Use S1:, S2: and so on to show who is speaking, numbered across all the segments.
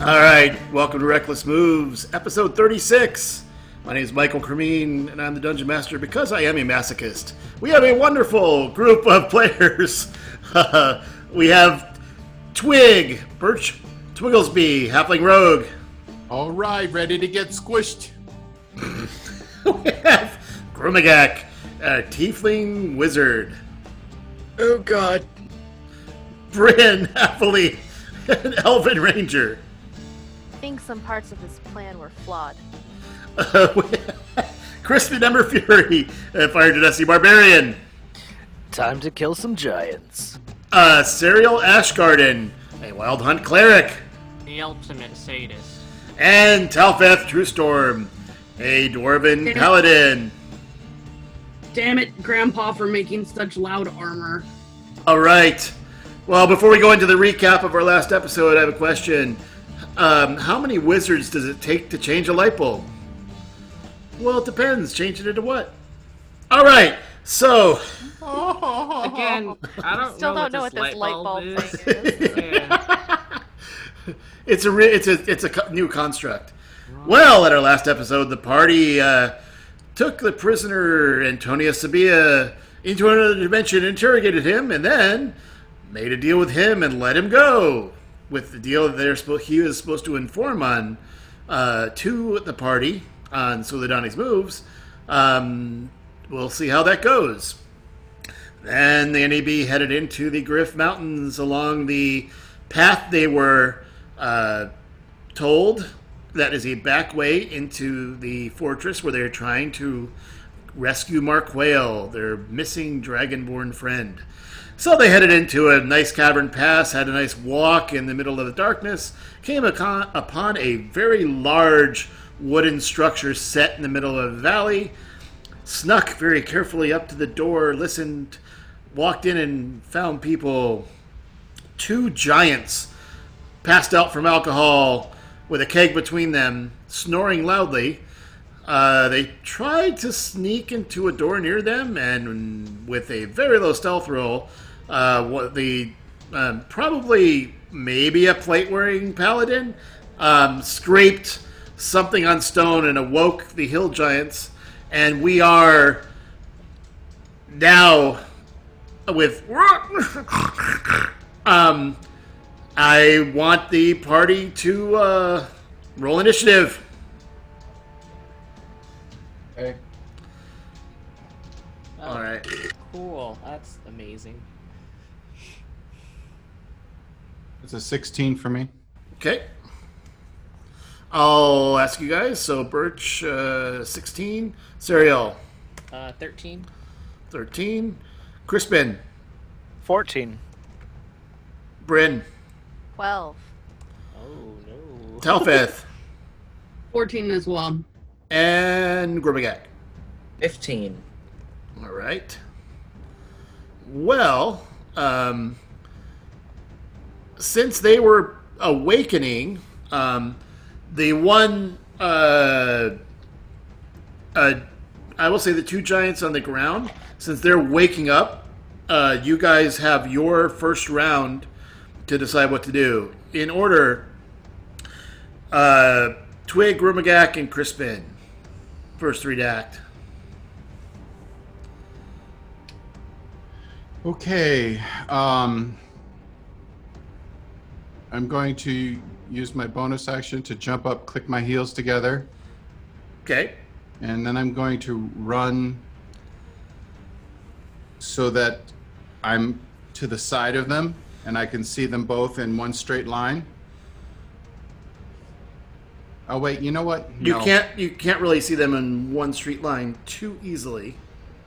S1: Welcome to Reckless Moves, episode 36. My name is Michael Cremine, and I'm the Dungeon Master because I am a masochist. We have a wonderful group of players. we have Twig, Birch Twigglesby, Halfling Rogue.
S2: All right, ready to get squished.
S1: we have Grumagak, a Tiefling Wizard.
S3: Oh god.
S1: Bryn, happily, an Elven Ranger.
S4: I think some parts of this plan were flawed.
S1: Uh, we- Crispin Ember Fury, a Fire Dynasty Barbarian.
S3: Time to kill some giants.
S1: Uh, Serial Ash Garden, a Wild Hunt Cleric.
S5: The ultimate sadist.
S1: And Talfeth Truestorm, a Dwarven Paladin.
S6: Damn it, Grandpa, for making such loud armor.
S1: All right. Well, before we go into the recap of our last episode, I have a question. Um, how many wizards does it take to change a light bulb? Well, it depends. Changing it to what? All right. So,
S5: Again, I don't
S4: Oh. Still
S5: know
S4: don't know what this light bulb
S5: is.
S4: thing is.
S5: Yeah.
S1: It's a re- it's a it's a co- new construct. Well, at our last episode, the party uh, took the prisoner Antonia Sabia into another dimension, interrogated him, and then made a deal with him and let him go. With the deal that they're supposed he was supposed to inform on uh, to the party on Suladani's moves. Um, we'll see how that goes. And the NAB headed into the Griff Mountains along the path they were uh, told that is a back way into the fortress where they're trying to rescue Mark Whale, their missing dragonborn friend. So they headed into a nice cavern pass, had a nice walk in the middle of the darkness, came aco- upon a very large wooden structure set in the middle of a valley snuck very carefully up to the door, listened, walked in, and found people. Two giants passed out from alcohol with a keg between them, snoring loudly. Uh, they tried to sneak into a door near them, and with a very low stealth roll, uh, what the um, probably maybe a plate wearing paladin um, scraped something on stone and awoke the hill giants. And we are now with. um, I want the party to uh, roll initiative.
S2: Hey,
S1: All right.
S7: Cool. That's amazing.
S2: it's a 16 for me.
S1: Okay. I'll ask you guys. So Birch, uh, 16. Serial,
S7: Uh, 13.
S1: 13. Crispin,
S3: 14.
S1: Bryn,
S4: 12.
S7: Oh, no.
S1: Telfeth,
S6: 14 as well.
S1: and Grubagak.
S3: 15.
S1: All right. Well, um, since they were awakening, um, the one, uh, uh, I will say the two giants on the ground, since they're waking up, uh, you guys have your first round to decide what to do. In order, uh, Twig, Rumagak, and Crispin. First three to act.
S2: Okay, um, I'm going to use my bonus action to jump up, click my heels together,
S1: Okay.
S2: and then I'm going to run so that I'm to the side of them and I can see them both in one straight line. Oh wait, you know what?
S1: You
S2: No.
S1: can't you can't really see them in one street line too easily.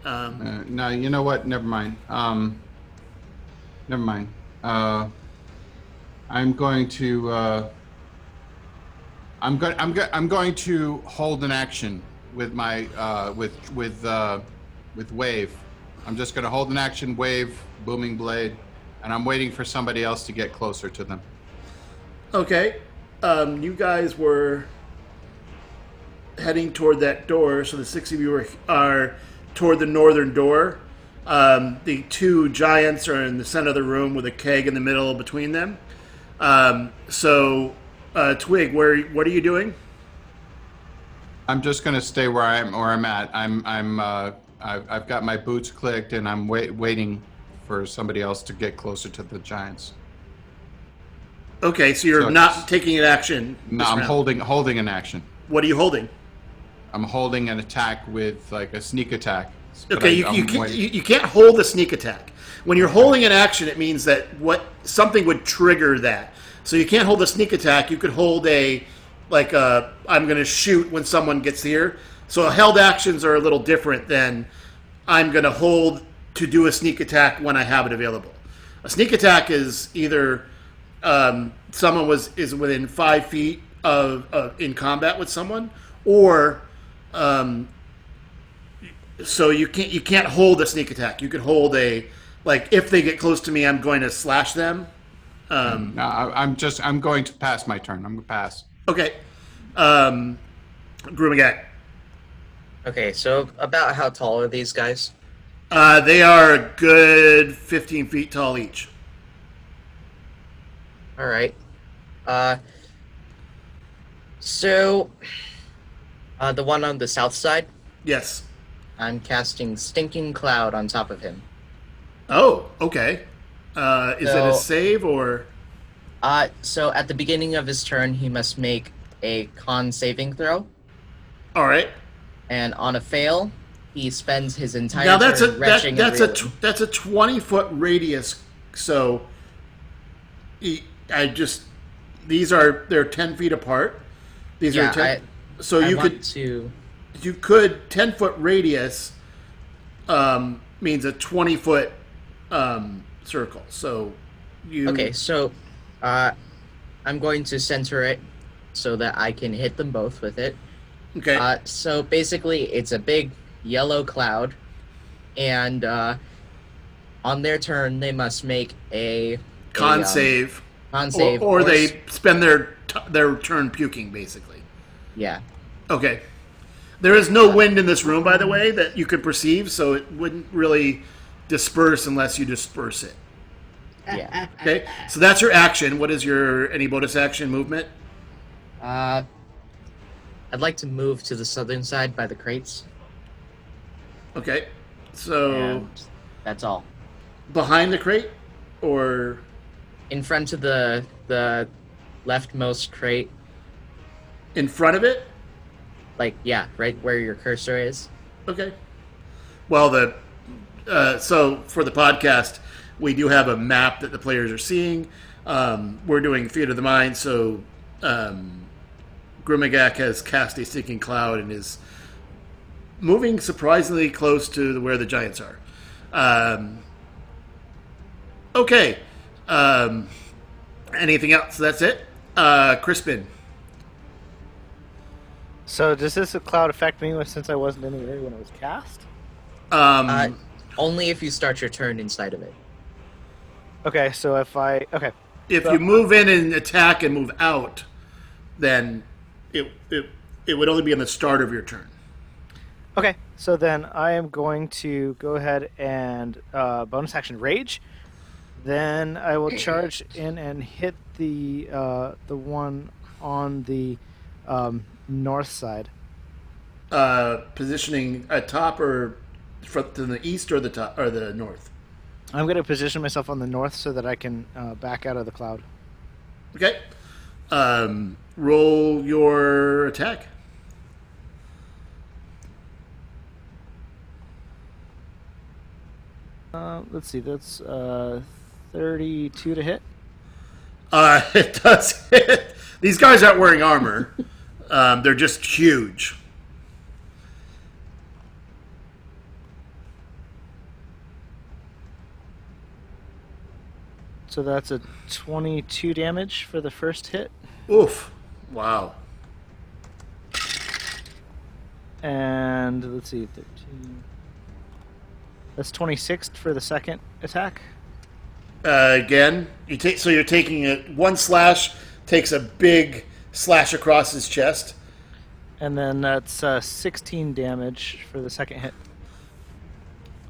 S1: Um,
S2: Uh, no, you know what? Never mind. Um, never mind. Uh, I'm going to. Uh, I'm going. I'm going. I'm going to hold an action with my uh, with with uh, with wave. I'm just going to hold an action, wave, booming blade, and I'm waiting for somebody else to get closer to them.
S1: okay, um, you guys were heading toward that door, so the six of you are, are toward the northern door. Um, the two giants are in the center of the room with a keg in the middle between them. Um, so Uh, Twig, where what are you doing?
S2: I'm just gonna stay where I'm where I'm at. I'm I'm uh, I've, I've got my boots clicked and I'm wait, waiting for somebody else to get closer to the giants.
S1: Okay, so you're
S2: So
S1: not
S2: just-
S1: taking an action.
S2: No,
S1: this
S2: I'm
S1: round.
S2: holding holding an action.
S1: What are you holding?
S2: I'm holding an attack with like a sneak attack. but
S1: Okay,
S2: I-
S1: you, you,
S2: I'm
S1: can't,
S2: waiting.
S1: you, you can't hold a sneak attack. When you're holding an action, it means that what something would trigger that. So you can't hold a sneak attack. You could hold a like a I'm going to shoot when someone gets here. So held actions are a little different than I'm going to hold to do a sneak attack when I have it available. A sneak attack is either um, someone was is within five feet of, of in combat with someone, or um, so you can't you can't hold a sneak attack. You can hold a like if they get close to me, I'm going to slash them. Um,
S2: No, I, I'm just I'm going to pass my turn. I'm gonna pass.
S1: okay, um, Grumagak.
S3: Okay, so about how tall are these guys?
S1: Uh, they are a good 15 feet tall each.
S3: All right. Uh, so, uh, the one on the south side,
S1: Yes.
S3: I'm casting Stinking Cloud on top of him.
S1: Oh, okay. Uh, is it
S3: No.
S1: a save or?
S3: Uh, so, at the beginning of his turn, he must make a con saving throw,
S1: All right.
S3: and on a fail, he spends his entire
S1: now that's a
S3: turn retching
S1: that,
S3: and
S1: that's a
S3: reeling.
S1: tw- that's a 20 foot radius. So, e- I just these are they're 10 feet apart. These
S3: Yeah,
S1: are 10. so
S3: I
S1: you
S3: want
S1: could
S3: to.
S1: you could 10 foot radius um, means a 20 foot um, circle so you
S3: Okay, so, uh, I'm going to center it so that I can hit them both with it.
S1: okay
S3: Uh, so basically, it's a big yellow cloud, and uh, on their turn, they must make a
S1: con
S3: a, um,
S1: save
S3: con
S1: or,
S3: save,
S1: or
S3: s-
S1: they spend their t- their turn puking basically
S3: yeah.
S1: okay there is no wind in this room by the way that you could perceive so it wouldn't really disperse unless you disperse it
S3: Yeah.
S1: okay so that's your action what is your any bonus action movement
S3: Uh, I'd like to move to the southern side by the crates.
S1: okay so
S3: and that's all.
S1: behind the crate or
S3: In front of the the leftmost crate,
S1: in front of it
S3: like yeah, right where your cursor is.
S1: Okay. Well, the uh, so for the podcast, we do have a map that the players are seeing. Um, we're doing Theater of the Mind, so um, Grimagak has cast a stinking cloud and is moving surprisingly close to where the giants are. Um, okay. Um, anything else? That's it. Uh, Crispin.
S8: So does this cloud affect me since I wasn't in the area when it was cast?
S1: Um,
S3: Uh, only if you start your turn inside of it.
S8: Okay, so if I okay,
S1: if you move in and attack and move out, then it, it it would only be on the start of your turn.
S8: okay, so then I am going to go ahead and uh, bonus action rage. Then I will charge in and hit the uh, the one on the um, north side.
S1: Uh, positioning atop or from to the east or the top or the north.
S8: I'm going to position myself on the north so that I can uh, back out of the cloud.
S1: Okay. Um, roll your attack.
S8: Uh, let's see, that's uh, 32 to hit.
S1: Uh, it does. Hit. These guys aren't wearing armor. um, they're just huge.
S8: So that's a 22 damage for the first hit.
S1: Oof! Wow.
S8: And let's see, 13. That's 26 for the second attack.
S1: uh, again. You take so you're taking a one slash takes a big slash across his chest.
S8: And then that's uh, 16 damage for the second hit.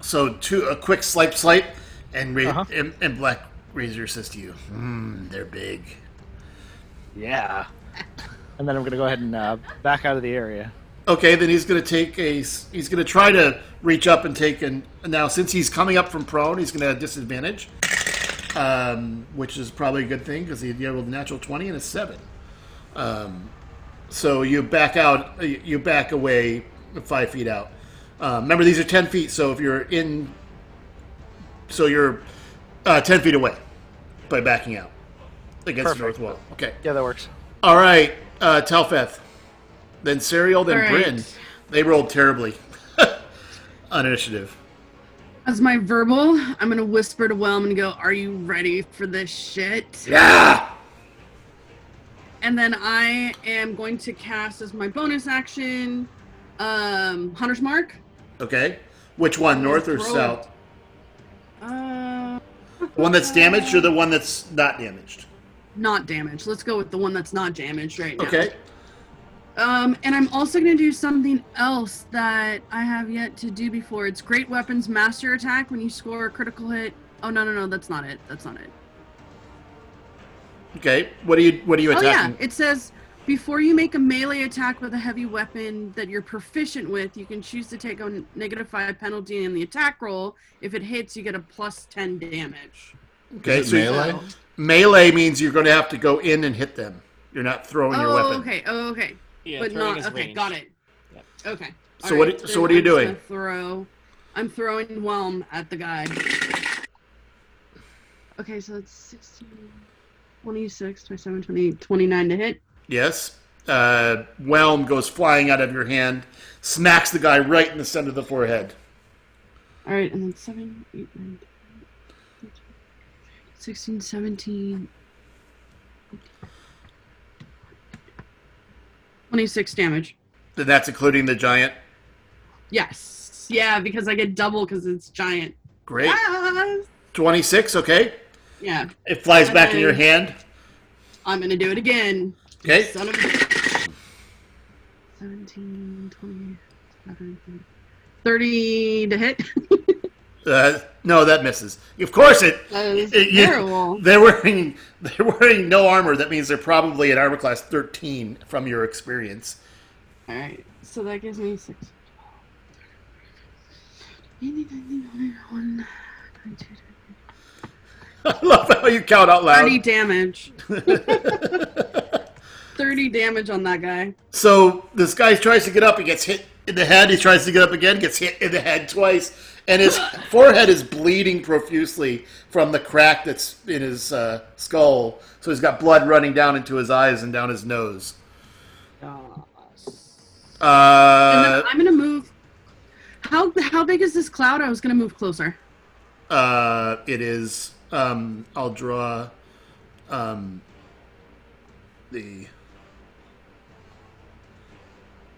S1: So two a quick slipe slipe, and ra-
S8: Uh-huh.
S1: "Hmm, and, and Black Razor says to you, mm, "They're big."
S8: Yeah. And then I'm gonna go ahead and uh, back out of the area.
S1: Okay, then he's going to take a. s- He's going to try to reach up and take an. Now, since he's coming up from prone, he's going to have disadvantage, um, which is probably a good thing because he he rolled a natural twenty and a seven. Um, so you back out. You you back away five feet out. Uh, remember, these are ten feet. So if you're in, so you're uh, ten feet away by backing out against the north
S8: Perfect.
S1: wall. Okay.
S8: Yeah, that works.
S1: All right, uh, Telfeth, then Serial, then
S6: All right.
S1: Bryn. They rolled terribly on initiative.
S6: As my verbal, I'm gonna whisper to Whelm and go, "Are you ready for this shit?"
S1: Yeah.
S6: And then I am going to cast as my bonus action, um, Hunter's Mark.
S1: Okay. Which one, north or
S6: Roll.
S1: south?
S6: Uh,
S1: One that's damaged or the one that's not damaged?
S6: not damaged. Let's go with the one that's not damaged right now.
S1: Okay.
S6: Um, and I'm also going to do something else that I have yet to do before. It's Great Weapons Master Attack when you score a critical hit. Oh, no, no, no, that's not it. That's not it.
S1: Okay. What are you? What are you
S6: Oh, yeah.
S1: attacking?
S6: It says before you make a melee attack with a heavy weapon that you're proficient with, you can choose to take a n- negative five penalty in the attack roll. If it hits, you get a plus 10 damage.
S1: okay.
S2: Is it
S1: so you-
S2: melee?
S1: melee means you're going to have to go in and hit them. You're not throwing your
S6: Oh,
S1: weapon.
S6: okay. Oh, okay.
S5: Yeah,
S6: but
S5: throwing
S6: not.
S5: is
S6: Okay,
S5: ranged.
S6: got it.
S5: Yep.
S6: Okay.
S1: So what- so
S6: then
S1: what are you
S6: I'm just
S1: doing?
S6: gonna Throw. I'm throwing whelm at the guy. Okay, so it's 16, 26, 27, 28, 29 to hit.
S1: Yes. Uh, whelm goes flying out of your hand, smacks the guy right in the center of the forehead.
S6: All right, and then 7, 8, 9, 10, 16, 17, 26 damage.
S1: And that's including the giant.
S6: Yes. Yeah, because I get double because it's giant.
S1: Great.
S6: Ah!
S1: Twenty-six. Okay.
S6: Yeah,
S1: It flies back in
S6: Okay.
S1: your hand.
S6: I'm going to do it again.
S1: Okay.
S6: Son of a- 17, 20, 30, 30 to hit.
S1: Uh, no, that misses. Of course it.
S6: That is
S1: it- you-
S6: terrible.
S1: They're wearing they're wearing no armor. That means they're probably at armor class thirteen from your experience.
S6: All right, so that gives me six. 80, 90, 91, 92,
S1: I love how you count out
S6: 30
S1: loud.
S6: damage. 30 damage on that guy.
S1: So this guy tries to get up. He gets hit in the head. He tries to get up again. Gets hit in the head twice, and his forehead is bleeding profusely from the crack that's in his uh, skull. So he's got blood running down into his eyes and down his nose.
S6: And
S1: Uh,
S6: then I'm going to move. How, how big is this cloud? I was going to move closer.
S1: Uh, it is. Um, I'll draw. Um, the.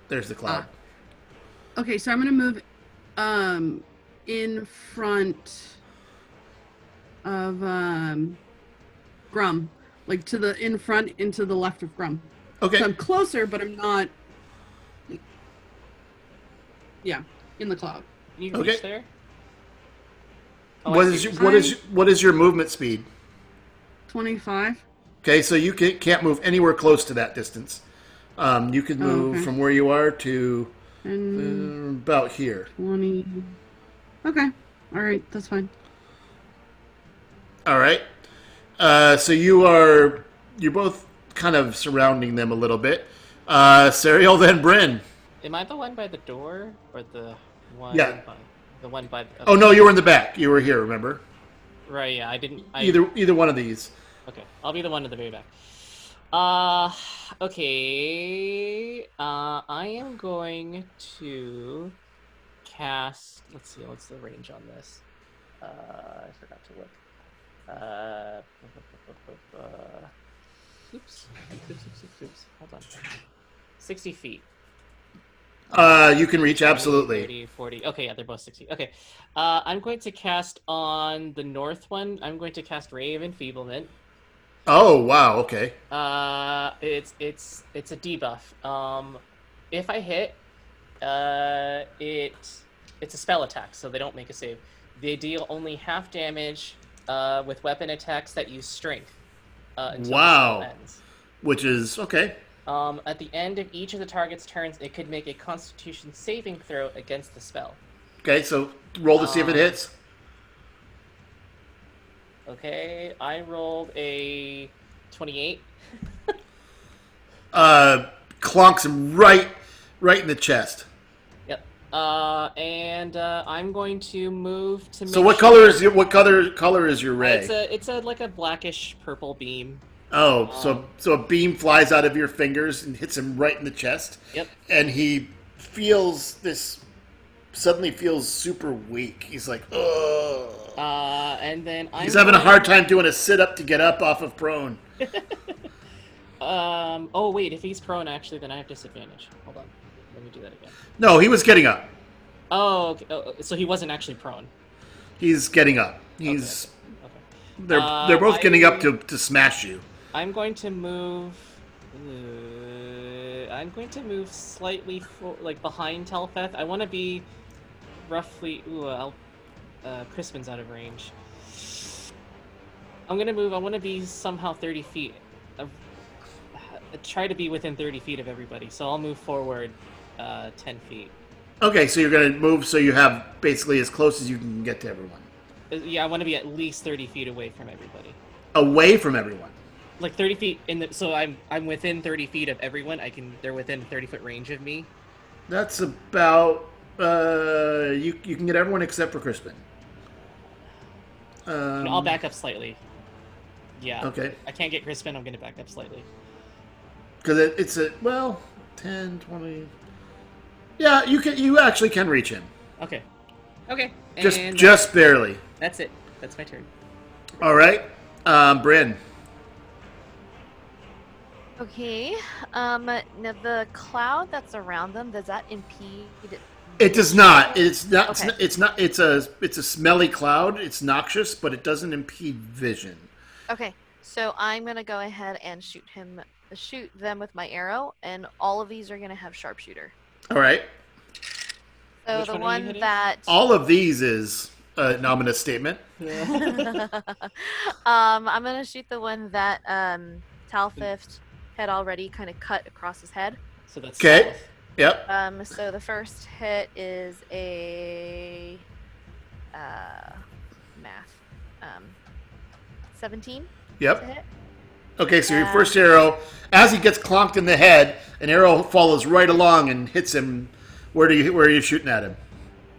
S1: There's the cloud.
S6: Ah. Okay, so I'm gonna move um in front of um Grum. Like to the in front and to the left of Grum.
S1: okay.
S6: So I'm closer, but I'm not Yeah, in the cloud.
S5: Can you
S1: Okay.
S5: reach there? Oh, I
S1: what
S5: see
S1: is your,
S5: what
S1: what is what is your movement speed?
S6: Twenty five.
S1: Okay, so you can, can't move anywhere close to that distance. Um, you can
S6: Oh,
S1: move
S6: okay.
S1: from where you are to uh,
S6: And
S1: about here.
S6: twenty Okay. Alright, that's fine.
S1: All right. Uh, so you are you're both kind of surrounding them a little bit. Uh, Serial then Bryn.
S5: Am I the one by the door or the one?
S1: Yeah.
S5: By, the one by. The,
S1: Oh no, you were in the back. You were here, remember?
S5: Right. Yeah. I didn't. I,
S1: either either one of these.
S5: Okay. I'll be the one at the very back. Uh. Okay. Uh. I am going to cast. Let's see. What's the range on this? Uh. I forgot to look. Uh. bu- bu- bu- bu- bu- Oops. Oops. Oops. Oops. Oops. Hold on. Sixty feet.
S1: Uh, you can reach absolutely.
S5: 30, 40. Okay, yeah, they're both 60. Okay. Uh, I'm going to cast on the north one. I'm going to cast Ray of Enfeeblement.
S1: Oh wow, okay.
S5: Uh, it's it's it's a debuff. Um, if I hit, uh, it it's a spell attack, so they don't make a save. They deal only half damage uh, with weapon attacks that use strength. Uh, until the spell
S1: Wow.
S5: ends.
S1: which is okay.
S5: Um, at the end of each of the target's turns, it could make a Constitution saving throw against the spell.
S1: Okay, so roll to see if it
S5: Um,
S1: hits.
S5: Okay, I rolled a 28.
S1: Uh, clonks him right, right in the chest.
S5: Yep. Uh, and uh, I'm going to move to.
S1: So
S5: make
S1: what
S5: sure-
S1: color is your what color color is your ray?
S5: It's a it's a like a blackish purple beam.
S1: oh, so
S5: um,
S1: so a beam flies out of your fingers and hits him right in the chest,
S5: Yep.
S1: and he feels this suddenly feels super weak. He's like, oh.
S5: Uh, and then I'm
S1: He's having a
S5: going-
S1: hard time doing a sit up to get up off of prone.
S5: Um. Oh wait, if he's prone, actually, then I have disadvantage. Hold on, let me do that again.
S1: No, he was getting up.
S5: Oh, okay. oh so he wasn't actually prone.
S1: He's getting up. He's
S5: Okay.
S1: they're
S5: Uh,
S1: they're both getting up
S5: I-
S1: to to smash you.
S5: I'm going to move. uh, I'm going to move slightly for, like behind Telfeth. I want to be roughly. Ooh, I'll, uh, Crispin's out of range. I'm gonna move. I want to be somehow 30 feet. of- uh, try to be within 30 feet of everybody. So I'll move forward uh, 10 feet.
S1: Okay, so you're gonna move so you have basically as close as you can get to everyone,
S5: Uh, Yeah, I want to be at least 30 feet away from everybody.
S1: away from everyone.
S5: Like 30 feet in the. So I'm I'm within 30 feet of everyone. I can. They're within 30 foot range of me.
S1: That's about uh you you can get everyone except for Crispin. Um,
S5: No, I'll back up slightly. Yeah.
S1: Um, Okay,
S5: I can't get Crispin. I'm going to back up slightly.
S1: because it, it's a well 10, 20... Yeah, you can you actually can reach him
S5: Okay. Okay.
S1: just
S5: and
S1: just barely.
S5: that's it. That's my turn.
S1: All right, um, Bryn.
S4: Okay. Um. Now the cloud that's around them does that impede?
S1: It does not. It's not. It's,
S4: Okay.
S1: not, it's not. It's a. It's a smelly cloud. It's noxious, but it doesn't impede vision.
S4: Okay. So I'm gonna go ahead and shoot him, shoot them with my arrow, and all of these are gonna have sharpshooter.
S1: All right.
S4: So
S5: Which
S4: the
S5: one are you
S4: one
S5: hitting?
S4: that
S1: All of these is an ominous statement.
S4: um, I'm gonna shoot the one that um, Talfift had already kind of cut across his head.
S5: So that's
S1: 'Kay.
S5: south.
S1: Yep.
S4: Um, so the first hit is a uh, math um, 17 to
S1: Yep.
S4: hit.
S1: Okay. So your first arrow, as he gets clonked in the head, an arrow follows right along and hits him. Where do you? Where are you shooting at him?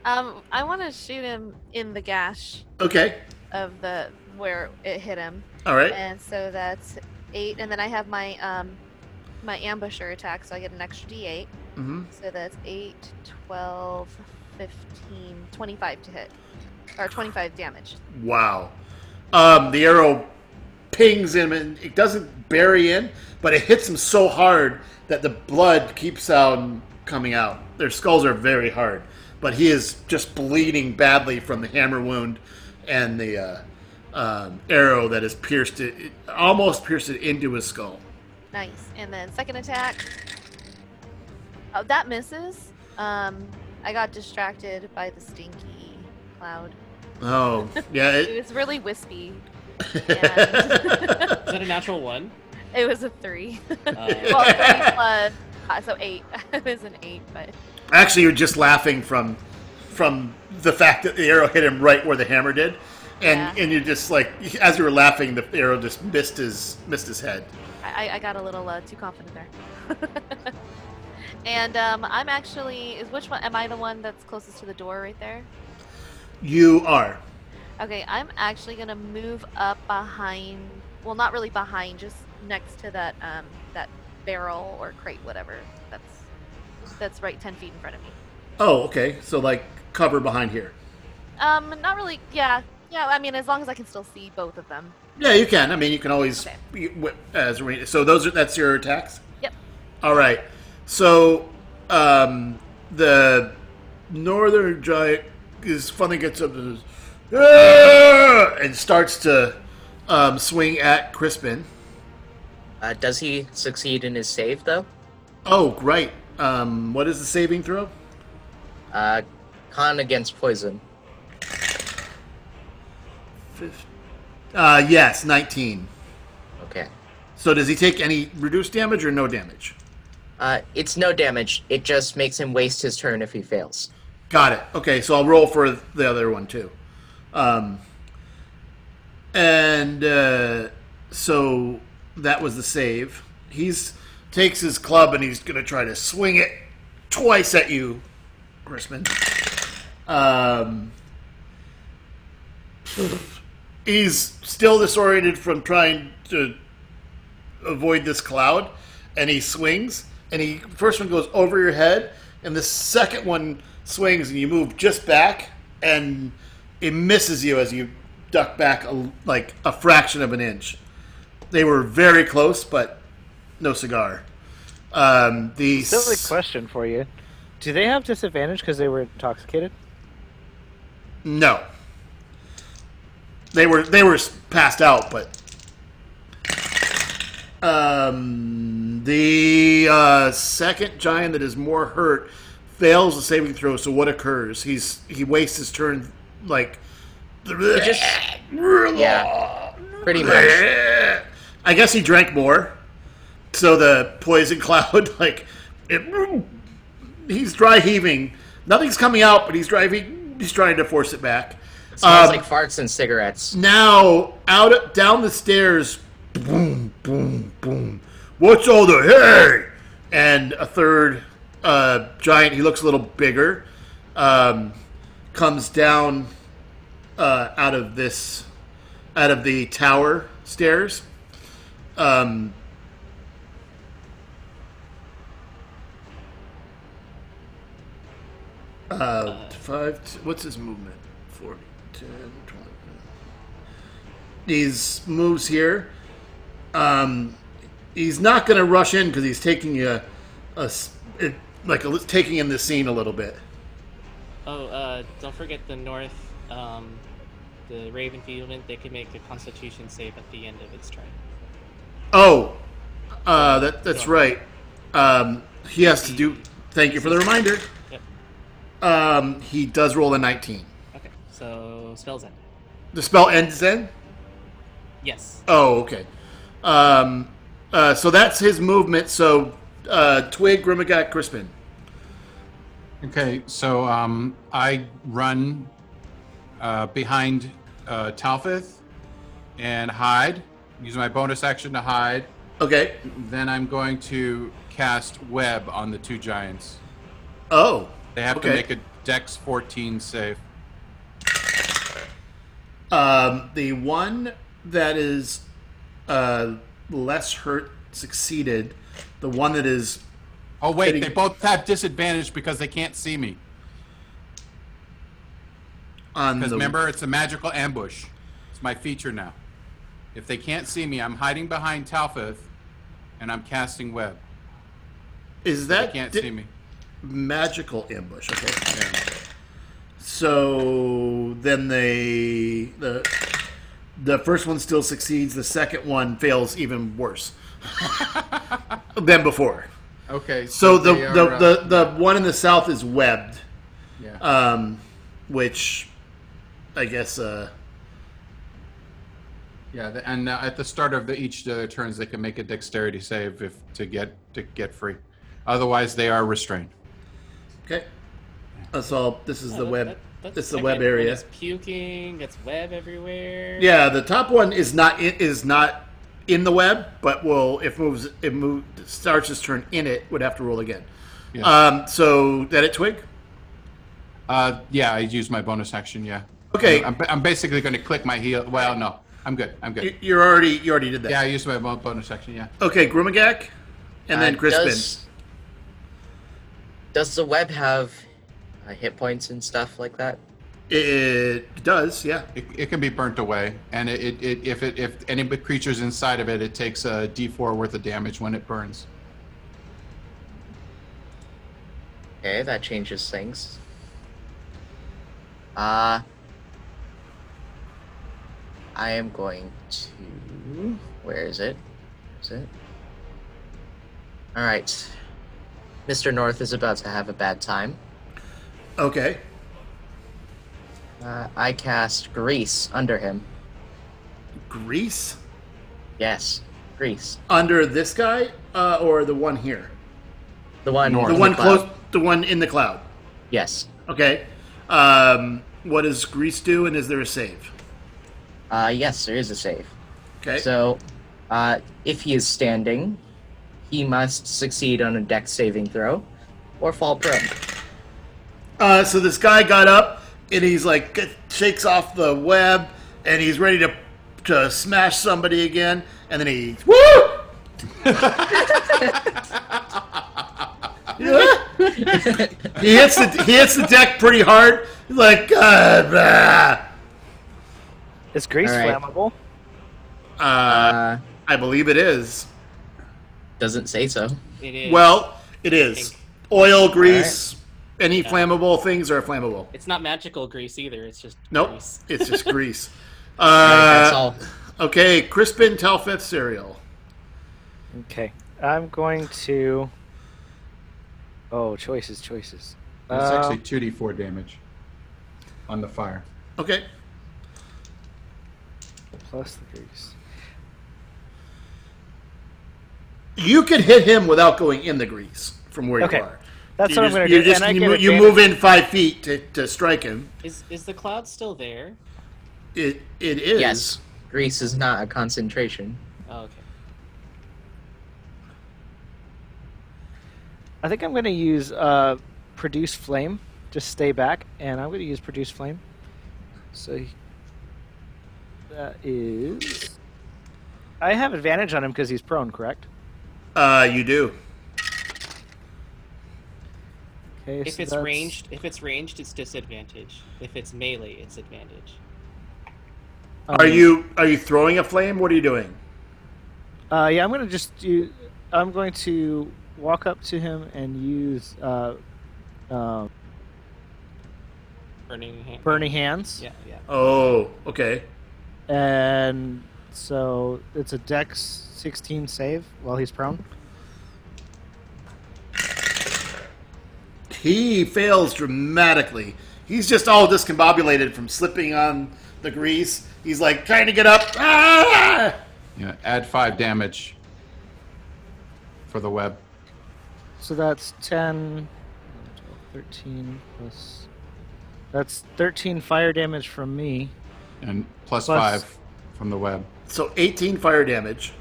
S4: Um, I want to shoot him in the gash
S1: Okay.
S4: of the where it hit him,
S1: All right.
S4: and so that's eight. And then I have my um, my ambusher attack, so I get an extra d8.
S1: hmm
S4: So that's 8, 12, 15, 25 to hit. Or 25 damage.
S1: Wow. Um, the arrow pings him and it doesn't bury in, but it hits him so hard that the blood keeps on coming out. Their skulls are very hard, but he is just bleeding badly from the hammer wound and the uh, um, arrow that has pierced it, it almost pierced it into his skull.
S4: Nice. And then second attack. Oh, that misses. Um, I got distracted by the stinky cloud.
S1: Oh, yeah.
S4: It
S1: It,
S4: was really wispy. And
S5: Is that a natural one?
S4: it was a 3.
S5: Uh,
S4: Well, 3 plus. uh, so 8. it was an 8, but.
S1: Actually, you're just laughing from from the fact that the arrow hit him right where the hammer did, and
S4: Yeah.
S1: and you're just like as you were laughing, the arrow just missed his missed his head.
S4: I, I- I got a little uh, too confident there. and um, I'm actually is which one? Am I the one that's closest to the door right there?
S1: You are
S4: Okay, I'm actually gonna move up behind. Well, not really behind, just next to that um, that barrel or crate, whatever. That's that's right, ten feet in front of me.
S1: oh okay, so like cover behind here.
S4: Um, not really. Yeah, yeah. I mean, as long as I can still see both of them.
S1: Yeah, you can. I mean, you can always
S4: Okay.
S1: you- wi- as we- so those are that's your attacks.
S4: Yep.
S1: All right. So um, the northern giant is finally gets up and, says, "Ah!" and starts to um, swing at Crispin.
S3: Uh, does he succeed in his save though?
S1: Oh, great. Um, what is the saving throw?
S3: Uh, con against poison.
S1: Uh, yes, 19.
S3: Okay.
S1: So does he take any reduced damage or no damage?
S3: Uh, it's no damage. It just makes him waste his turn if he fails.
S1: Got it. Okay, so I'll roll for the other one too. Um, and uh, so that was the save. He's takes his club and he's gonna try to swing it twice at you, Grisman. Um, he's still disoriented from trying to avoid this cloud, and he swings. And he first one goes over your head, and the second one swings, and you move just back, and it misses you as you duck back a, like a fraction of an inch. They were very close, but no cigar. Um, the
S8: Silly
S1: s-
S8: question for you. Do they have disadvantage because they were intoxicated?
S1: No. They were they were passed out, but um, the uh, second giant that is more hurt fails the saving throw. So what occurs? He's he wastes his turn like
S3: just- yeah, Pretty much.
S1: Uh, I guess he drank more, so the poison cloud like it, he's dry heaving. Nothing's coming out, but he's driving. He's trying to force it back.
S3: Smells
S1: Um,
S3: like farts and cigarettes.
S1: now out down the stairs boom boom boom what's all the hey and a third uh, giant he looks a little bigger um, comes down uh, out of this out of the tower stairs um, uh, five t- what's his movement 40 10 20 these moves here. Um, he's not going to rush in because he's taking a, a s- it, like a, li- taking in the scene a little bit.
S5: Oh, uh, don't forget the north, um, the Raven Fieldman. They can make a Constitution save at the end of its turn.
S1: Oh, uh, that that's right. Um, he has to do. Thank you for the reminder.
S5: Yep.
S1: Um, he does roll a 19.
S5: Okay. So spells end.
S1: The spell ends then.
S5: Yes.
S1: Oh, okay. Um, uh, so that's his movement. So uh, Twig, Grimagat, Crispin.
S2: Okay, so um, I run uh, behind uh, Talfith and hide. Use my bonus action to hide.
S1: Okay.
S2: Then I'm going to cast web on the two giants.
S1: Oh.
S2: They have
S1: Okay.
S2: to make a Dex 14 save.
S1: Um, the one that is uh, less hurt succeeded. The one that is
S2: Oh wait,
S1: Kidding.
S2: they both have disadvantage because they can't see me.
S1: on
S2: Because
S1: the
S2: remember, it's a magical ambush. It's my feature now. If they can't see me, I'm hiding behind Talfith, and I'm casting web.
S1: is
S2: They
S1: that
S2: can't
S1: di-
S2: see me.
S1: magical ambush. Okay. So then they the the first one still succeeds. The second one fails even worse than before.
S2: Okay.
S1: So the
S2: they
S1: the,
S2: are, uh,
S1: the the one in the south is webbed.
S2: yeah.
S1: Um, which I guess uh.
S2: Yeah, the, and uh, at the start of the, each of their turns, they can make a dexterity save if to get to get free. Otherwise, they are restrained.
S1: Okay. That's all. This is
S5: Oh,
S1: the
S5: that-
S1: web.
S5: that- that's
S1: it's the web
S5: second one
S1: area.
S5: is puking. It's web everywhere.
S1: Yeah, the top one is not in, is not in the web, but will if moves it moves starts his turn in it would have to roll again.
S2: Yeah.
S1: Um, so that it twig.
S2: Uh, yeah, I used my bonus action. Yeah.
S1: Okay.
S2: I'm, I'm basically going to click my heel. Well, no, I'm good. I'm good.
S1: You- You're already you already did that.
S2: yeah, I used my bo- bonus action. Yeah.
S1: Okay, Grumagak, and then
S3: Uh,
S1: Crispin.
S3: Does, does the web have uh, hit points and stuff like that?
S1: It does. Yeah.
S2: It, it can be burnt away, and it, it, it if it if any b- creatures inside of it, it takes a D4 worth of damage when it burns.
S3: Okay, that changes things. Uh I am going to where is it? Where Is it? Alright. Mr. North is about to have a bad time.
S1: Okay.
S3: Uh, I cast Grease under him.
S1: Grease.
S3: Yes. Grease.
S1: Under this guy uh, or the one here?
S3: The one.
S2: North.
S1: The
S3: in
S1: one
S3: cloud.
S1: close, the one in the cloud.
S3: Yes.
S1: Okay. Um, what does Grease do, and is there a save?
S3: Uh, yes, there is a save.
S1: Okay.
S3: So, uh, if he is standing, he must succeed on a dex saving throw or fall prone.
S1: Uh, so this guy got up and he's like g- shakes off the web and he's ready to to smash somebody again and then he woo. he hits the he hits the deck pretty hard. He's like "Uh, God, blah."
S8: Is grease
S3: All right.
S8: flammable?
S1: Uh,
S3: Uh,
S1: I believe it is.
S3: doesn't say so.
S5: It is.
S1: Well, it is
S5: Pink.
S1: oil, grease, any flammable things are flammable.
S5: It's not magical grease either. It's just
S1: Nope,
S5: grease.
S1: it's just grease.
S3: All right, that's
S1: Uh,
S3: all.
S1: Okay, Crispin Telfeth cereal.
S8: Okay. I'm going to. Oh, choices, choices.
S2: That's
S8: Um,
S2: actually two d four damage on the fire.
S1: Okay.
S8: Uh, plus the grease.
S1: You could hit him without going in the grease from where
S8: Okay.
S1: you are.
S8: That's
S1: you
S8: what
S1: just-
S8: I'm going to
S1: you
S8: do.
S1: just-
S8: and I
S1: you,
S8: get
S1: mo- you
S8: advantage-
S1: move in five feet to, to strike him.
S5: Is is the cloud still there?
S1: It it is.
S3: Yes. Grease is not a concentration.
S5: Oh, okay.
S8: I think I'm going to use uh, produce flame. Just stay back, and I'm going to use produce flame. So he- that is. I have advantage on him because he's prone, correct?
S1: Uh, you do.
S8: Okay.
S5: If
S8: so
S5: it's
S8: that's-
S5: ranged, if it's ranged, it's disadvantage. If it's melee, it's advantage.
S8: um,
S1: Are you are you throwing a flame? What are you doing?
S8: Uh, yeah, I'm going to just do. I'm going to walk up to him and use uh, uh,
S5: Burning hand.
S8: burning hands.
S5: Yeah, yeah.
S1: Oh, okay.
S8: And so it's a dex 16 save while he's prone.
S1: He fails dramatically. He's just all discombobulated from slipping on the grease. He's like trying to get up. Ah!
S2: Yeah, add five damage for the web.
S8: So that's 10, 12, 13 plus. That's 13 fire damage from me,
S2: and plus,
S8: Plus-
S2: five from the web.
S1: So 18 fire damage.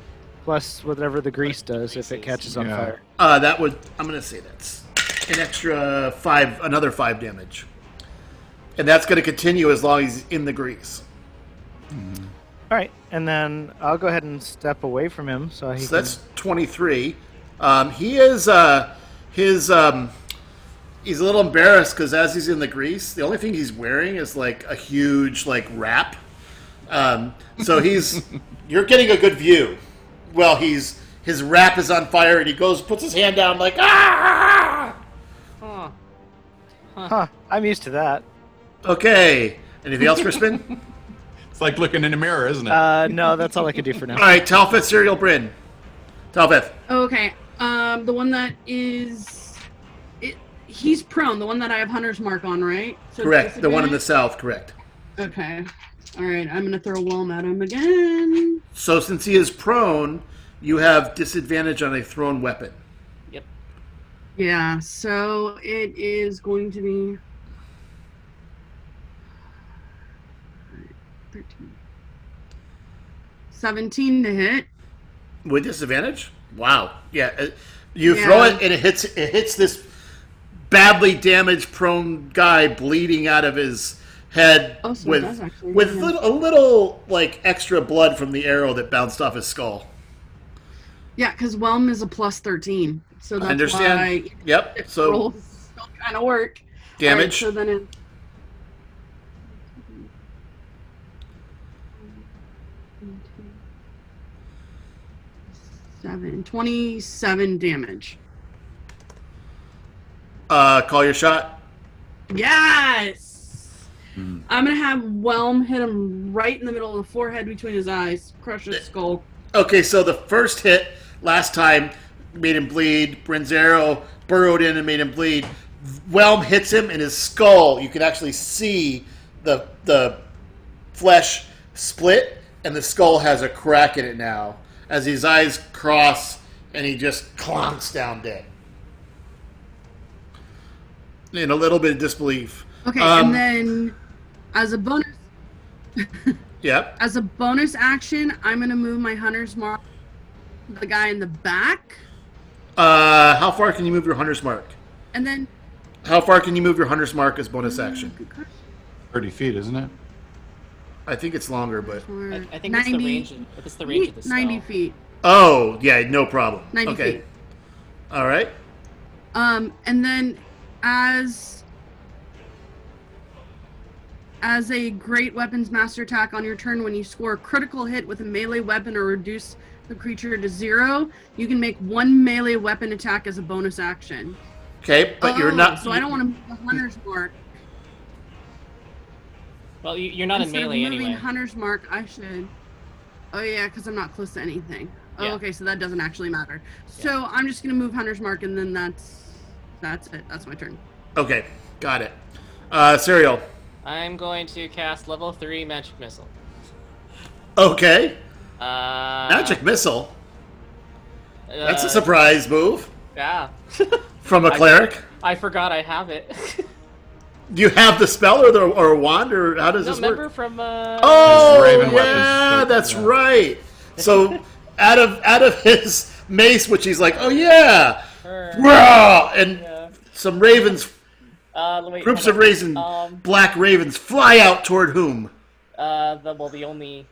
S8: plus whatever the grease does if it catches on
S2: Yeah.
S8: fire.
S1: Uh, that would I'm gonna say that's an extra five, another five damage, and that's gonna continue as long as he's in the grease.
S8: All right, and then I'll go ahead and step away from him so he
S1: So that's 23. Um, he is uh, his um, he's a little embarrassed because as he's in the grease, the only thing he's wearing is like a huge like wrap. Um, so he's you're getting a good view. Well, he's his wrap is on fire, and he goes puts his hand down like ah.
S5: Huh.
S8: can. Huh, I'm used to that.
S1: Okay. Anything else, Crispin?
S2: It's like looking in a mirror, isn't it?
S8: Uh, no, that's all I can do for now.
S1: All right, Talfeth, Serial Bryn. Talfeth.
S6: Okay. Um, the one that is, it, he's prone. The one that I have Hunter's Mark on, right? So it's
S1: Correct. The one in the
S6: disadvantage?
S1: south, correct.
S6: Okay. All right. I'm gonna throw Whelm at him again.
S1: So since he is prone, you have disadvantage on a thrown weapon.
S5: Yep.
S6: Yeah. So it is going to be. 13. 17 to hit.
S1: With disadvantage? Wow. Yeah. uh, You throw
S6: Yeah.
S1: it and it hits it hits this badly damaged prone guy bleeding out of his head
S6: Oh, so it
S1: with
S6: does actually
S1: with
S6: hit him.
S1: little, a little like extra blood from the arrow that bounced off his skull.
S6: Yeah, because Whelm is a plus 13. So that's
S1: Understand?
S6: why
S1: Yep. So
S6: rolls still kind of work.
S1: damage.
S6: Alright, so then it. Seven, 27 damage.
S1: Uh, call your shot.
S6: Yes! I'm gonna have Whelm hit him right in the middle of the forehead between his eyes, crush his skull.
S1: Okay, so the first hit last time made him bleed. Brenzero burrowed in and made him bleed. Whelm hits him in his skull. You can actually see the the flesh split, and the skull has a crack in it now. as his eyes cross and he just clonks down dead. In a little bit of disbelief.
S6: Okay,
S1: Um,
S6: and then as a bonus
S1: Yep.
S6: as a bonus action, I'm gonna move my hunter's mark to the guy in the back.
S1: Uh, how far can you move your hunter's mark?
S6: And then
S1: How far can you move your hunter's mark as bonus action?
S6: Good question.
S2: 30 feet, isn't it?
S1: I think it's longer, but
S5: I, I think
S6: 90,
S5: it's the range. Of, it's the range of the spell.
S6: 90 feet.
S1: oh yeah, no problem.
S6: 90
S1: okay.
S6: feet.
S1: All right.
S6: Um, and then as as a great weapons master attack on your turn, when you score a critical hit with a melee weapon or reduce the creature to zero, you can make one melee weapon attack as a bonus action.
S1: Okay, but you're
S6: Oh,
S1: not.
S6: So I don't want to move the hunter's mark.
S5: Well, you, you're not in
S6: Instead of
S5: melee
S6: moving
S5: anyway.
S6: hunter's mark, I should. Oh yeah, because I'm not close to anything. Oh,
S5: Yeah.
S6: okay, so that doesn't actually matter. So I'm just gonna move hunter's mark, and then that's that's it. That's my turn.
S1: Okay, got it. Uh, cereal.
S5: I'm going to cast level three magic missile.
S1: Okay.
S5: Uh,
S1: Magic missile. That's
S5: uh,
S1: a surprise move
S5: Yeah.
S1: from a
S5: I-
S1: cleric.
S5: I forgot I have it.
S1: Do you have the spell or the or a wand or how does
S5: no,
S1: this
S5: remember
S1: work?
S5: from uh,
S1: Oh
S2: Raven
S1: yeah,
S2: weapons.
S1: that's
S2: Yeah.
S1: right. So out of out of his mace, which he's like, oh yeah,
S5: her-
S1: Rah! and
S5: yeah.
S1: some ravens,
S5: Uh, wait,
S1: groups
S5: hold
S1: of
S5: on.
S1: raven,
S5: Um,
S1: black ravens fly out toward whom?
S5: uh, the well, the only,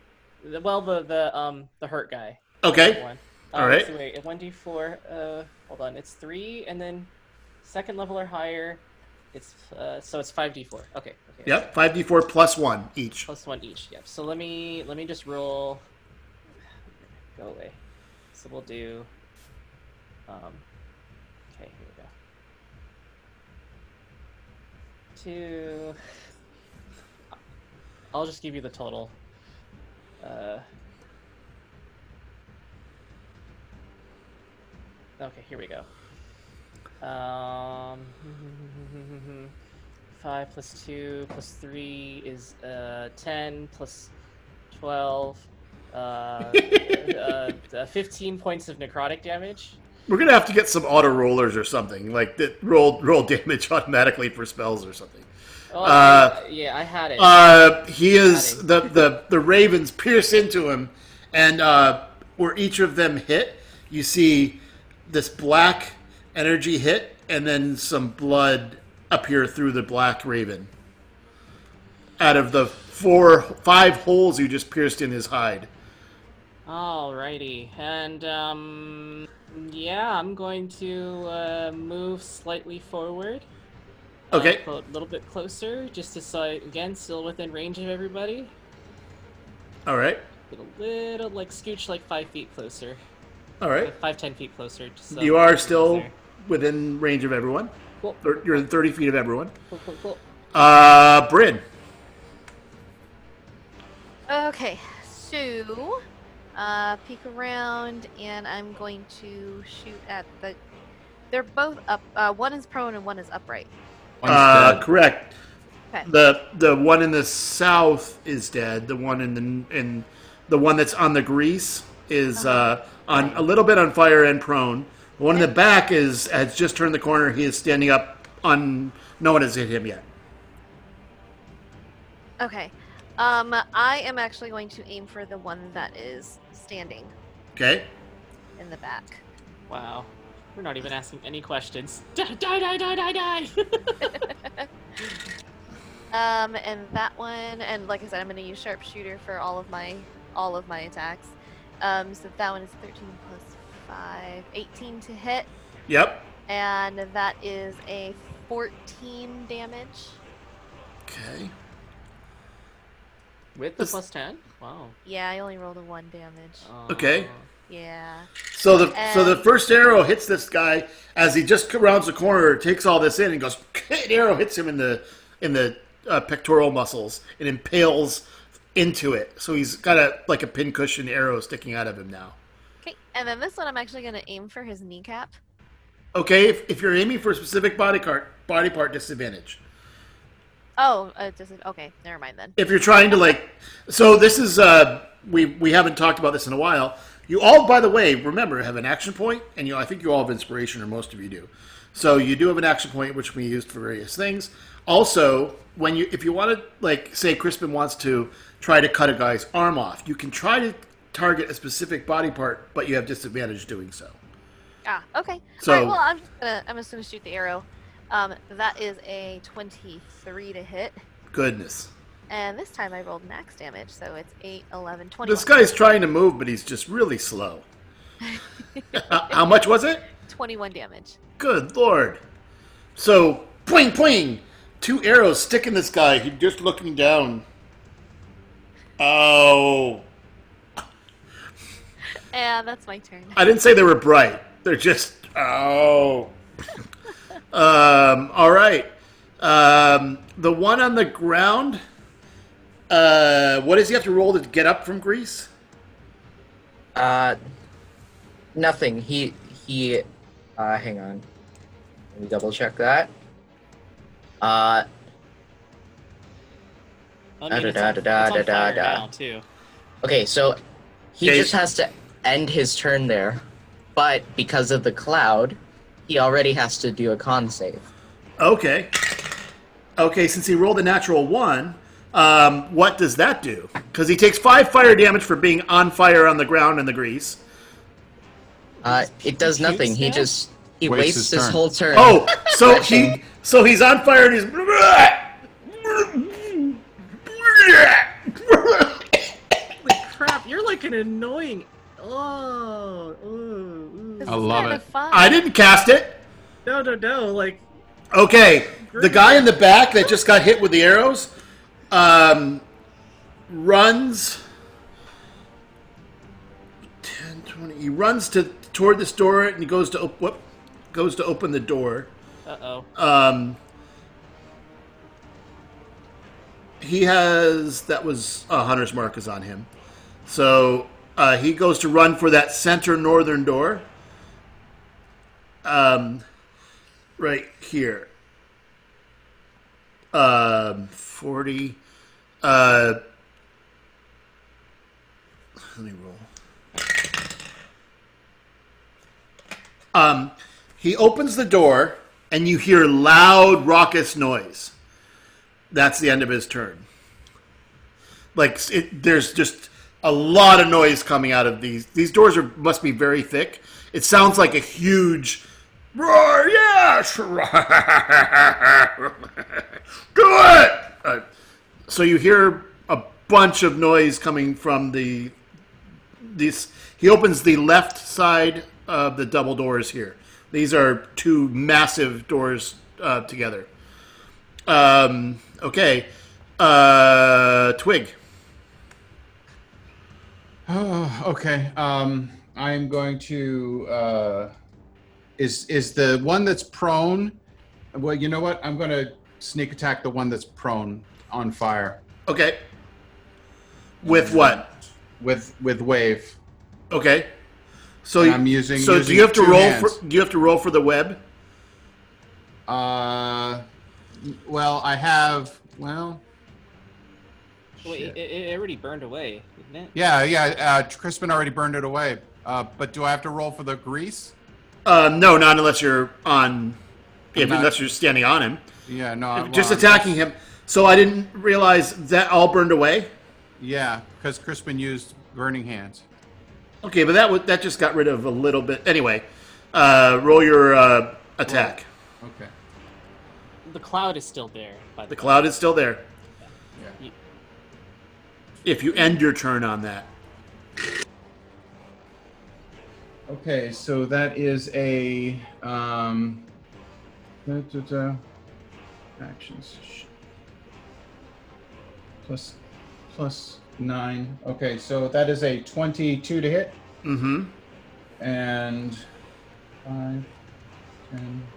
S5: the, well, the the um the hurt guy
S1: Okay,
S5: one. Um,
S1: All right.
S5: So wait, one d four. Uh, hold on, it's three, and then second level or higher, it's uh, so it's five d four. Okay. Okay.
S1: yep, five d four plus one each.
S5: plus one each. Yep. So let me let me just roll. Go away. So we'll do. Um, okay, here we go. Two. I'll just give you the total. Uh, okay, here we go. Um, Five plus two plus three is uh, ten plus twelve. Uh, uh, uh, fifteen points of necrotic damage.
S1: We're gonna have to get some auto rollers or something like that. Roll roll damage automatically for spells or something.
S5: Oh,
S1: Uh,
S5: yeah, I had it.
S1: Uh, he is
S5: Got
S1: the, the the ravens pierce into him, and uh, where each of them hit, you see this black energy hit, and then some blood appear through the black raven. Out of the four five holes you just pierced in his hide,
S5: Alrighty, and um, yeah, I'm going to uh, move slightly forward. uh,
S1: Okay.
S5: clo- a little bit closer, just to so I- again still within range of everybody.
S1: all right,
S5: Get a little like scooch like five feet closer,
S1: all right.
S5: five ten feet closer. Just so
S1: you are still
S5: there.
S1: within range of everyone.
S5: Cool.
S1: Thir- You're in thirty feet of everyone.
S5: Cool, cool, cool.
S1: Uh, Bryn.
S4: Okay, so uh, peek around, and I'm going to shoot at the. They're both up. Uh, one is prone and one is upright.
S2: One's
S1: uh,
S2: dead.
S1: correct.
S4: Okay.
S1: The the one in the south is dead. The one in the in the one that's on the grease is uh, on a little bit on fire and prone. The one in the back is has just turned the corner. He is standing up. On no one has hit him yet.
S4: Okay. Um, I am actually going to aim for the one that is standing
S1: Okay.
S4: in the back.
S5: Wow. We're not even asking any questions. Die, die, die, die, die, die!
S4: Um, and that one, and like I said, I'm going to use sharpshooter for all of my all of my attacks. Um, so that one is 13 plus 5, 18 to hit,
S1: Yep.
S4: and that is a 14 damage.
S1: Okay.
S5: With the
S1: This-
S5: plus 10? Wow. Uh,
S4: Yeah, I only rolled a one damage.
S5: Oh.
S1: Okay.
S4: Yeah.
S1: So the so the
S4: Um,
S1: first arrow hits this guy as he just rounds the corner, takes all this in, and goes. An arrow hits him in the in the uh, pectoral muscles and impales into it. So he's got a like a pincushion arrow sticking out of him now.
S4: Okay, and then this one I'm actually going to aim for his kneecap.
S1: Okay, if, if you're aiming for a specific body part, body part disadvantage.
S4: Oh, uh, dis- okay, never mind then.
S1: If you're trying to like, so this is uh, we we haven't talked about this in a while. You all, by the way, remember have an action point, and you. I think you all have inspiration, or most of you do. So you do have an action point, which can be used for various things. Also, when you, if you want to, like, say Crispin wants to try to cut a guy's arm off, you can try to target a specific body part, but you have disadvantage doing so.
S4: Ah, okay.
S1: So-
S4: All right, well, I'm just gonna I'm just gonna shoot the arrow. Um, that is a 23 to hit,
S1: Goodness.
S4: and this time I rolled max damage, so it's 8, 11, 21.
S1: This guy's trying to move, but he's just really slow. Uh, How much was it?
S4: 21 damage.
S1: Good lord. So, poing, poing! Two arrows sticking this guy. He's just looking down. Oh.
S4: And that's my turn.
S1: I didn't say they were bright. They're just. Oh. um, all right. Um, the one on the ground. Uh, what does he have to roll to get up from Greece?
S3: Uh, nothing. He he. Uh, hang on. Let me double check that. Uh,
S7: I mean, it's
S3: Da-
S7: on,
S3: da- da-
S7: it's on
S3: da- da-
S7: fire
S3: da.
S7: now too.
S3: okay, so he
S1: Okay.
S3: just has to end his turn there, but because of the cloud, he already has to do a con save.
S1: Okay. Okay, since he rolled a natural one, um, what does that do? Because he takes five fire damage for being on fire on the ground in the grease.
S3: Uh, it does
S7: Cute
S3: nothing. He
S7: stuff?
S3: just he
S2: Wastes his
S3: wastes his
S2: turn.
S3: whole turn.
S1: Oh, so he so he's on fire and he's
S7: Crap, you're like an annoying. Oh, ooh,
S4: This
S7: ooh.
S2: I
S4: is
S2: love
S4: kinda
S2: it.
S4: Fun.
S1: I didn't cast it.
S7: no, no, no. Like
S1: Okay, the guy in the back that just got hit with the arrows um, runs 10, 20, he runs to toward this door and he goes to op- whoop, goes to open the door.
S5: Uh oh.
S1: Um, he has that was uh, Hunter's mark is on him, so uh, he goes to run for that center northern door. Um, right here. Um, forty. Uh, let me roll. Um, he opens the door, and you hear loud, raucous noise. That's the end of his turn. Like it, there's just a lot of noise coming out of these. These doors are must be very thick. It sounds like a huge roar. Yes, do it. Uh, so you hear a bunch of noise coming from the these he opens the left side of the double doors here these are two massive doors uh, together um, okay uh, twig
S2: Oh, okay. Um, I'm going to. Uh, is is the one that's prone? Well, you know what? I'm going to sneak attack the one that's prone on fire
S1: okay with what
S2: with with wave.
S1: okay so
S2: And
S1: you-
S2: I'm using-
S1: so do
S2: using
S1: you have to
S2: two
S1: roll
S2: hands.
S1: for do you have to roll for the web
S2: Uh, well, I have. Well,
S5: Wait,
S2: Shit.
S5: it, it it already burned away, didn't it?
S2: yeah, yeah. Uh, Crispin already burned it away. Uh, but do I have to roll for the grease?
S1: uh, no not unless you're on if,
S2: not-
S1: unless you're standing on him
S2: Yeah, no. well,
S1: just
S2: I'm-
S1: attacking him so i didn't realize that all burned away
S2: Yeah, because Crispin used burning hands.
S1: Okay, but that wa that just got rid of a little bit. Anyway, uh, roll your uh, attack.
S2: Okay.
S5: The cloud is still there. By
S1: The
S5: the,
S1: cloud is still there.
S2: Yeah.
S1: If you end your turn on that,
S2: Okay, so that is a um, da, da, da, actions sh- plus plus nine. Okay, so that is a twenty-two to hit
S1: mm-hmm.
S2: and 5, 10,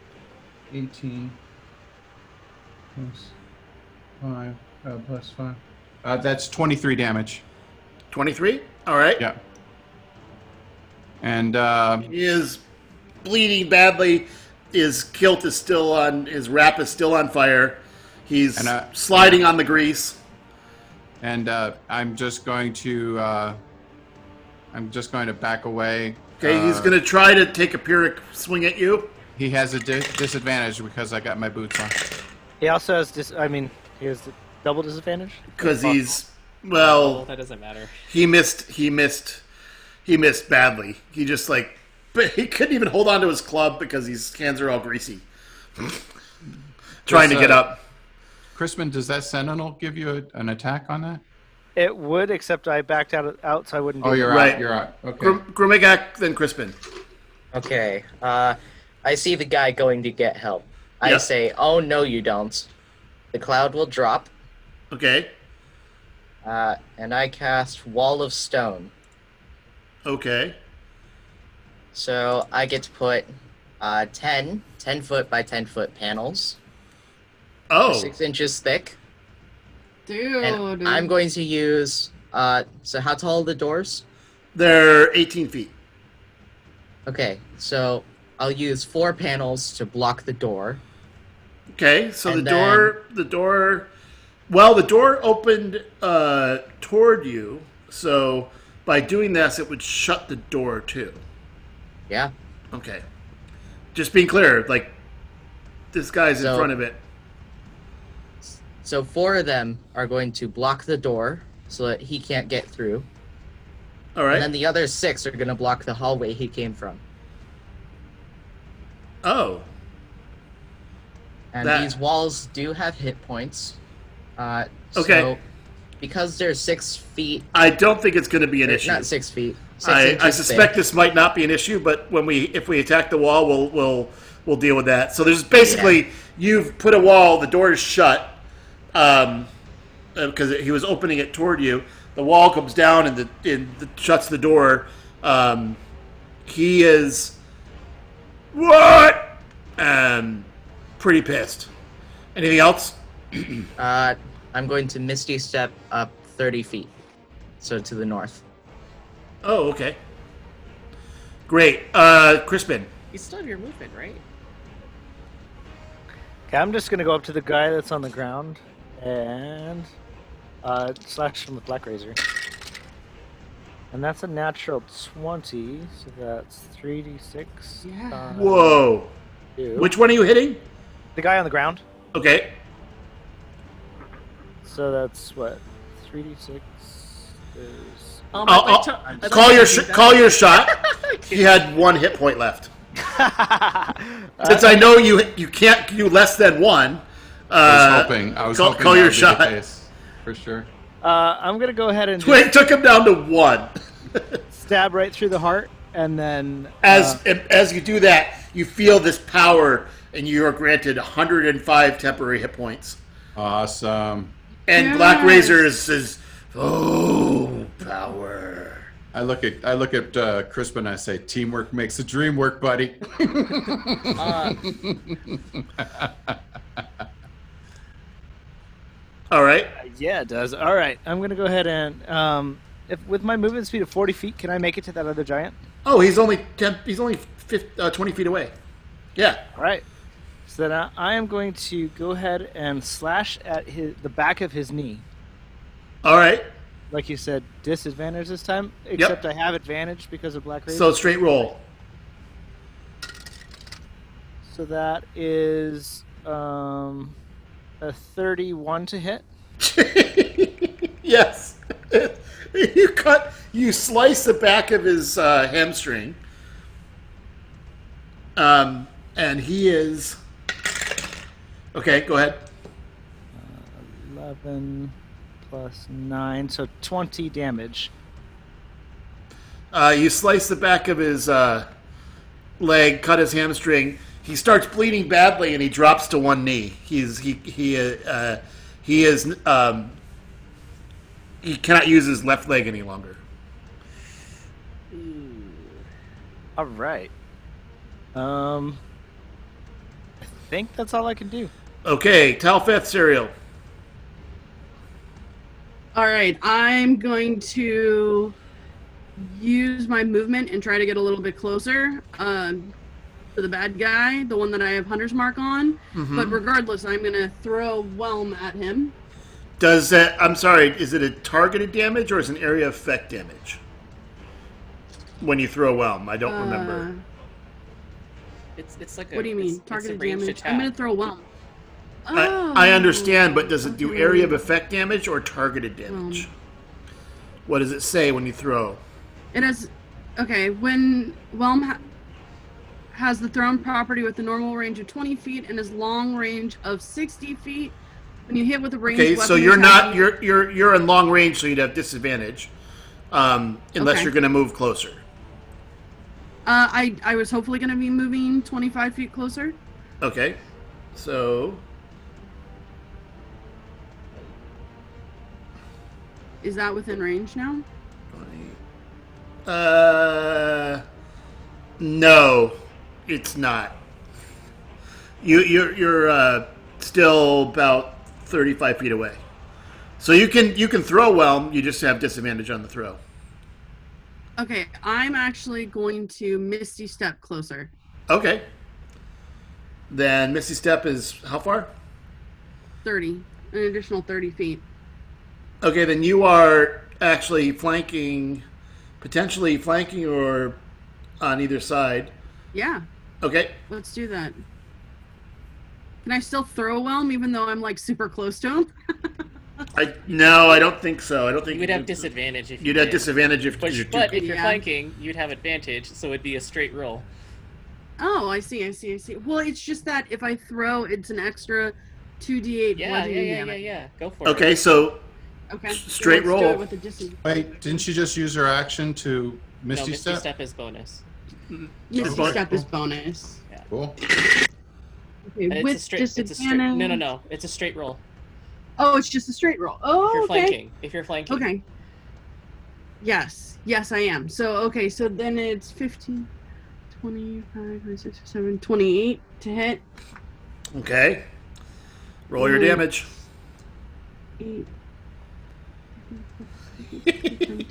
S2: 18, plus 5, uh, plus 5. Uh, that's 23 damage.
S1: Twenty-three. All right.
S2: Yeah. And uh,
S1: He is bleeding badly. His kilt is still on. His wrap is still on fire. He's
S2: And, uh,
S1: sliding on the grease.
S2: and uh, I'm just going to uh, I'm just going to back away.
S1: Okay, he's
S2: Uh,
S1: gonna try to take a pyrrhic swing at you.
S2: He has a di- disadvantage because I got my boots on.
S8: He also has dis. I mean, he has double disadvantage.
S1: because
S8: Fuck.
S1: he's well
S5: that doesn't matter.
S1: he missed he missed he missed badly he just like but he couldn't even hold on to his club because his hands are all greasy trying to
S2: Yes,
S1: get
S2: uh,
S1: up
S2: Crispin, does that Sentinel give you a, an attack on that?
S8: It would, except I backed out out, so I wouldn't.
S2: Oh,
S8: be-
S2: you're
S1: Right.
S2: out. You're out. Okay.
S1: Gr- Grimagak, then Crispin
S3: Okay. Uh, I see the guy going to get help.
S1: Yeah.
S3: I say, "Oh no, you don't." The cloud will drop,
S1: okay
S3: uh, and I cast Wall of Stone.
S1: okay
S3: So I get to put uh, 10, 10 foot by 10 foot panels,
S1: oh
S3: six inches thick.
S6: Oh, Dude.
S3: And I'm going to use. Uh, so, how tall are the doors?
S1: they're 18 feet
S3: Okay, so I'll use four panels to block the door.
S1: okay so the
S3: And
S1: door the door well the door opened uh toward you so by doing this it would shut the door too
S3: Yeah.
S1: Okay. Just being clear, like this guy's in
S3: So-
S1: front of it.
S3: So, four of them are going to block the door so that he can't get through.
S1: All
S3: And
S1: right.
S3: then the other six are going to block the hallway he came from.
S1: oh,
S3: And
S1: That-
S3: these walls do have hit points. Uh,
S1: Okay.
S3: So because they're six feet,
S1: I don't think it's going to be an
S3: or
S1: issue.
S3: not six feet. Six
S1: I,
S3: inches
S1: I suspect
S3: thick.
S1: this might not be an issue, but when we if we attack the wall, we'll we'll we'll deal with that. So there's basically you've put a wall, the door is shut, um, because he was opening it toward you. The wall comes down and the and the, shuts the door. Um, he is what? Um, pretty pissed. Anything else?
S3: Uh, I'm going to Misty Step up 30 feet, so to the north.
S1: Oh, okay. Great, uh, Crispin.
S7: You still have your movement, right?
S8: Okay, I'm just gonna go up to the guy that's on the ground and uh, slash him with Black Razor. And that's a natural 20, so that's 3d6.
S6: Yeah.
S8: times
S1: Whoa.
S8: two.
S1: Which one are you hitting?
S8: The guy on the ground.
S1: Okay.
S8: So that's what? 3d6 is.
S7: Oh,
S5: Um,
S1: I'll- I'll- call your sh- call your shot. he had one hit point left.
S8: Uh,
S1: Since I know you you can't do less than one. Uh,
S2: I was hoping. I was
S1: call-
S2: hoping
S1: call
S2: that
S1: your
S2: would be the
S1: shot.
S2: case, for sure.
S8: Uh, I'm gonna go ahead and just
S1: Twig took him down to one.
S8: stab right through the heart and then.
S1: As
S8: uh,
S1: as you do that, you feel this power, and you are granted 105 temporary hit points.
S2: Awesome.
S1: And Black
S6: Yes.
S1: Razor is, is oh power.
S2: I look at I look at uh, Crispin. I say, "Teamwork makes the dream work, buddy."
S1: All right.
S8: yeah, it does. Alright, I'm gonna go ahead and. Um, if, with my movement speed of 40 feet, can I make it to that other giant?
S1: Oh, he's only 10, he's only 50, uh, 20 feet away. Yeah.
S8: All right. So then I, I am going to go ahead and slash at his, the back of his knee.
S1: All right.
S8: Like you said, disadvantage this time, except I have advantage because of Black Raven.
S1: So straight roll.
S8: So that is um, a 31 to hit.
S1: yes. you cut, you slice the back of his uh, hamstring. Um, and he is. Okay, go ahead.
S8: 11 plus 9, so 20 damage.
S1: Uh, you slice the back of his uh, leg, cut his hamstring. He starts bleeding badly, and he drops to one knee. He's he he uh, uh, he is um, he cannot use his left leg any longer.
S8: All right. Um, I think that's all I can do.
S1: Okay, Talfeth cereal.
S6: All right, I'm going to use my movement and try to get a little bit closer um, to the bad guy, the one that I have Hunter's Mark on.
S1: Mm-hmm.
S6: But regardless, I'm going to throw Whelm at him.
S1: Does that? I'm sorry. Is it a targeted damage or is it an area effect damage? when you throw a whelm. I don't remember.
S5: It's it's like a.
S6: Uh, What do you
S5: it's-
S6: mean?
S5: it's a
S6: Targeted
S5: ranged
S6: damage.
S5: attack.
S6: I'm gonna throw a whelm.
S1: I, I understand, but does it do
S6: Oh, okay. Um,
S1: area of effect damage or targeted damage? What does it say when you throw?
S6: It has. Okay, when Whelm ha- has the thrown property with a normal range of 20 feet and his long range of 60 feet, when you hit with a range
S1: Okay, so you're not you're you're you're in long range, so you'd have disadvantage, um, unless
S6: Okay.
S1: you're going to move closer.
S6: Uh, I, I was hopefully going to be moving 25 feet closer.
S1: Okay, so
S6: Is that within range now?
S1: Uh, no, it's not. You you're you're uh, still about thirty five feet away, so you can you can throw well. You just have disadvantage on the throw.
S6: Okay, I'm actually going to Misty Step closer.
S1: Okay. Then Misty Step is how far?
S6: 30, an additional 30 feet.
S1: Okay, then you are actually flanking, potentially flanking, or on either side.
S6: Yeah,
S1: Okay,
S6: let's do that. Can I still throw a Whelm even though I'm like super close to him?
S1: I no, I don't think so. I don't think
S5: You would
S1: can
S5: have
S1: do-
S5: disadvantage if you
S1: You'd have
S5: did.
S1: disadvantage if
S5: But,
S1: you're too
S5: but if you're
S6: Yeah.
S5: flanking, you'd have advantage, so it'd be a straight roll.
S6: Oh, I see, I see, I see. Well, it's just that if I throw, it's an extra 2d8
S5: Yeah, yeah,
S6: bludgeoning
S5: yeah, yeah,
S6: damage.
S5: yeah. Go for it.
S1: Okay, so
S6: Okay.
S1: S- straight
S6: let's do it
S1: roll.
S6: with a disadvantage.
S2: Wait, didn't she just use her action to
S5: No,
S2: Misty,
S5: Misty
S2: Step?
S5: step? is bonus.
S6: Misty
S1: Bonus.
S6: Step is bonus.
S2: Cool.
S6: Okay,
S5: And
S6: with
S5: it's a straight. It's a
S6: disadvantage.
S5: straight. No, no, no. It's a straight roll.
S6: Oh, it's just a straight roll.
S5: If
S6: Oh,
S5: you're
S6: okay.
S5: flanking, if you're flanking,
S6: Okay. Yes. Yes, I am. So, okay. So then it's 15, 25, 26, 27, 28 to hit.
S1: Okay. Roll your
S6: Mm.
S1: damage.
S6: Eight.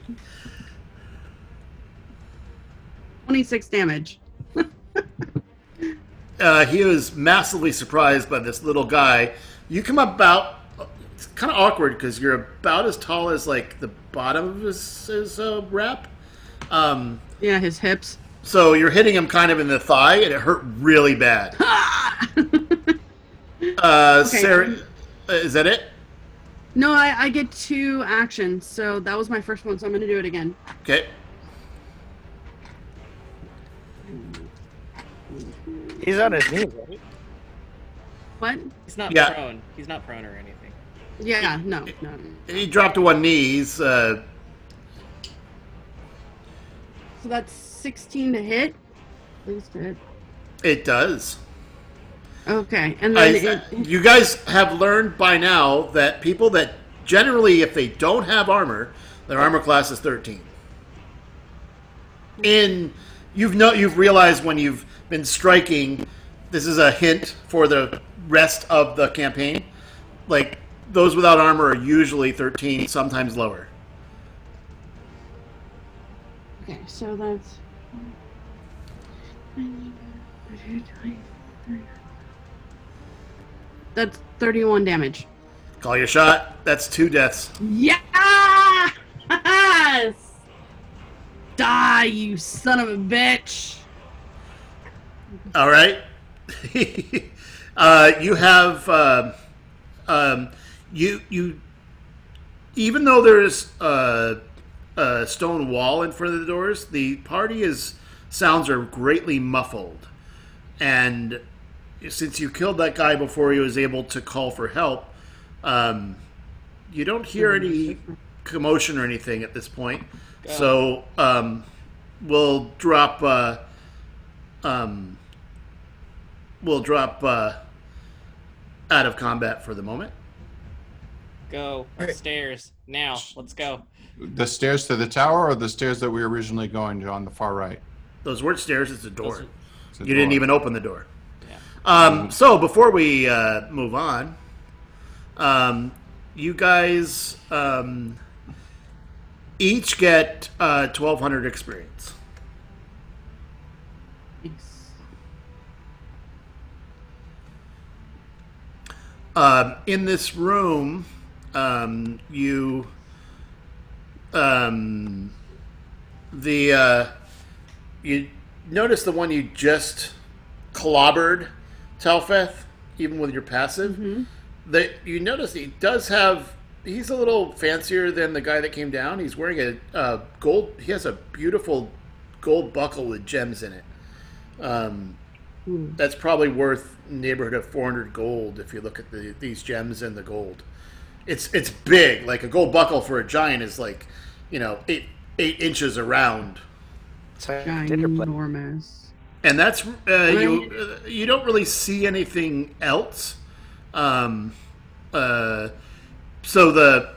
S6: Twenty-six damage.
S1: Uh, he is massively surprised by this little guy. You come about. It's kind of awkward because you're about as tall as like the bottom of his, his uh, wrap. Um,
S6: Yeah, his hips.
S1: so you're hitting him kind of in the thigh, and it hurt really bad. Uh,
S6: Okay,
S1: Sarah,
S6: um,
S1: uh, is that it?
S6: no, I, I get two actions, so that was my first one, so I'm gonna do it again.
S1: Okay.
S8: He's on his knees, right?
S6: What?
S5: he's not
S1: Yeah.
S5: prone. He's not prone or anything.
S6: Yeah, no, no.
S1: He dropped to one knee. He's uh,
S6: So that's sixteen to hit. At least to hit.
S1: it does.
S6: Okay, and
S1: I,
S6: then it,
S1: you guys have learned by now that people that generally, if they don't have armor, their armor class is thirteen. In you've no, you've realized when you've been striking, this is a hint for the rest of the campaign. Like those without armor are usually thirteen, sometimes lower.
S6: Okay, so that's. That's 31 damage.
S1: Call your shot. That's two deaths.
S6: Yes! Die, you son of a bitch!
S1: All right. uh, you have um um, you you even though there is a, a stone wall in front of the doors, the party is sounds are greatly muffled, and since you killed that guy before he was able to call for help, um, you don't hear any commotion or anything at this point. So um, we'll drop. Uh, um, we'll drop uh, out of combat for the moment.
S5: Go upstairs now. Let's go.
S2: The stairs to the tower or the stairs that we were originally going to on the far right?
S1: Those weren't stairs; it's a door.
S2: It's a
S1: you didn't
S2: door.
S1: even open the door. Um, so before we uh, move on, um, you guys um, each get uh, twelve hundred experience. Um, in this room, um, you, um, the uh, you notice the one you just clobbered, Telfeth, even with your passive. That you notice he does have. He's a little fancier than the guy that came down. He's wearing a uh, gold. He has a beautiful gold buckle with gems in it. Um, that's probably worth neighborhood of 400 gold if you look at the, these gems and the gold it's it's big like a gold buckle for a giant is like you know eight eight inches around
S8: It's like dinner plate.
S6: ginormous.
S1: and that's uh, you uh, you don't really see anything else um uh so the,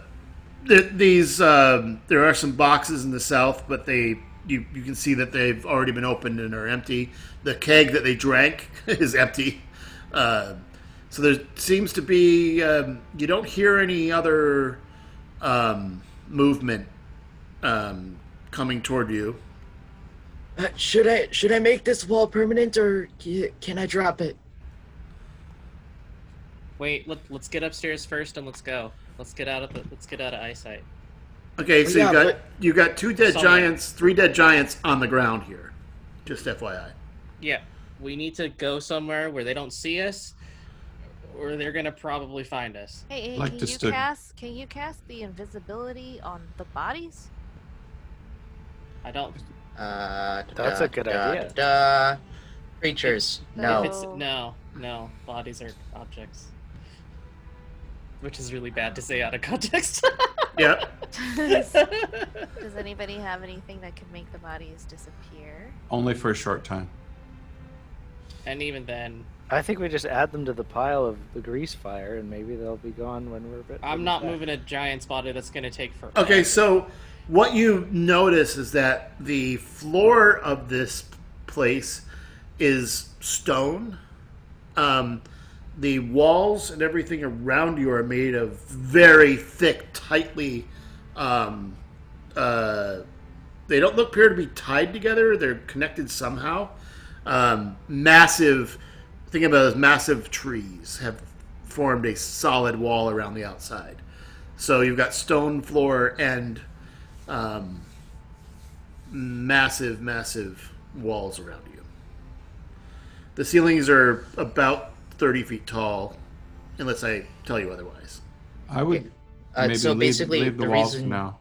S1: the these um there are some boxes in the south but they you, you can see that they've already been opened and are empty the keg that they drank is empty uh, so there seems to be um, you don't hear any other um, movement um, coming toward you
S3: Uh, should I should I make this wall permanent or ca- can I drop it?
S5: Wait, let, let's get upstairs first and let's go. Let's get out of the, let's get out of eyesight.
S1: Okay, so
S3: yeah,
S1: you got
S3: but-
S1: you got two dead
S5: Sorry.
S1: giants, three dead giants on the ground here. Just FYI.
S5: Yeah, we need to go somewhere where they don't see us, or they're gonna probably find us.
S4: Hey, hey,
S2: Like
S4: can
S2: to
S4: you
S2: study.
S4: cast? Can you cast the invisibility on the bodies?
S5: I don't.
S3: Uh,
S8: That's
S3: da,
S8: a good
S3: da,
S8: idea.
S3: da. Creatures.
S5: If
S3: No.
S5: it's no, no, bodies are objects, which is really bad to say out of context.
S1: Yeah.
S4: does, does anybody have anything that could make the bodies disappear?
S2: Only for a short time.
S5: and even then,
S8: I think we just add them to the pile of the grease fire, and maybe they'll be gone when we're. bit-
S5: I'm not moving a giant's body that's gonna take forever.
S1: Okay, so what you notice is that the floor of this place is stone. Um, the walls and everything around you are made of very thick, tightly. Um, uh, they don't look appear to be tied together. They're connected somehow. Um, massive. Think about it as massive trees have formed a solid wall around the outside. So you've got stone floor and um, massive, massive walls around you. The ceilings are about 30 feet tall, unless I tell you otherwise.
S2: I would
S3: Okay. Uh,
S2: maybe
S3: so
S2: leave,
S3: basically
S2: leave the,
S3: the
S2: walls
S3: reason-
S2: now.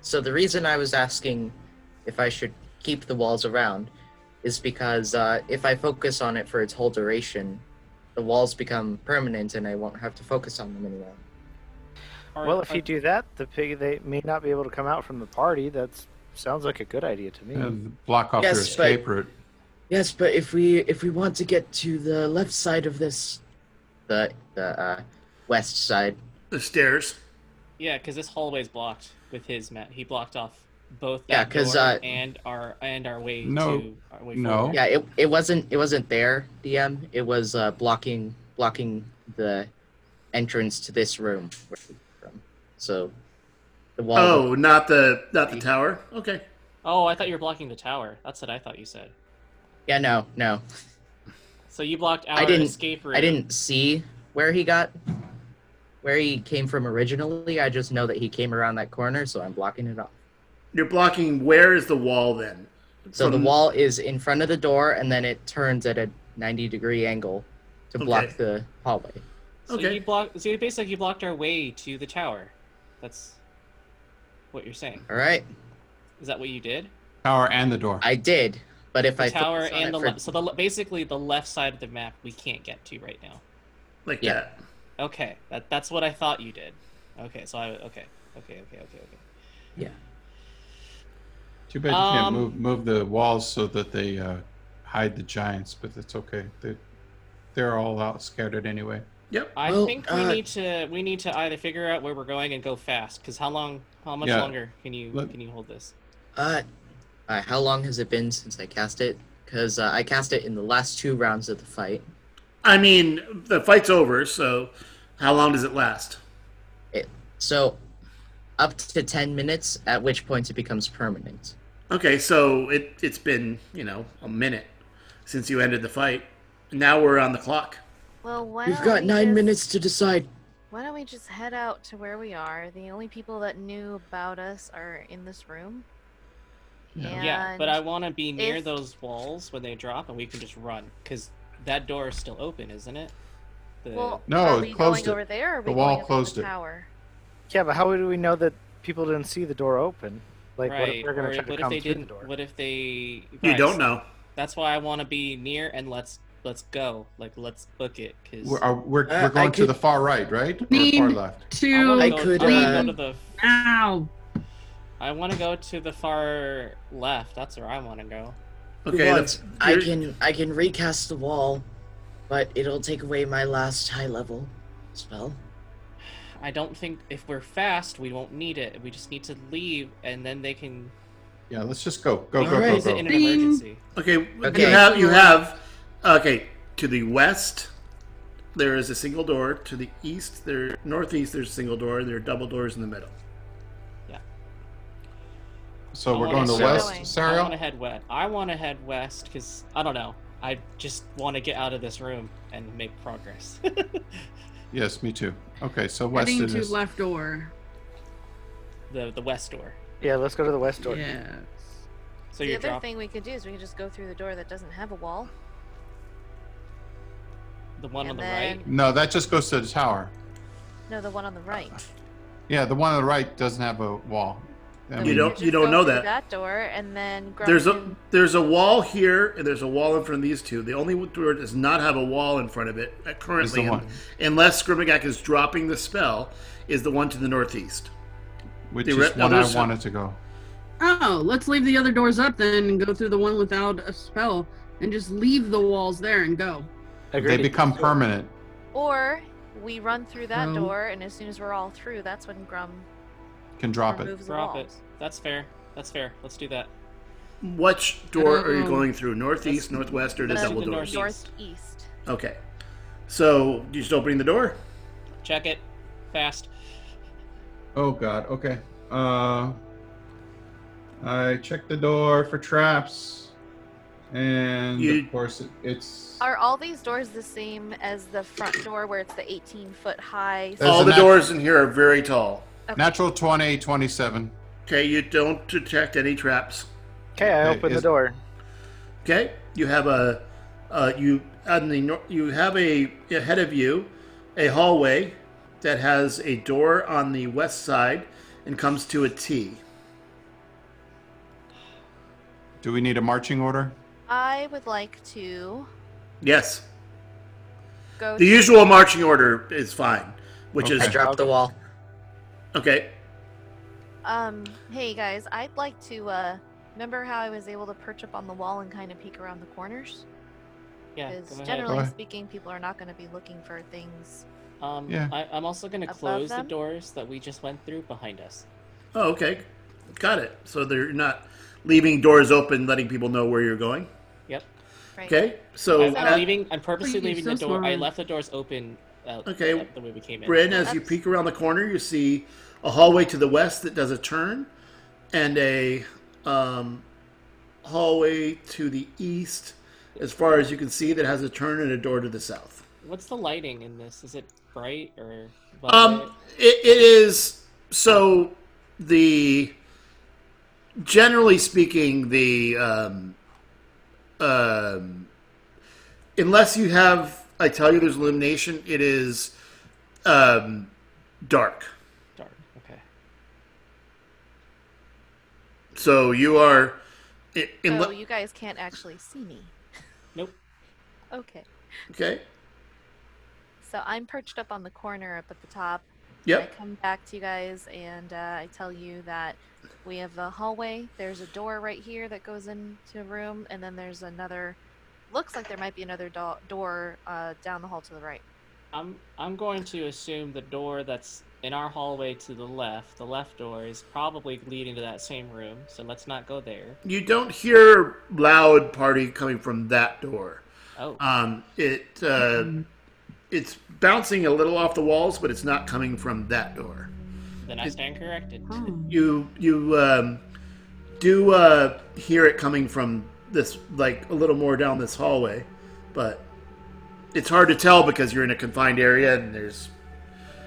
S3: So the reason I was asking if I should keep the walls around is because uh, if I focus on it for its whole duration, the walls become permanent and I won't have to focus on them anymore.
S5: Are-
S8: Well, if
S5: are-
S8: you do that, the pig they may not be able to come out from the party. That's sounds like a good idea to me.
S2: Uh, block off their
S3: Yes, but-
S2: escape route.
S3: Yes, but if we if we want to get to the left side of this, the the uh, west side.
S1: The stairs.
S5: Yeah, because this hallway's blocked with his mat. He blocked off both
S3: Yeah,
S5: that
S3: 'cause,
S5: door
S3: uh,
S5: and our and our way
S2: No.
S5: to our way
S2: No.
S5: forward.
S3: Yeah, it, it wasn't it wasn't there, DM. It was uh, blocking blocking the entrance to this room. where we were from. So the wall.
S1: Oh, not the not the tower. Okay.
S5: Oh, I thought you were blocking the tower. That's what I thought you said.
S3: Yeah, no, no.
S5: So you blocked our
S3: I didn't-
S5: escape route.
S3: I didn't see where he got where he came from originally. I just know that he came around that corner, so I'm blocking it off.
S1: You're blocking. Where is the wall then?
S3: So the
S1: From-
S3: wall is in front of the door, and then it turns at a 90 degree angle to block
S1: Okay.
S3: the hallway.
S5: So
S1: Okay.
S5: you blocked. So basically, you blocked our way to the tower. That's what you're saying.
S3: All right,
S5: Is that what you did?
S2: Tower and the door.
S3: I did, but if
S5: The
S3: I
S5: tower
S3: focus on
S5: and
S3: it
S5: the
S3: for-
S5: left. So the le- basically the left side of the map we can't get to right now.
S1: Like
S3: Yeah.
S1: that.
S5: Okay, that that's what I thought you did. Okay, so I okay, okay, okay, okay, okay.
S2: Too bad you can't
S5: Um,
S2: move move the walls so that they uh, hide the giants, but that's okay. They they're all out scattered anyway.
S1: Yep.
S5: I
S3: Well,
S5: think we
S3: uh,
S5: need to we need to either figure out where we're going and go fast. Because how long? How much
S2: Yeah.
S5: longer can you
S2: Let-
S5: can you hold this?
S3: Uh, uh, how long has it been since I cast it? Because uh, I cast it in the last two rounds of the fight.
S1: I mean, the fight's over. So, how long does it last?
S3: So, up to 10 minutes, at which point it becomes permanent.
S1: Okay, so it it's been you know a minute since you ended the fight. Now we're on the clock.
S4: Well, why
S3: We've
S4: don't
S3: got
S4: we
S3: nine
S4: just-
S3: minutes to decide.
S4: Why don't we just head out to where we are? The only people that knew about us are in this room. Yeah,
S5: yeah, but I want to be near
S4: if-
S5: those walls when they drop, and we can just run because that door is still open, isn't it? The,
S4: well,
S2: No,
S4: are
S2: it
S4: we going
S2: closed it.
S4: over there? Or are we
S2: The wall
S4: going up
S2: closed
S4: the
S2: it.
S4: Tower.
S8: Yeah, but how do we know that people didn't see the door open? Like, what if
S5: right?
S8: they're going
S5: or
S8: to try to
S5: what if
S8: come
S5: they
S8: through the
S5: didn't?
S8: door?
S5: What if they?
S1: You
S5: right,
S1: don't know.
S5: That's why I want to be near and let's let's go. Like let's book it because
S2: We're, are, we're,
S3: Uh,
S2: we're going
S3: I
S2: to
S3: could-
S2: the far right, right? Or
S6: Need-
S2: far left?
S6: Two.
S3: I could,
S5: I wanna
S3: uh,
S5: go to the
S6: Ow.
S5: I want to go to the far left. That's where I want to go.
S1: Okay,
S3: But
S1: the,
S3: I
S1: you're-
S3: can I can recast the wall, but it'll take away my last high level spell.
S5: I don't think if we're fast, we won't need it. We just need to leave, and then they can
S2: Yeah, let's just go. Go,
S5: we
S2: go,
S5: can
S2: go,
S5: use
S2: go.
S5: it in an
S6: Ding.
S5: emergency.
S1: Okay, you
S3: Okay.
S1: have you have okay to the west. There is a single door to the east. There northeast. There's a single door. There are double doors in the middle.
S2: so
S5: I
S2: we're
S5: wanna
S2: going to
S5: keep
S4: going.
S2: west,
S5: I want to
S2: Sariel?
S5: head west. I want to head west because I don't know. I just want to get out of this room and make progress.
S2: Yes, me too. Okay, so west
S6: Heading
S2: it
S6: to
S2: is.
S6: left door.
S5: the the west door.
S8: Yeah, let's go to the west door.
S6: Yes.
S5: So
S4: the
S5: you're
S4: other
S5: drop-
S4: thing we could do is we could just go through the door that doesn't have a wall.
S5: the one on
S4: and
S5: the
S4: then-
S5: right.
S2: No, that just goes to the tower.
S4: No, the one on the right.
S1: Uh,
S2: Yeah, the one on the right doesn't have a wall. I
S4: Then
S1: You
S4: we
S2: mean,
S1: don't-
S4: could just
S1: you don't
S4: go
S1: know
S4: through
S1: that.
S4: That door, and then Grum
S1: There's a
S4: can-
S1: there's a wall here, and there's a wall in front of these two. The only door that does not have a wall in front of it uh, currently, un-
S2: one.
S1: unless Scrimmagak is dropping the spell, is the one to the northeast.
S2: Which
S1: the
S2: is
S1: re-
S2: one
S1: other
S2: I
S1: side.
S2: wanted to go.
S6: Oh, let's leave the other doors up then and go through the one without a spell and just leave the walls there and go.
S2: They
S8: Agreed.
S2: become permanent.
S4: or we run through that
S6: Um,
S4: door, and as soon as we're all through, that's when Grum
S2: Can drop it.
S4: removes the
S5: Drop it.
S4: walls.
S5: That's fair. That's fair. Let's do that.
S1: Which door are you
S6: Um,
S1: going through? Northeast, northwest, or the
S5: let's do
S1: double
S5: the
S1: doors?
S5: Northeast.
S4: Northeast.
S1: Okay. So you're just opening the door.
S5: Check it, fast.
S2: Oh god, okay. Uh I check the door for traps. And
S1: You-
S2: of course it, it's
S4: Are all these doors the same as the front door, where it's the 18 foot high?
S2: There's
S1: All
S2: a
S1: the
S2: nat-
S1: doors in here are very tall.
S2: natural 20, 27.
S1: Okay, you don't detect any traps.
S8: Okay, I
S2: Okay,
S8: open the
S2: is-
S8: door.
S1: Okay, you have a uh, you on the nor- you have a ahead of you a hallway that has a door on the west side and comes to a T.
S2: Do we need a marching order?
S4: I would like to
S1: Yes,
S4: go.
S1: the
S4: to-
S1: usual marching order is fine, which
S2: Okay.
S3: I
S1: is
S3: dropped the wall.
S1: okay.
S4: Um, hey guys, I'd like to uh remember how I was able to perch up on the wall and kind of peek around the corners?
S5: Yeah.
S4: Because
S5: go ahead.
S4: generally
S2: Alright.
S4: speaking, people are not going to be looking for things.
S5: Um,
S2: Yeah.
S5: I, I'm also going to
S4: Above
S5: close the
S4: them?
S5: doors that we just went through behind us.
S1: Oh, okay, got it. So they're not leaving doors open, letting people know where you're going.
S5: Yep.
S4: Right?
S1: Okay, so
S5: I'm, I'm
S1: at-
S5: leaving. I'm purposely
S6: you're
S5: leaving
S6: so
S5: the door. I
S6: smart.
S5: left the doors open. Uh,
S1: Okay,
S5: uh, The way we came in.
S1: Bryn, as you
S4: That's-
S1: peek around the corner, you see a hallway to the west that does a turn, and a um, hallway to the east, as far as you can see, that has a turn and a door to the south.
S5: What's the lighting in this? Is it bright or? well lit?
S1: Um, it, it is so the generally speaking the um, um, unless you have I tell you there's illumination, it is um, dark.
S5: dark. Okay.
S1: So you are. i- In,
S4: So "Oh, you guys can't actually see me.
S5: Nope.
S4: Okay.
S1: okay.
S4: So I'm perched up on the corner up at the top. I
S1: Yep.
S4: come back to you guys and uh, I tell you that we have a hallway. There's a door right here that goes into a room, and then there's another. Looks like there might be another do- door uh, down the hall to the right.
S5: I'm I'm going to assume the door that's in our hallway to the left, the left door is probably leading to that same room. So let's not go there.
S1: You don't hear loud party coming from that door.
S5: Oh.
S1: Um, it uh, it's bouncing a little off the walls, but it's not coming from that door.
S5: then I stand corrected.
S1: Hmm. You you um, do uh, hear it coming from this like a little more down this hallway, but it's hard to tell because you're in a confined area and there's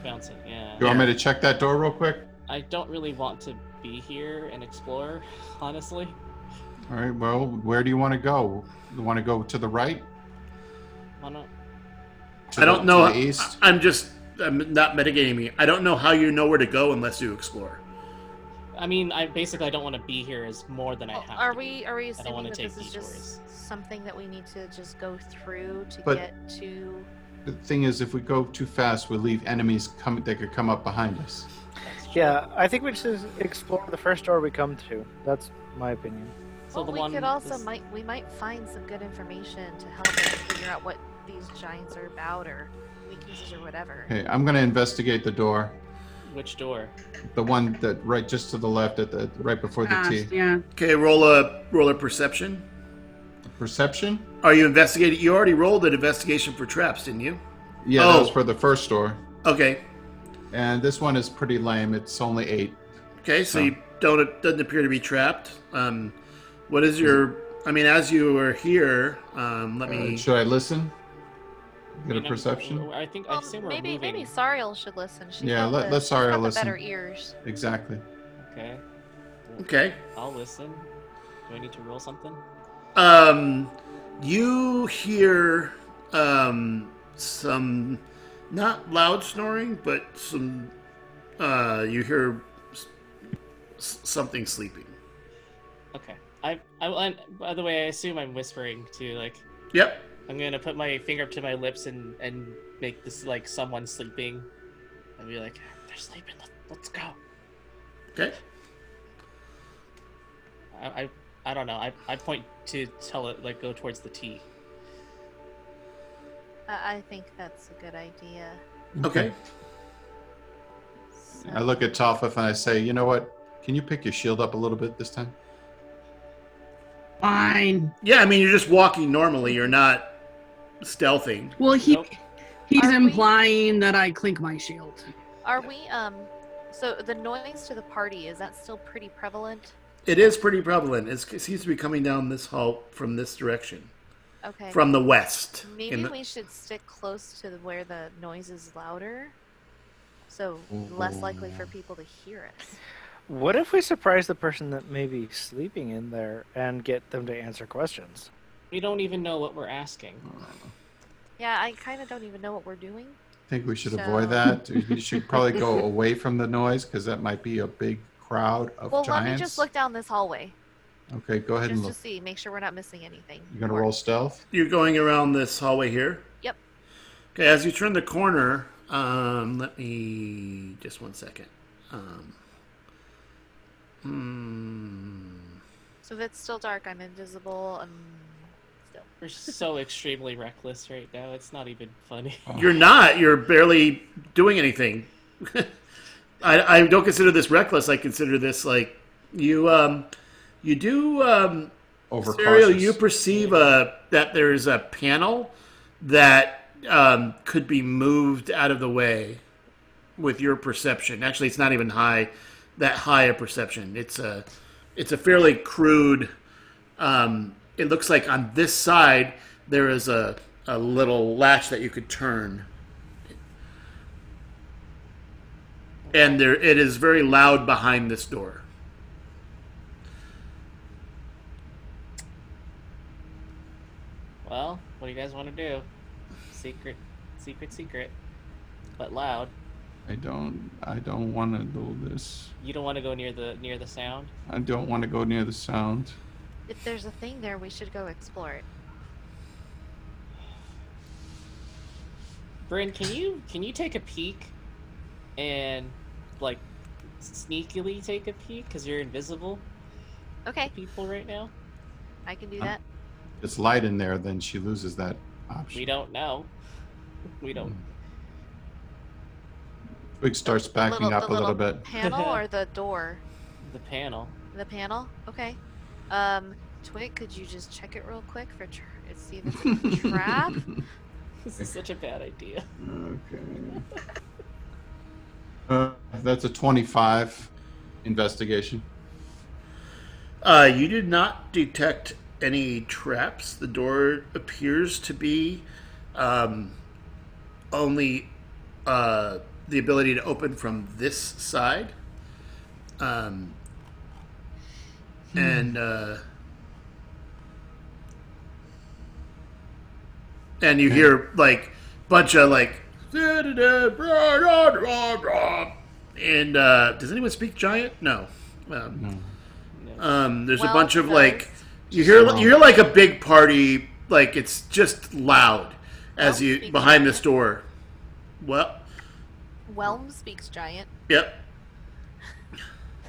S5: Bouncing. Yeah.
S2: You want me to check that door real quick?
S5: I don't really want to be here and explore, honestly.
S2: All right. Well, where do you want to go? You want to go to the right?
S5: Why not?
S2: To
S1: I don't
S2: the-
S1: know.
S2: To the east.
S1: I, am just I'm not metagaming. you. I don't know how you know where to go unless you explore.
S5: I mean, I basically I don't want to be here is more than I
S4: Well,
S5: have.
S4: Oh, are
S5: to be.
S4: we are we
S5: don't
S4: assuming
S5: wanna
S4: that
S5: take
S4: this is
S5: detours.
S4: just something that we need to just go through to
S2: But-
S4: get to?
S2: The thing is, if we go too fast, we leave enemies coming that could come up behind us.
S8: Yeah, I think we should explore the first door we come to. That's my opinion.
S5: So
S4: well,
S5: the
S4: we
S5: one
S4: could also
S5: this-
S4: might we might find some good information to help us figure out what these giants are about or weaknesses or whatever.
S2: Okay, I'm gonna investigate the door,
S5: Which door?
S2: the one that right just to the left at the right before the
S6: Past,
S2: T.
S6: yeah.
S1: Okay, roll a roll a perception.
S2: Perception?
S1: Are you investigating? You already rolled an investigation for traps, didn't you?
S2: Yeah, that was
S1: Oh.
S2: for the first door,
S1: Okay.
S2: and this one is pretty lame. It's only eight.
S1: Okay, so
S2: No.
S1: you don't it doesn't appear to be trapped. Um, what is your? I mean, as you were here, um, let
S2: Uh,
S1: me.
S2: should I listen? Get
S5: You
S2: a
S5: know,
S2: perception?
S5: I think I
S4: Well,
S5: say we're
S4: Um, maybe
S5: moving.
S4: maybe Sariel should listen. She's
S2: Yeah,
S4: got
S2: let-
S4: the,
S2: let
S4: she's got
S2: Sariel
S4: the
S2: listen.
S4: better ears.
S2: Exactly.
S5: Okay,
S1: Okay.
S5: I'll listen. Do I need to roll something?
S1: Um, you hear um, some not loud snoring, but some uh, you hear s- s- something sleeping.
S5: Okay. I I will. and By the way, I assume I'm whispering to like
S1: Yep.
S5: I'm gonna put my finger up to my lips and and make this like someone sleeping, and be like, they're sleeping. Let, let's go.
S1: Okay.
S5: I I, I don't know. I, I point to tell it like go towards the T.
S4: I, I think that's a good idea.
S1: Okay.
S4: So,
S2: I look at Talfif and I say, you know what? Can you pick your shield up a little bit this time?
S6: Fine.
S1: Yeah, I mean, you're just walking normally. You're not stealthing.
S6: Well, he
S5: Nope.
S6: he's
S4: Are we-
S6: implying that I clink my shield.
S4: Are we um? So the noise to the party is that still pretty prevalent?
S1: It is pretty prevalent. It's, it seems to be coming down this hall from this direction,
S4: Okay.
S1: from the west.
S4: Maybe
S1: In the-
S4: we should stick close to the- where the noise is louder, so less likely for people to hear us.
S8: What if we surprise the person that may be sleeping in there and get them to answer questions?
S5: We don't even know what we're asking.
S2: Uh,
S4: Yeah, I kind of don't even know what we're doing.
S2: I think we should
S4: So-
S2: avoid that. We should probably go away from the noise because that might be a big crowd of
S4: well,
S2: giants.
S4: let me just look down this hallway
S2: Okay, go ahead
S4: just
S2: and
S4: to
S2: look.
S4: see, make sure we're not missing anything.
S2: You're gonna
S4: Or-
S2: roll stealth.
S1: You're going around this hallway here?
S4: Yep.
S1: Okay, as you turn the corner, um, let me just one second. Um, hmm.
S4: So if it's still dark, I'm invisible. Um, still.
S5: We're so extremely reckless right now. It's not even funny.
S1: You're not. You're barely doing anything. I, I don't consider this reckless. I consider this like you. Um, you do. Um, Serial,
S2: Overcautious.
S1: you perceive uh, that there is a panel that um, could be moved out of the way with your perception. Actually, it's not even high that high a perception. It's a it's a fairly crude. Um, it looks like on this side there is a a little latch that you could turn. And there, it is very loud behind this door.
S5: Well, what do you guys want to do? Secret, secret, secret, but loud.
S2: I don't. I don't want to do this.
S5: You don't want to go near the near the sound.
S2: I don't want to go near the sound.
S4: If there's a thing there, we should go explore it.
S5: Bryn, can you can you take a peek, and like sneakily take a peek because you're invisible
S4: Okay,
S5: to people right now.
S4: I can do
S2: Um,
S4: that.
S2: If it's light in there, then she loses that
S5: We
S2: option.
S5: don't know. We don't.
S2: Twig starts
S4: The
S2: backing
S4: little-
S2: up
S4: the
S2: a little bit.
S4: Panel or the door?
S8: Hmm.
S5: The panel.
S4: The panel? Okay. Um, Twig, could you just check it real quick for tr- see if it's a trap?
S5: This is such a bad idea.
S2: Okay. Uh, that's a 25 investigation.
S1: Uh, you did not detect any traps. The door appears to be um, only uh, the ability to open from this side. Um, and uh, and you hear like bunch of like and uh, does anyone speak giant? No. Um,
S2: No.
S1: um, there's
S4: Well,
S1: a bunch of
S4: no.
S1: like you hear
S2: wrong.
S1: you hear like a big party like it's just loud as
S4: Well,
S1: you
S4: speaking
S1: behind
S4: of-
S1: this door. Well,
S4: Whelm speaks giant.
S1: yep.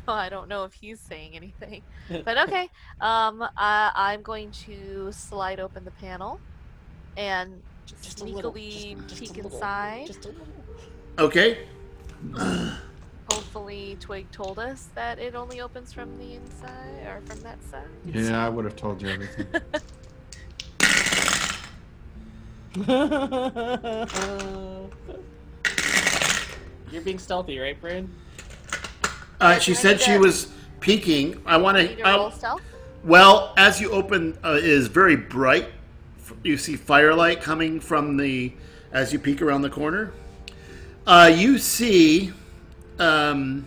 S4: Well, I don't know if he's saying anything, but okay. Um, I, I'm going to slide open the panel and just,
S7: Just a
S4: sneakily
S7: little, just- just a
S4: peek
S7: little,
S4: inside.
S7: Just a little.
S1: Okay.
S4: Hopefully, Twig told us that it only opens from the inside or from that side.
S2: Yeah, I would have told you everything.
S5: You're being stealthy, right, Bryn?
S1: Uh, she
S4: I
S1: said
S4: need
S1: she
S4: to-
S1: was peeking. I um, want
S4: Need
S1: to.
S4: to roll stealth.
S1: Well, as you open, uh, it is very bright. F- You see firelight coming from the as you peek around the corner. Uh, you see um,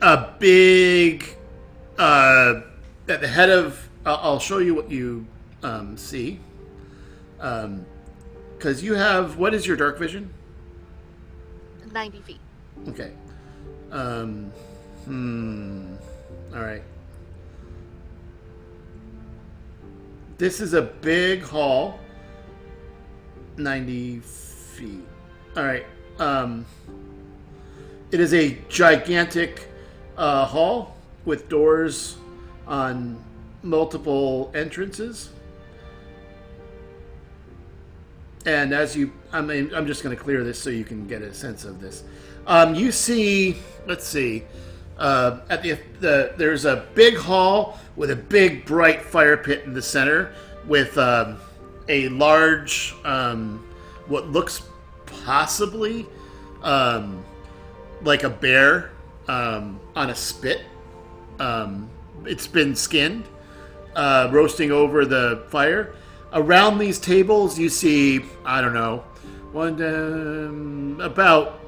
S1: a big uh, at the head of. I'll I'll show you what you um, see. Um, because you have what is your dark vision?
S4: Ninety feet.
S1: Okay. Um, hmm. All right. This is a big hall. 90 feet. All right. Um, it is a gigantic uh, hall with doors on multiple entrances. And as you, I mean, I'm just going to clear this so you can get a sense of this. Um, you see, let's see, uh, at the, the there's a big hall with a big bright fire pit in the center, with um, a large, um, what looks possibly um, like a bear um, on a spit. Um, it's been skinned uh, roasting over the fire. Around these tables, you see, I don't know, one, um, about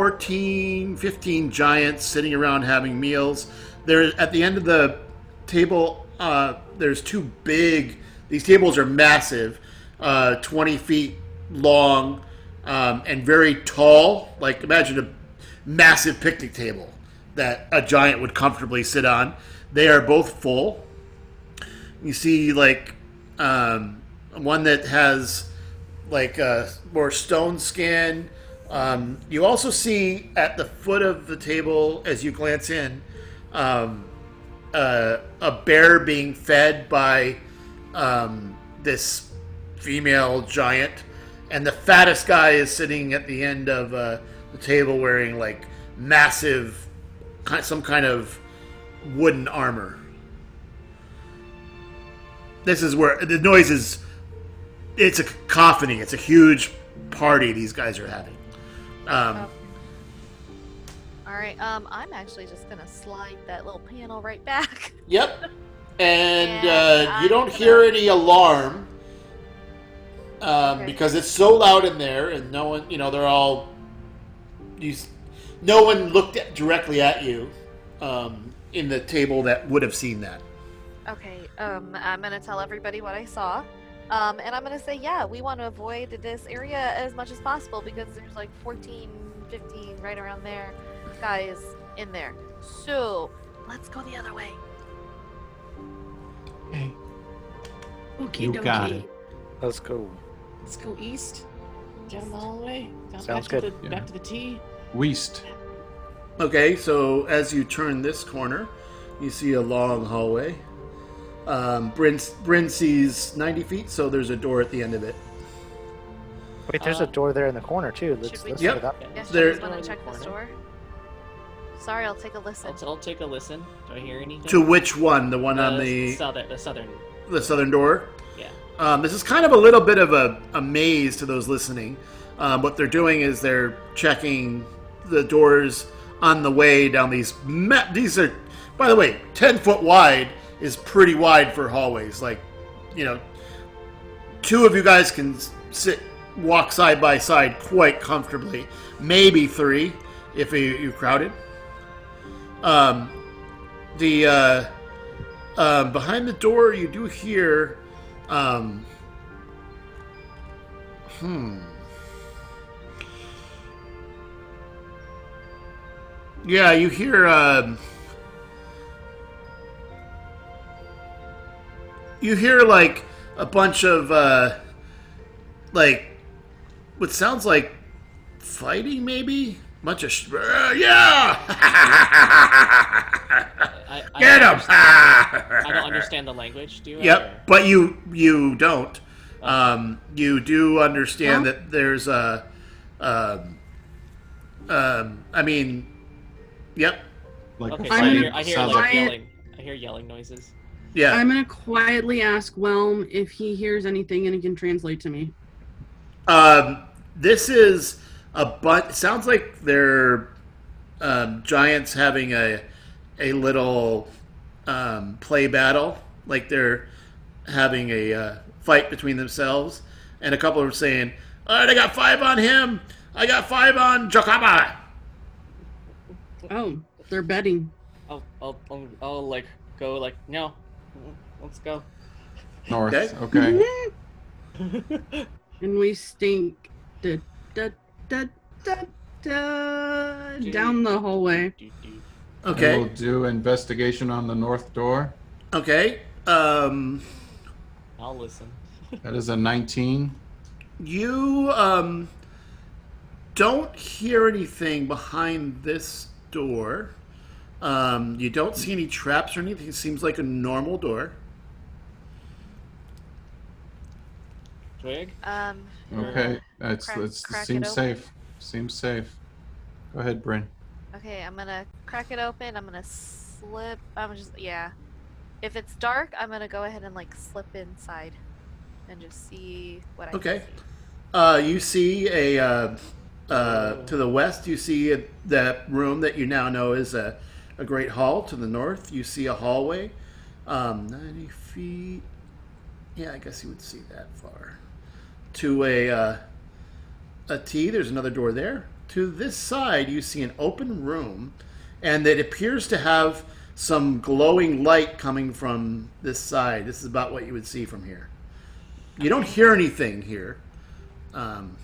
S1: 14, 15 giants sitting around having meals. There, at the end of the table, uh, there's two big, these tables are massive, uh, 20 feet long um, and very tall. Like, imagine a massive picnic table that a giant would comfortably sit on. They are both full you see like um, one that has like uh, more stone skin. Um, you also see at the foot of the table as you glance in um, uh, a bear being fed by um, this female giant, and the fattest guy is sitting at the end of uh, the table wearing like massive, ki- some kind of wooden armor this is where the noise is it's a cacophony it's a huge party these guys are having um,
S4: All right. Um, I'm actually just gonna slide that little panel right back.
S1: yep and
S4: And
S1: uh,
S4: I'm
S1: you don't
S4: gonna-
S1: hear any alarm um,
S4: Okay.
S1: because it's so loud in there and no one you know they're all you s- no one looked at, directly at you um, in the table that would have seen that
S4: Okay, um, I'm gonna tell everybody what I saw. Um, and I'm gonna say, yeah, we want to avoid this area as much as possible because there's like 14, 15, right around there, guys in there. So let's go the other way.
S7: Hey,
S6: Okay,
S2: You got it.
S8: Let's go.
S7: let's go east. Down the hallway. Down
S8: Sounds
S7: back To
S8: good.
S7: the,
S2: Yeah.
S7: Back to the T.
S2: Weast.
S1: Okay, so as you turn this corner, you see a long hallway. Um, Bryn, Bryn sees 90 feet, so there's a door at the end of it.
S8: Wait, there's
S5: Uh,
S8: a door there in the corner too. Let's,
S4: should we-
S8: let's
S1: Yep.
S8: check it out.
S4: Yes,
S1: There-
S4: you guys want to check this door? Sorry, I'll take a listen.
S5: I'll, I'll take a listen. Do I hear anything?
S1: To which one? The one
S5: Uh,
S1: on the
S5: southern, the southern.
S1: the southern door.
S5: Yeah.
S1: Um, this is kind of a little bit of a, a maze to those listening. Um, what they're doing is they're checking the doors on the way down these. Ma- these are, by the way, ten foot wide is pretty wide for hallways. Like, you know, two of you guys can s- sit walk side by side quite comfortably. Maybe three if you, you crowded. Um, the uh, uh, behind the door, you do hear um, Hmm. Yeah, you hear. Um, you hear like a bunch of uh, like what sounds like fighting, maybe. Bunch of sh- uh, yeah.
S5: I, I
S1: Get
S5: don't
S1: him!
S5: understand- I don't understand the language. Do you?
S1: Yep, but you you don't. Um, you do understand
S6: Huh?
S1: that there's a. Um, um, I mean, yep,
S2: Like
S5: Okay. So I
S2: fighting
S5: hear, I hear
S2: sounds
S5: like
S2: like
S6: Quiet.
S5: yelling. I hear yelling noises.
S1: yeah.
S6: I'm gonna quietly ask Whelm if he hears anything and he can translate to me.
S1: Um, this is a bunch. Sounds like they're um, giants having a a little um, play battle, like they're having a uh, fight between themselves, and a couple are saying, "All right, I got five on him. I got five on Jokaba."
S6: Oh, they're betting.
S5: I'll, I'll, I'll, I'll like go like no, Mm, let's go.
S2: north.
S1: Okay.
S2: Okay.
S6: and we stink. Da, da, da, da, da, down the hallway.
S5: Do, do.
S1: Okay.
S2: We'll do investigation on the north door.
S1: Okay. Um,
S5: I'll listen.
S2: That is a 19.
S1: you um, don't hear anything behind this door. Um, you don't see any traps or anything. It seems like a normal door.
S5: Twig.
S4: Um,
S2: Okay. That's
S4: Crack-
S2: that's
S4: crack it
S2: seems
S4: open.
S2: safe. Seems safe. Go ahead, Bryn.
S4: okay, I'm gonna crack it open. I'm gonna slip. I'm just yeah. If it's dark, I'm gonna go ahead and like slip inside, and just see what I can
S1: Okay.
S4: see.
S1: Uh, you see a uh, uh, to the west. You see a, that room that you now know is a, a great hall. To the north, you see a hallway, um, ninety feet. Yeah, I guess you would see that far. To a uh, a T. There's another door there. To this side, you see an open room, and it appears to have some glowing light coming from this side. This is about what you would see from here. You don't hear anything here. Um,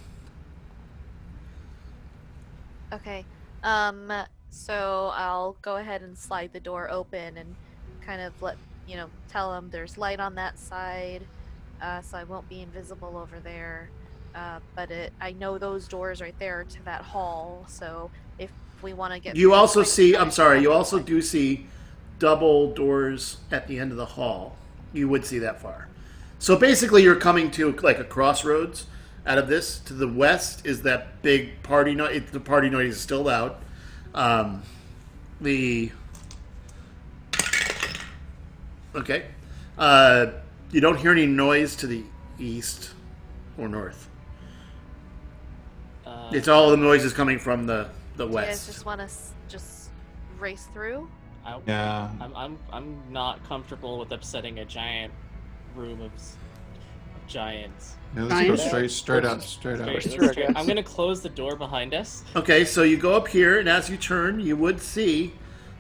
S4: Okay. Um so I'll go ahead and slide the door open and kind of let you know tell them there's light on that side uh, so I won't be invisible over there. Uh, but it, I know those doors right there to that hall, so if we want to get
S1: you
S4: through,
S1: also
S4: I can
S1: see,
S4: kinda
S1: I'm sorry,
S4: go
S1: you
S4: that
S1: also
S4: way.
S1: do see double doors at the end of the hall. You would see that far. So basically, you're coming to like a crossroads out of this. To the west is that big party noise. The party noise is still loud. Um, the. Okay. Uh, you don't hear any noise to the east or north.
S5: Uh,
S1: It's all the noise is coming from the, the
S4: Do You guys
S1: west.
S4: just want to s- just race through?
S5: I,
S2: Yeah.
S5: I'm, I'm, I'm not comfortable with upsetting a giant room of, s- of giants.
S2: Yeah, let's go
S6: Fine.
S2: straight straight up, straight up.
S5: Straight-
S8: Race through, I
S5: straight-
S8: guess.
S5: I'm gonna close the door behind us.
S1: Okay, so you go up here, and as you turn, you would see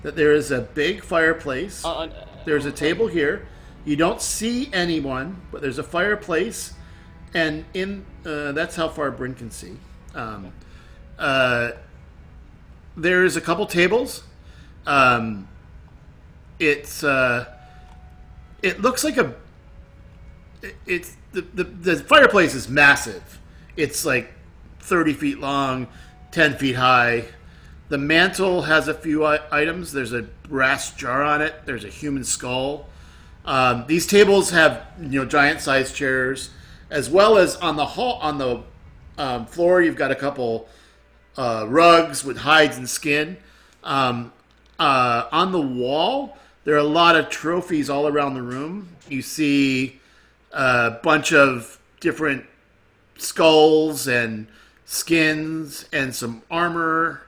S1: that there is a big fireplace.
S5: Uh, uh,
S1: there's a table here. You don't see anyone, but there's a fireplace, and in uh, that's how far Bryn can see. Um, uh, there's a couple tables. Um, it's uh, it looks like a it- it's the, the the fireplace is massive. It's like thirty feet long, ten feet high. The mantle has a few i- items. There's a brass jar on it. There's a human skull. Um, these tables have you know giant sized chairs, as well as on the hall on the um, floor. You've got a couple uh, rugs with hides and skin. Um, uh, on the wall, there are a lot of trophies all around the room. You see a bunch of different skulls and skins and some armor.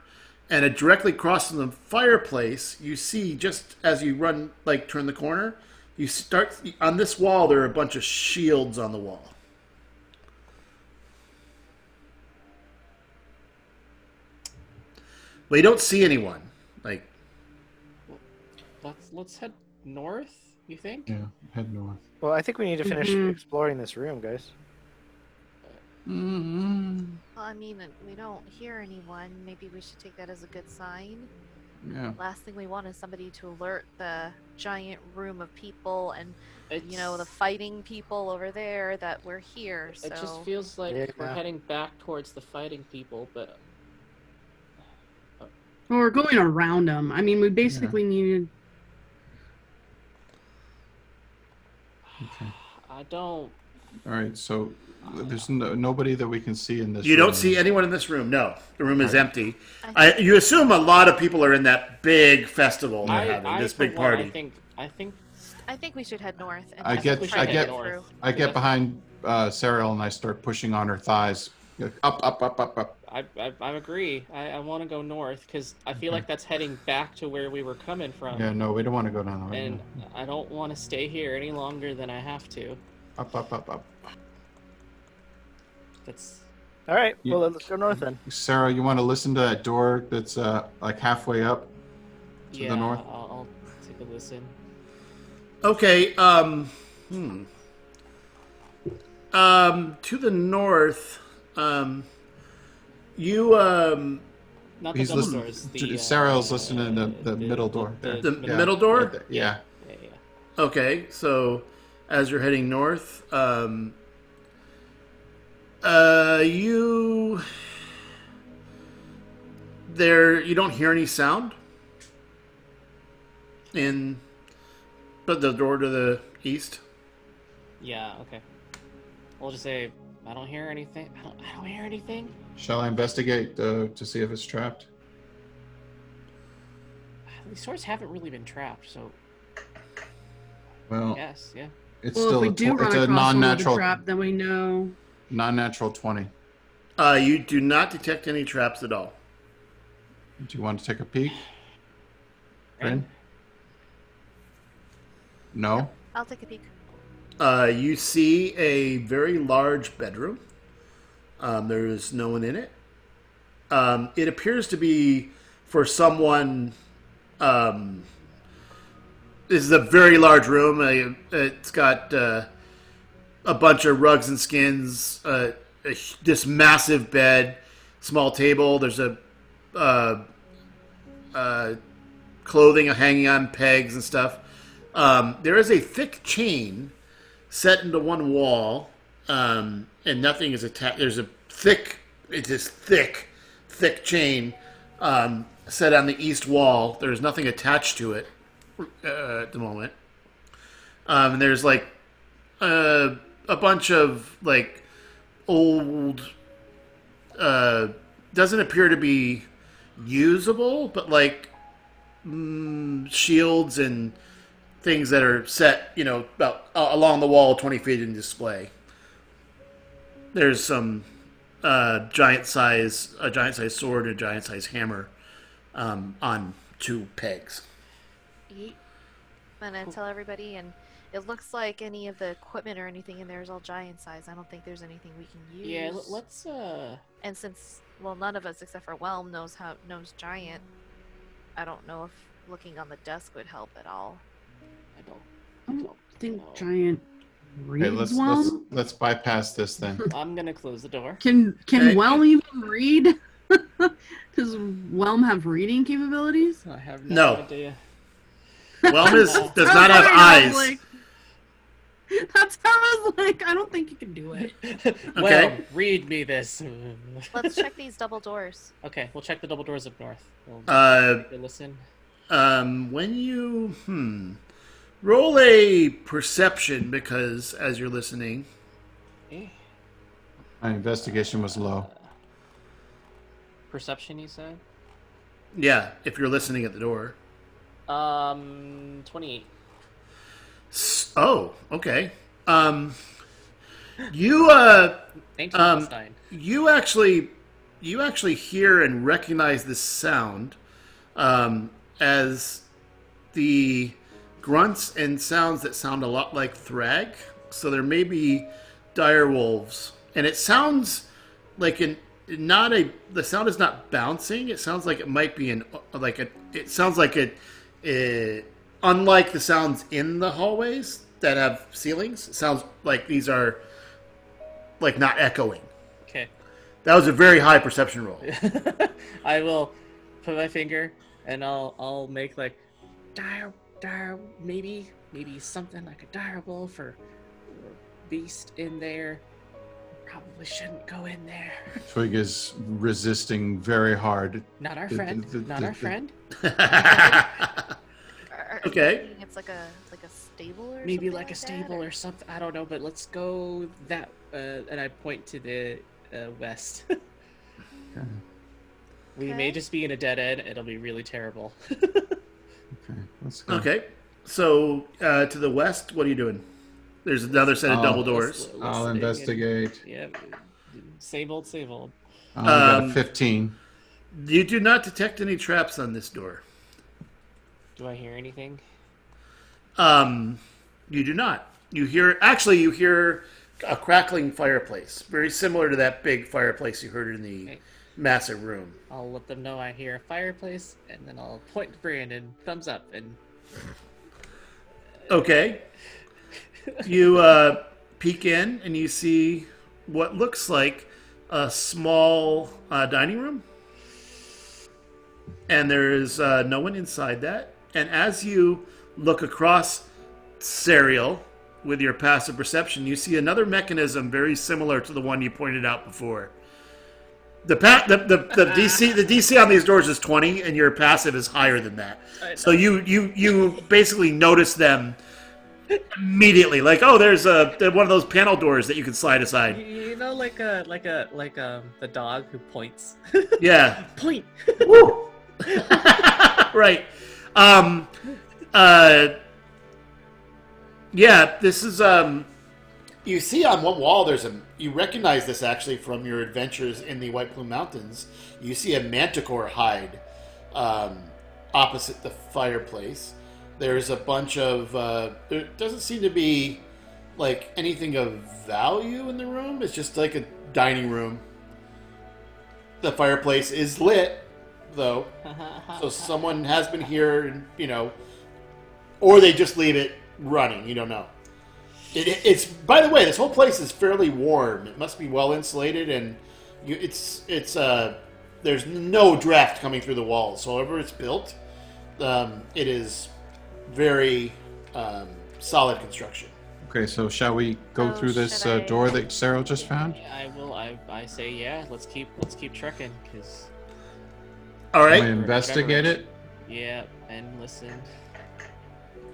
S1: And uh, directly across from the fireplace, you see just as you run, like turn the corner, you start on this wall. There are a bunch of shields on the wall. But you don't see anyone. Like
S5: Let's let's head north. You
S2: Mm.
S5: think?
S2: Yeah, head north.
S8: Well, I think we need to finish
S6: Mhm.
S8: exploring this room, guys.
S2: mm
S4: Well, I mean, we don't hear anyone. Maybe we should take that as a good sign.
S2: Yeah.
S4: Last thing we want is somebody to alert the giant room of people and
S5: It's,
S4: you know the fighting people over there that we're here. So
S5: It just feels like
S8: Yeah.
S5: we're heading back towards the fighting people, but
S6: Well, we're going around them. I mean, we basically needed.
S2: Okay.
S5: I don't.
S2: All right. So there's no, nobody that we can see in this.
S1: You don't
S2: room.
S1: see anyone in this room. No, the room is
S2: Right.
S1: empty. I, you assume a lot of people are in that big festival
S5: I,
S1: they're having,
S5: I,
S1: this
S5: for
S1: big
S5: one,
S1: party.
S5: I think. I think.
S4: I think we should head north. And
S2: I
S4: just
S2: get-
S4: try
S2: I
S4: to
S2: get-
S4: through.
S2: I get behind uh, Serial and I start pushing on her thighs. Like, Up, up, up, up, up.
S5: I I, I agree. I, I want to go north because I feel like that's heading back to where we were coming from,
S2: Yeah, no, we don't want to go down there.
S5: Oh. and I don't want to stay here any longer than I have to.
S2: Up, up, up, up.
S5: That's
S8: All right.
S2: You-
S8: Well, let's go north then.
S2: Sarah, you want to listen to that door that's uh, like halfway up? To the
S5: yeah.
S2: north?
S5: I'll, I'll take a listen.
S1: Okay. Um. Hmm. Um. To the north. Um. You. Um.
S5: Not the
S2: He's
S5: double
S2: listening-
S5: doors. The,
S2: J-
S5: uh,
S2: Sarah's listening to the middle door there.
S1: The
S2: Yeah.
S1: middle door.
S2: Right there, yeah.
S5: yeah, yeah.
S1: Okay, so as you're heading north, um, uh, you there you don't hear any sound in but the door to the east.
S5: Yeah, okay. We'll just say, I don't hear anything. I don't, I don't hear anything.
S2: Shall I investigate uh, to see if it's trapped?
S5: These doors haven't really been trapped, so
S2: Well,
S1: Oh.
S5: yes, yeah.
S2: it's
S6: Well,
S2: still
S6: if we
S2: a,
S6: do
S2: tw-
S6: run
S2: it's a
S6: across non
S2: non-natural,
S6: trap, then we know.
S2: non-natural twenty.
S1: Uh, you do not detect any traps at all.
S2: Do you want to take a peek, Bryn? No.
S4: I'll take a peek.
S1: Uh, you see a very large bedroom. Um, there is no one in it. Um, it appears to be for someone. Um, this is a very large room. Uh, It's got uh, a bunch of rugs and skins, uh, a, hu- this massive bed, small table. There's a uh, uh, clothing hanging on pegs and stuff. Um, there is a thick chain set into one wall, um, and nothing is attached. There's a thick, it's this thick, thick chain um, set on the east wall. There's nothing attached to it uh, at the moment. Um, and there's like uh, a bunch of like old. Uh, doesn't appear to be usable, but like mm, shields and things that are set, you know, about uh, along the wall, twenty feet in display. There's some uh, giant size, a giant size sword, and a giant size hammer um, on two pegs.
S4: Yeet. I'm gonna tell everybody, and it looks like any of the equipment or anything in there is all giant size. I don't think there's anything we can use.
S5: Yeah, l- let's, uh.
S4: And since well, none of us except for Whelm knows how knows giant. I don't know if looking on the desk would help at all.
S5: I don't.
S6: I
S5: I
S6: don't
S5: don't
S6: think
S5: know.
S6: giant reads
S2: Okay, let's let's
S6: well.
S2: let's bypass this then.
S5: I'm gonna close the door.
S6: Can can
S1: Okay.
S6: Whelm even read? Does Whelm have reading capabilities?
S5: I have
S1: no No.
S5: idea.
S1: Wellness does
S6: That's
S1: not have
S6: why I was
S1: eyes.
S6: like- that's how I was like, I don't think you can do it.
S5: well, read me this.
S4: Let's check these double doors.
S5: okay, we'll check the double doors up north. We'll
S1: Uh,
S5: take a listen.
S1: um, when you hmm, roll a perception because as you're listening,
S5: Eh,
S2: My investigation was low.
S5: Perception, you said?
S1: yeah, if you're listening at the door.
S5: Um, 28.
S1: S- Oh, okay. Um, you uh.
S5: 19
S1: Um,
S5: plus 9.
S1: you actually you actually hear and recognize this sound um, as the grunts and sounds that sound a lot like thrag so there may be dire wolves and it sounds like an not a the sound is not bouncing it sounds like it might be an like a it sounds like it, it unlike the sounds in the hallways that have ceilings it sounds like these are like not echoing That was a very high perception roll.
S5: I will put my finger and I'll I'll make like dire dire maybe maybe something like a dire wolf or, or beast in there. Probably shouldn't go in there.
S2: Twig is resisting very hard.
S5: Not our
S2: The-
S5: friend.
S2: the- the-
S5: Not
S2: the-
S5: our
S2: the-
S5: friend.
S4: Or- or
S1: Okay.
S4: thinking It's like a like a stable or
S5: Maybe
S4: something
S5: like a
S4: that,
S5: stable
S4: or-
S5: or something. I don't know, but let's go that. Uh, and I point to the uh, west. We may
S4: Okay.
S5: just be in a dead end. It'll be really terrible.
S2: Okay, let's go.
S1: Okay. So uh, to the west, what are you doing? There's another set of
S2: Oh.
S1: double doors.
S2: I'll investigate.
S5: Yeah, same old, same old.
S2: Uh, I got
S1: Um,
S2: a 15.
S1: You do not detect any traps on this door.
S5: Do I hear anything?
S1: Um, you do not. You hear actually you hear a crackling fireplace, very similar to that big fireplace you heard in the
S5: Okay.
S1: massive room.
S5: I'll let them know I hear a fireplace, and then I'll point to Brandon, thumbs up, and
S1: Okay. you uh, peek in and you see what looks like a small uh, dining room. And there is uh, no one inside that. And as you look across Serial with your passive perception, you see another mechanism very similar to the one you pointed out before. The, pa- the, the, the DC the DC on these doors is twenty, and your passive is higher than that. So you you you basically notice them immediately, like oh, there's a there- one of those panel doors that you can slide
S5: you,
S1: aside.
S5: you know, like a like a like um the dog who points.
S1: Yeah,
S5: Point.
S1: Woo! right. Um, uh, yeah, this is. Um, you see on one wall, there's a. You recognize this actually from your adventures in the White Plume Mountains. You see a manticore hide um, opposite the fireplace. There's a bunch of. Uh, there doesn't seem to be like anything of value in the room. It's just like a dining room. The fireplace is lit, though, so someone has been here, and you know, or they just leave it running. You don't know. It, it's by the way, this whole place is fairly warm. It must be well insulated, and you, it's it's uh, there's no draft coming through the walls. However, it's built. Um, it is very um, solid construction.
S2: Okay, so shall we go
S4: Oh,
S2: through this
S4: should
S2: uh,
S4: I-
S2: door that Sarah just found?
S5: I will. I I say yeah. Let's keep let's keep trekking, cause
S1: All
S2: Can
S1: right,
S2: we investigate it?
S5: yeah, and listen.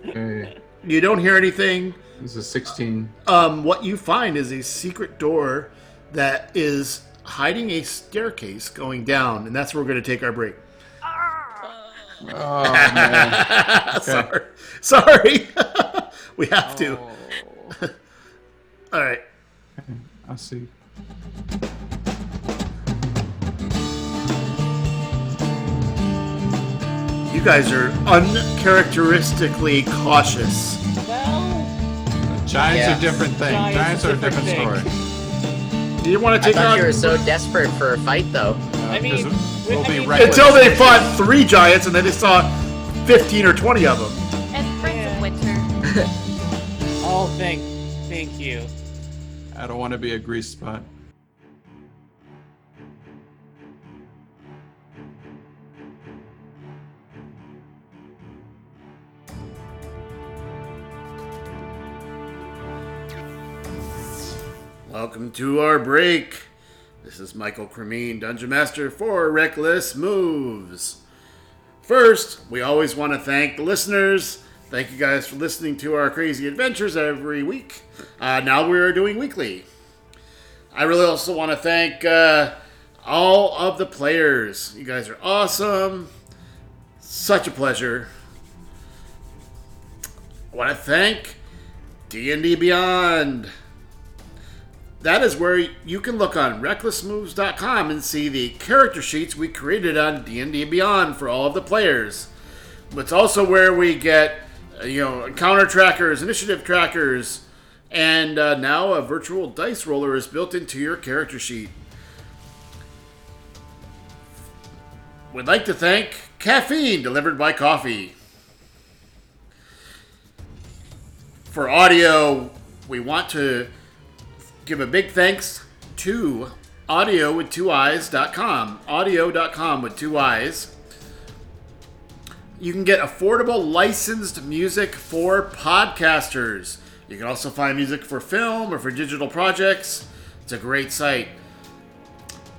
S2: Okay,
S1: you don't hear anything.
S2: this is 16.
S1: um, what you find is a secret door that is hiding a staircase going down, and that's where we're going to take our break.
S2: Oh, man.
S1: Sorry. Sorry. we have to. All right.
S2: I see.
S1: You guys are uncharacteristically cautious.
S5: Well,
S2: Giants
S3: Yeah.
S2: are different thing.
S5: Giants
S2: Giants, are a
S5: different
S2: different
S5: thing.
S2: story.
S1: Do you want to
S3: I
S1: take
S3: thought you were
S1: on
S3: so desperate for a fight, though.
S2: Uh,
S5: I mean,
S2: 'cause
S5: we-
S2: we'll
S5: I
S2: be
S5: mean-
S2: reckless.
S1: until they fought three giants and then they saw 15 or 20 of them.
S4: And friends
S5: Yeah.
S4: of winter.
S5: oh thank thank you.
S2: I don't want to be a grease spot.
S1: Welcome to our break. This is Michael Cremine, Dungeon Master for Reckless Moves. First, we always want to thank the listeners. Thank you guys for listening to our crazy adventures every week. Uh, now we are doing weekly. I really also want to thank uh, all of the players. You guys are awesome. Such a pleasure. I want to thank D&D Beyond. That is where you can look on recklessmoves.com and see the character sheets we created on D&D Beyond for all of the players. It's also where we get, uh, you know, encounter trackers, initiative trackers, and uh, now a virtual dice roller is built into your character sheet. We'd like to thank Caffeine delivered by Coffee. For audio, we want to give a big thanks to audio with two eyes.com. Audio.com with two eyes. You can get affordable licensed music for podcasters. You can also find music for film or for digital projects. It's a great site.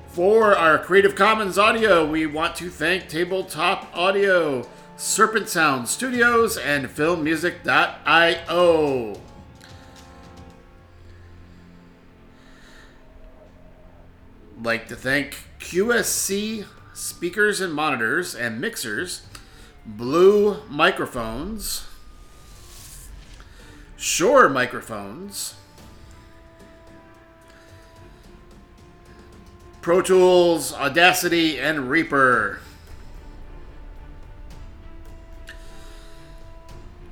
S1: For our Creative Commons audio, we want to thank Tabletop Audio, Serpent Sound Studios, and filmmusic.io. Like to thank QSC speakers and monitors and mixers, Blue microphones, Shure microphones, Pro Tools, Audacity, and Reaper.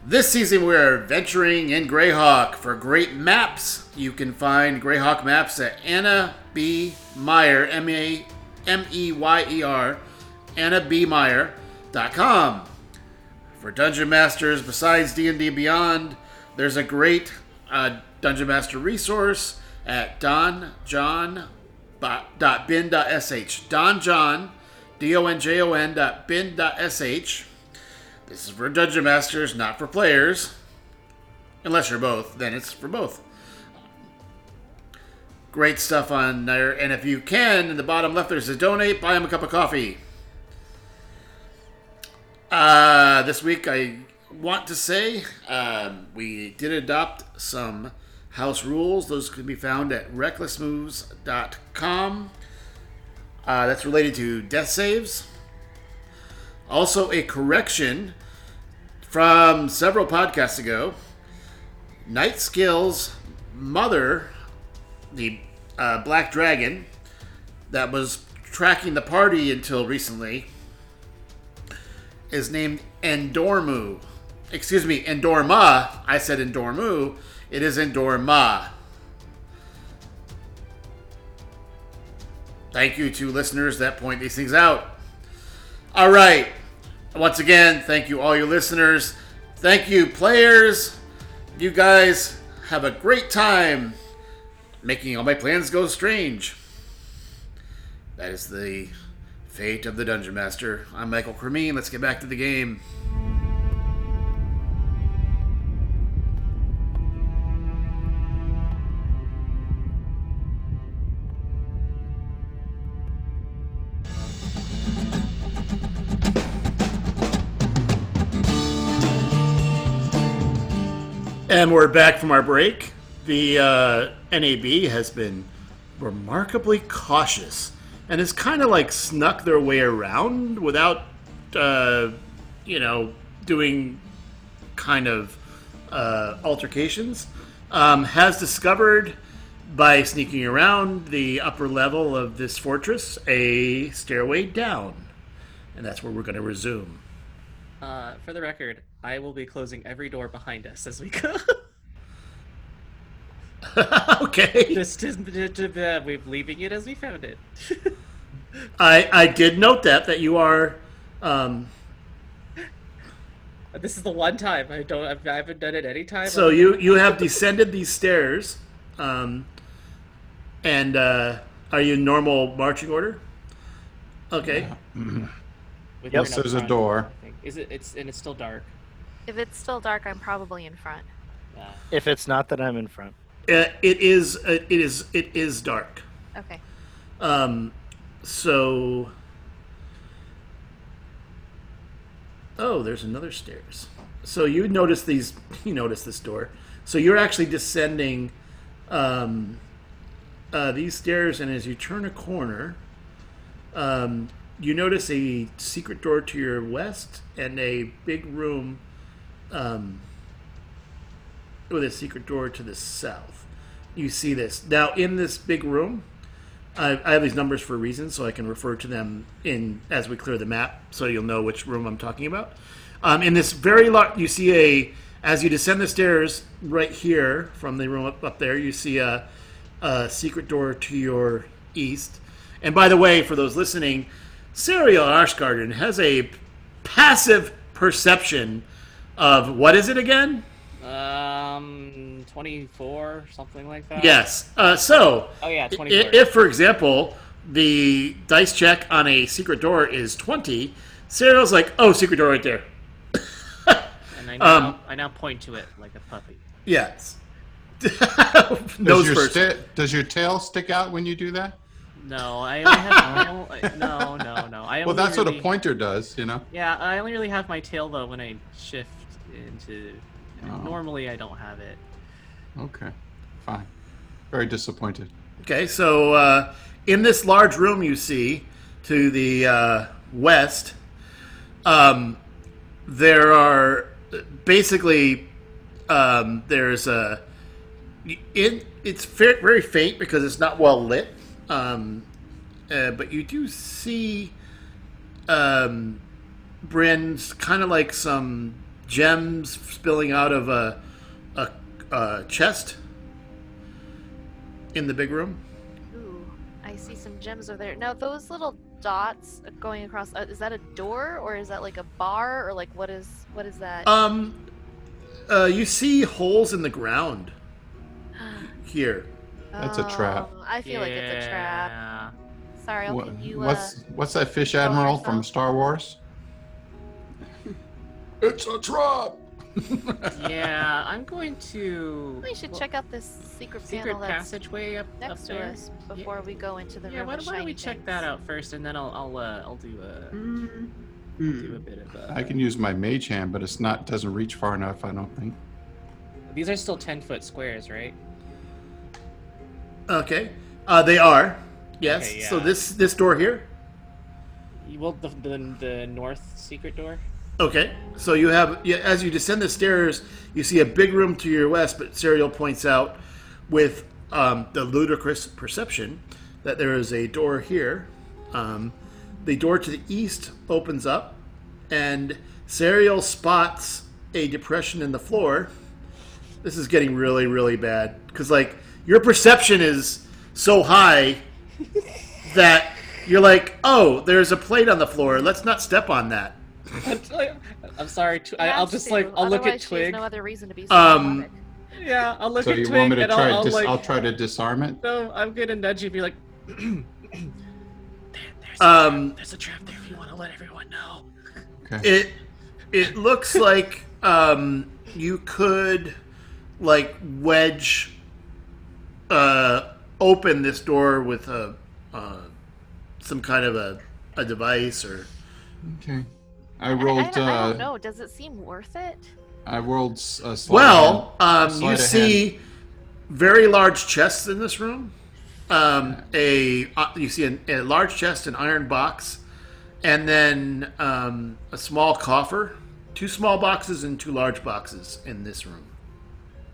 S1: This season we are venturing in Greyhawk. For great maps, you can find Greyhawk maps at Anna B. Meyer, M A M E Y E R, Anna B. Meyer.com. For Dungeon Masters, besides D&D Beyond, there's a great uh, Dungeon Master resource at donjohn dot bin dot sh don john d o n j o n dot bin dot sh this is for dungeon masters not for players unless you're both then it's for both great stuff on there and if you can in the bottom left there's a donate buy him a cup of coffee uh, this week i want to say um, we did adopt some house rules. Those can be found at recklessmoves.com. Uh, that's related to death saves. Also, a correction from several podcasts ago. Night Skill's mother, the uh, black dragon that was tracking the party until recently, is named Endormu. Excuse me, Endorma. I said Endormu. It is in Dorma. Thank you to listeners that point these things out. All right. Once again, thank you, all you listeners. Thank you, players. You guys have a great time making all my plans go strange. That is the fate of the Dungeon Master. I'm Michael Cremine. Let's get back to the game. And we're back from our break. The uh, NAB has been remarkably cautious and has kind of like snuck their way around without, uh, you know, doing kind of uh, altercations. Um, has discovered by sneaking around the upper level of this fortress a stairway down. And that's where we're going to resume.
S5: Uh, for the record, I will be closing every door behind us as we go.
S1: okay.
S5: Just to, to, to, uh, we're leaving it as we found it.
S1: I I did note that that you are um
S5: Uh, this is the one time I don't. I've, I haven't done it any time.
S1: so you you have descended these stairs um and uh are you in normal marching order? Okay.
S5: With
S8: Yes,
S5: Bruno
S2: there's a
S5: front,
S2: door.
S5: I think. Is it? It's and it's still dark.
S4: If it's still dark, I'm probably in front.
S5: Yeah.
S8: If it's not that I'm in front.
S1: Uh, it is uh, it is it is dark.
S4: Okay.
S1: Um, so. Oh, there's another stairs. So you notice these. You notice this door. So you're actually descending um, uh, these stairs, and as you turn a corner, um, you notice a secret door to your west and a big room um, with a secret door to the south. You see this now in this big room. I, I have these numbers for reasons, so I can refer to them in as we clear the map, so you'll know which room I'm talking about. Um, in this very large, you see a as you descend the stairs right here from the room up, up there, you see a, a secret door to your east. And by the way, for those listening, Serial Arshgarden has a passive perception of what is it again?
S5: Um, um, 24, something like that.
S1: Yes. Uh, so,
S5: Oh, yeah,
S1: i-
S5: 24.
S1: if, for example, the dice check on a secret door is 20, Cyril's like, oh, secret door right there.
S7: And I now,
S1: Um,
S7: I now point to it like a puppy.
S1: Yes.
S2: Does
S1: Nose
S2: your,
S1: first.
S2: sti- does your tail stick out when you do that?
S7: No, I only have uh, no, no, no, no. I
S2: Well,
S7: only
S2: that's what
S7: really,
S2: a pointer does, you know?
S7: Yeah, I only really have my tail though when I shift into.
S2: Oh.
S7: Normally, I don't have it.
S2: Okay. Fine. Very disappointed.
S1: Okay, so uh, in this large room you see to the uh, west, um, there are basically um, there's a it, it's fa- very faint because it's not well lit, um, uh, but you do see um, Bryn's kind of like some gems spilling out of a, a, a chest in the big room.
S4: Ooh, I see some gems over there. Now those little dots going across uh, is that a door or is that like a bar or like what is what is that?
S1: Um, uh, you see holes in the ground here.
S2: that's a trap.
S4: Oh, I feel like it's a trap.
S7: Yeah.
S4: Sorry, I'll
S2: Wha-
S4: give you uh,
S2: what's what's that fish
S4: tell
S2: admiral from
S4: yourself?
S2: Star Wars? it's a trap.
S7: yeah, I'm going to.
S4: We should
S7: well,
S4: check out this secret,
S7: secret
S4: panel that's
S7: passageway up
S4: next
S7: up
S4: to
S7: there.
S4: us before we go into the
S7: yeah,
S4: room.
S7: why,
S4: of
S7: don't- why don't we
S4: shiny
S7: check that
S4: things.
S7: out first, and then I'll I'll uh, I'll do a
S6: Mm.
S7: do
S6: Mm.
S1: Hmm.
S7: a bit of. Uh,
S2: I can use my mage hand, but it's not doesn't reach far enough. I don't think.
S5: These are still 10 foot squares, right?
S1: Okay, uh, they are. Yes.
S5: Okay,
S1: So
S5: yeah.
S1: this this door here.
S5: You- Well, the, the, the north secret door.
S1: Okay. So you have yeah, as you descend the stairs, you see a big room to your west. But Serial points out with um, the ludicrous perception that there is a door here. Um, the door to the east opens up, and Serial spots a depression in the floor. This is getting really, really bad because like your perception is so high that you're like, oh, there's a plate on the floor. Let's not step on that.
S5: I'm sorry. Tw- I,
S4: You
S5: I'll
S4: have
S5: just
S4: to,
S5: like I'll look at
S4: otherwise she has
S5: Twig.
S4: No other reason to be.
S1: Um,
S4: psychotic.
S5: Yeah, I'll look
S2: So
S5: at
S2: you
S5: Twig
S2: want me to
S5: and
S2: try?
S5: I'll, I'll
S2: dis-
S5: like
S2: I'll try to disarm it.
S5: no, I'm gonna nudge you and be like,
S1: Um,
S5: "There's a trap there. If you want to let everyone know."
S2: Okay.
S1: it it looks like um, you could like wedge uh, open this door with a uh, some kind of a, a device or
S2: Okay. I
S4: I- I
S2: rolled.
S4: don't- I don't
S2: uh,
S4: know. Does it seem worth it?
S2: I rolled. s- A sleight
S1: well
S2: of
S1: um,
S2: hand- sleight
S1: you
S2: of hand.
S1: see very large chests in this room um, a uh, you see an, a large chest an iron box and then um, a small coffer two small boxes and two large boxes in this room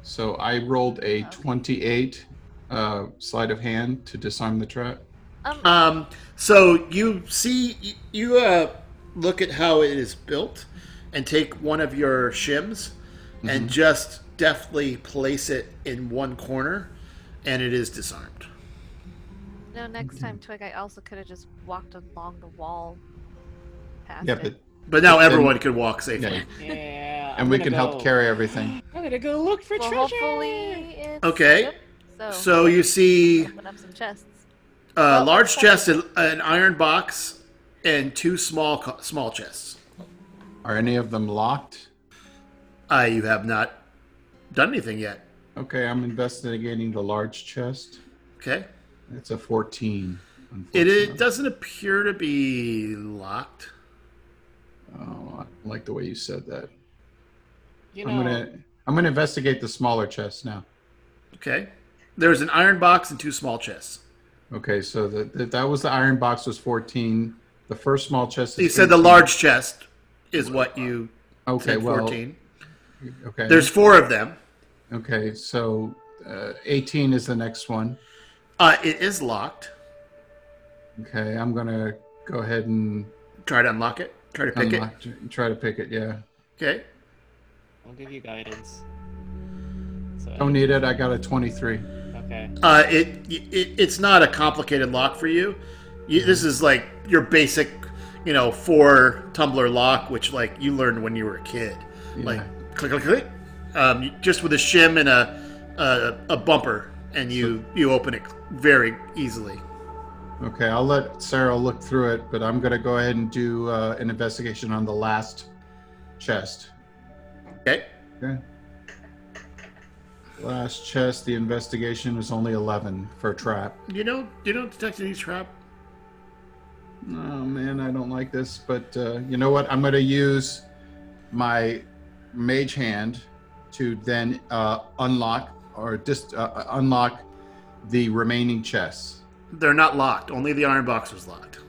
S2: So I rolled a twenty-eight uh, sleight of hand to disarm the trap.
S4: Um,
S1: Um, so you see, you- you uh, look at how it is built, and take one of your shims, and just deftly place it in one corner, and it is disarmed.
S4: no, next time,
S5: Mm-hmm.
S4: Twig. I also could have just walked along the wall. Past
S2: Yeah,
S4: it.
S2: but
S1: But now
S2: Then-
S1: everyone could walk safely.
S2: yeah,
S5: Yeah.
S2: and we can help carry everything.
S5: I'm gonna go look for
S4: well,
S5: treasure.
S4: hopefully it's
S1: Okay.
S4: Yep, So,
S1: So you see
S4: open up some chests.
S1: a
S4: Oh,
S1: large
S4: sorry.
S1: chest, an an iron box, and two small co- small chests.
S2: Are any of them locked?
S1: Uh, you have not done anything yet.
S2: Okay, I'm investigating the large chest.
S1: Okay.
S2: It's a 14.
S1: It,
S2: unfortunately.
S1: it doesn't appear to be locked.
S2: Oh, I like the way you said that.
S5: You
S2: I'm
S5: know,
S2: gonna I'm gonna investigate the smaller chest now.
S1: Okay. There's an iron box and two small chests.
S2: Okay, so the, the, that was the iron box was 14. The first small chest. Is
S1: You said the
S2: 18.
S1: large chest is what you
S2: Okay,
S1: said.
S2: well,
S1: Fourteen.
S2: okay.
S1: There's four of them.
S2: okay, so uh, 18 is the next one.
S1: Uh, it is locked.
S2: Okay, I'm gonna go ahead and
S1: Try to unlock it. Try to pick
S2: unlock, try to pick it. Yeah,
S1: it. Okay.
S5: I'll give you guidance. So,
S2: don't need it. I got a 23.
S5: okay.
S1: Uh, it, it it's not a complicated lock for you. you. This is like your basic, you know, four tumbler lock, which like you learned when you were a kid.
S2: Yeah.
S1: Like click click click. um, just with a shim and a a, a bumper, and you you open it very easily.
S2: Okay, I'll let Sarah look through it, but I'm gonna go ahead and do uh, an investigation on the last chest.
S1: Okay.
S2: Okay. Last chest, the investigation is only 11 for trap.
S1: You know you don't detect any trap.
S2: Oh man, I don't like this, but uh, you know what? I'm gonna use my mage hand to then uh, unlock or just uh, unlock the remaining chests.
S1: They're not locked. Only the iron box was locked.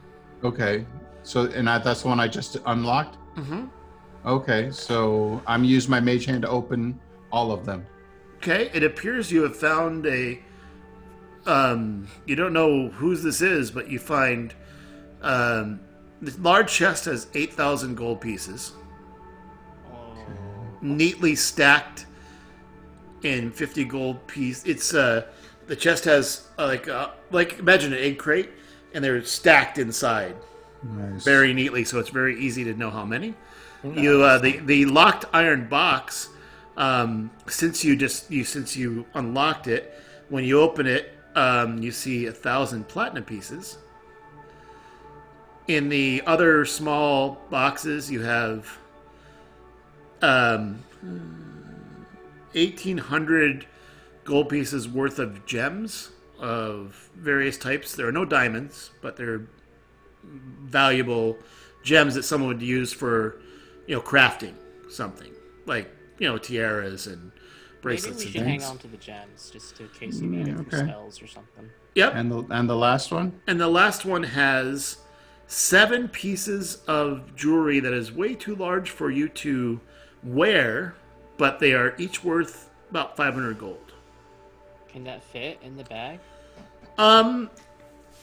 S2: Okay, so and I, that's the one I just unlocked.
S1: Mm-hmm.
S2: Okay, so I'm use my mage hand to open all of them.
S1: Okay, it appears you have found a. Um, you don't know whose this is, but you find um, this large chest has eight thousand gold pieces, neatly stacked in fifty gold piece. It's uh, the chest has uh, like uh, like imagine an egg crate, and they're stacked inside
S2: Nice.
S1: very neatly, so it's very easy to know how many. You uh, the the locked iron box. Um, since you just you since you unlocked it, when you open it, um, you see a thousand platinum pieces. In the other small boxes, you have um, eighteen hundred gold pieces worth of gems of various types. There are no diamonds, but they're valuable gems that someone would use for, you know, crafting something like you know tiaras and
S7: Maybe
S1: bracelets
S7: we
S1: and
S7: should hang
S1: things.
S7: on to the gems just in case we need
S2: Yeah,
S7: them for
S2: okay.
S7: spells or something.
S1: Yep,
S2: And the and the last one.
S1: and the last one has seven pieces of jewelry that is way too large for you to wear, but they are each worth about five hundred gold.
S7: Can that fit in the bag?
S1: Um,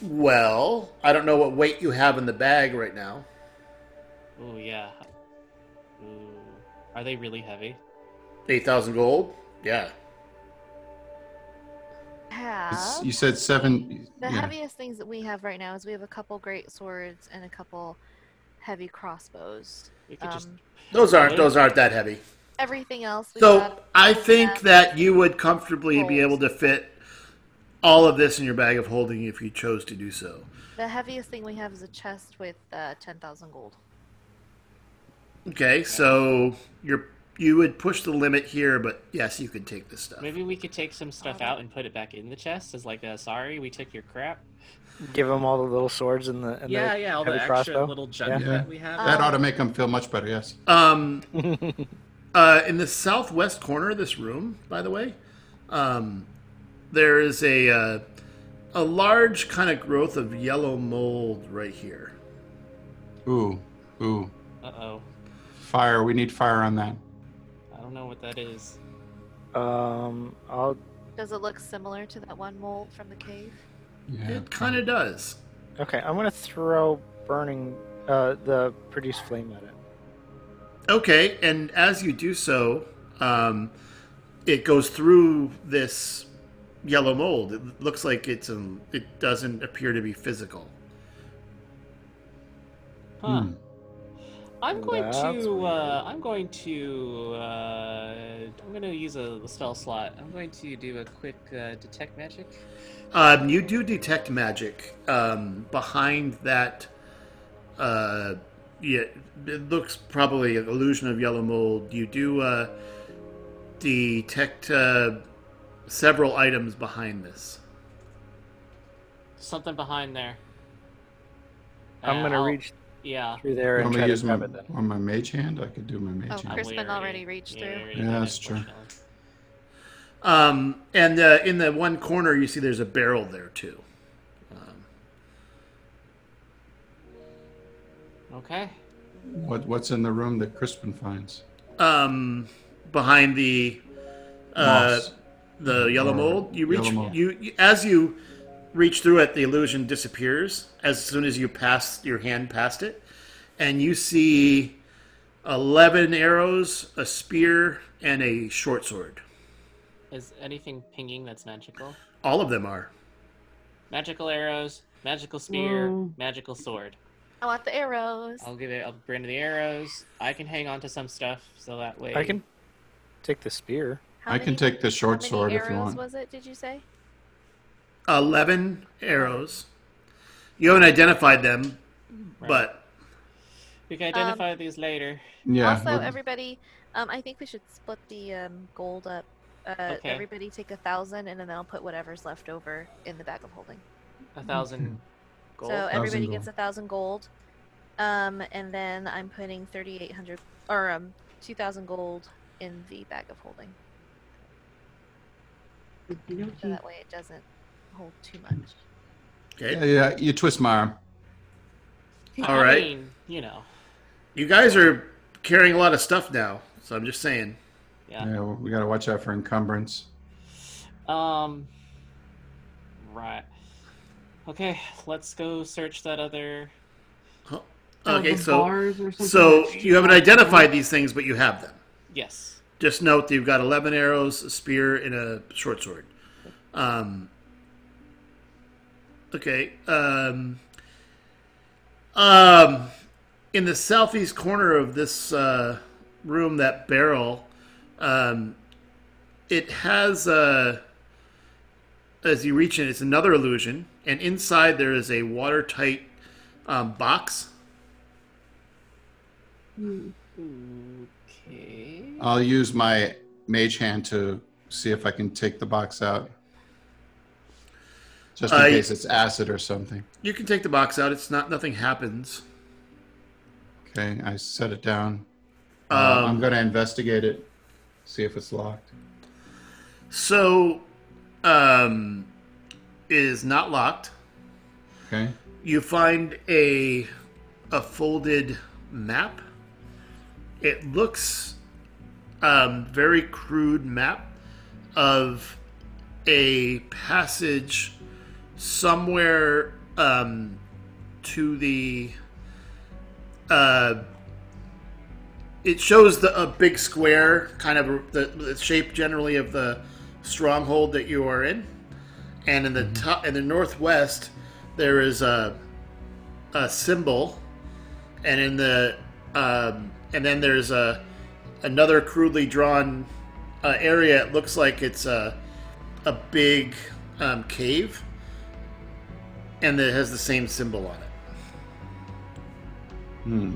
S1: well, I don't know what weight you have in the bag right now.
S7: Oh yeah. Ooh. Are they really heavy?
S1: Eight thousand gold. Yeah.
S4: Have
S2: You said seven.
S4: Uh-huh. the
S2: yeah.
S4: heaviest things that we have right now is we have a couple great swords and a couple heavy crossbows.
S7: We could
S4: Um,
S7: just
S1: Those aren't those aren't that heavy.
S4: everything else. We
S1: So
S4: have,
S1: I think that you would comfortably be
S4: Gold.
S1: able to fit all of this in your bag of holding if you chose to do so.
S4: the heaviest thing we have is a chest with uh, ten thousand gold.
S1: Okay, so you're you would push the limit here, but yes, you can take this stuff.
S7: maybe we could take some stuff out and put it back in the chest as like a sorry, we took your crap.
S8: Give them all the little swords and the and
S5: yeah,
S8: the
S5: yeah, all the
S8: heavy
S5: extra
S8: crossbow.
S5: little junk
S2: Yeah.
S5: that we have.
S4: Uh,
S2: That ought to make them feel much better. Yes.
S1: Um, uh, in the southwest corner of this room, by the way, um, there is a uh, a large kind of growth of yellow mold right here.
S2: Ooh, ooh,
S8: Uh-huh.
S7: Uh oh.
S2: fire. We need fire on that.
S7: I don't know what that is.
S8: Um, I'll
S4: Does it look similar to that one mold from the cave?
S2: Yeah.
S1: It kind of does.
S8: okay. I'm gonna throw burning uh the produce flame at it.
S1: Okay, and as you do so, um, it goes through this yellow mold. It looks like it's um, it doesn't appear to be physical.
S7: Huh.
S2: Hmm.
S7: I'm going
S8: That's
S7: to.
S8: weird.
S7: Uh, I'm going to. Uh, I'm going to use a spell slot. I'm going to do a quick uh, detect magic.
S1: Um, you do detect magic um, behind that. Uh, yeah, it looks probably an illusion of yellow mold. You do uh, detect uh, several items behind this.
S7: Something behind there.
S8: I'm
S7: Uh,
S8: gonna
S7: I'll-
S8: reach
S7: Yeah.
S8: through there
S2: I'm
S8: and
S2: gonna
S8: try to
S2: use my
S8: grab it then.
S2: on my mage hand. I could do my mage
S4: Oh,
S2: hand.
S4: Chris-
S7: we
S4: Crispin already reached
S7: we
S4: through.
S7: already
S2: Yeah,
S7: did,
S2: that's true.
S7: unfortunately.
S1: Um, and uh, in the one corner, you see there's a barrel there too. Um,
S7: Okay.
S2: What what's in the room that Crispin finds?
S1: um, behind the uh,
S2: Moss.
S1: the yellow
S2: Or
S1: mold. You reach
S2: Uh, yellow mold.
S1: You, you as you reach through it, the illusion disappears as soon as you pass your hand past it, and you see eleven arrows, a spear, and a short sword.
S7: Is anything pinging that's magical?
S1: All of them are.
S7: Magical arrows, magical spear,
S6: Whoa.
S7: magical sword.
S4: I want the arrows.
S7: I'll give it. I'll bring the arrows. I can hang on to some stuff so that way.
S8: I can Take the spear.
S4: How
S2: I can
S4: many-
S2: take the short
S4: how many
S2: sword if you
S4: arrows
S2: want.
S4: Was it? Did you say?
S1: 11 arrows. You haven't identified them, but
S5: We can identify these later.
S2: Yeah.
S4: also,
S2: well,
S4: everybody, um, I think we should split the um, gold up. Uh,
S5: Okay.
S4: Everybody take a thousand, and then I'll put whatever's left over in the bag of holding.
S5: A thousand gold.
S4: So everybody gets a
S2: gold.
S4: thousand gold, um, and then I'm putting thirty-eight hundred or um, two thousand gold in the bag of holding. So that way it doesn't hold too much.
S1: okay.
S2: yeah, yeah, you twist my arm.
S1: All
S5: I
S1: right.
S5: mean, you know.
S1: You guys are carrying a lot of stuff now, so I'm just saying.
S5: Yeah.
S2: Yeah, we got to watch out for encumbrance.
S5: Um. Right. Okay, let's go search that other.
S1: Okay,
S6: Oh, the
S1: so
S6: bars or something
S1: so
S6: that's
S1: you haven't identified these things, but you have them.
S5: Yes.
S1: Just note that you've got 11 arrows, a spear, and a short sword. Um, okay. Um, um, in the southeast corner of this uh, room, that barrel, um, it has, uh, as you reach in, it's another illusion. And inside there is a watertight um, box.
S5: Okay.
S2: I'll use my mage hand to see if I can take the box out. Just in
S1: I-
S2: case it's acid or something.
S1: You can take the box out. It's not, nothing happens.
S2: Okay, I set it down. Uh,
S1: Um,
S2: I'm going to investigate it, see if it's locked.
S1: So, um, it is not locked.
S2: Okay.
S1: You find a a folded map. It looks um, very crude map of a passage somewhere um, to the. Uh, it shows the a big square, kind of the, the shape generally of the stronghold that you are in, and in the
S5: Mm-hmm.
S1: top, in the northwest, there is a a symbol, and in the um, and then there's a another crudely drawn uh, area. It looks like it's a a big um, cave, and it has the same symbol on it.
S2: Hmm.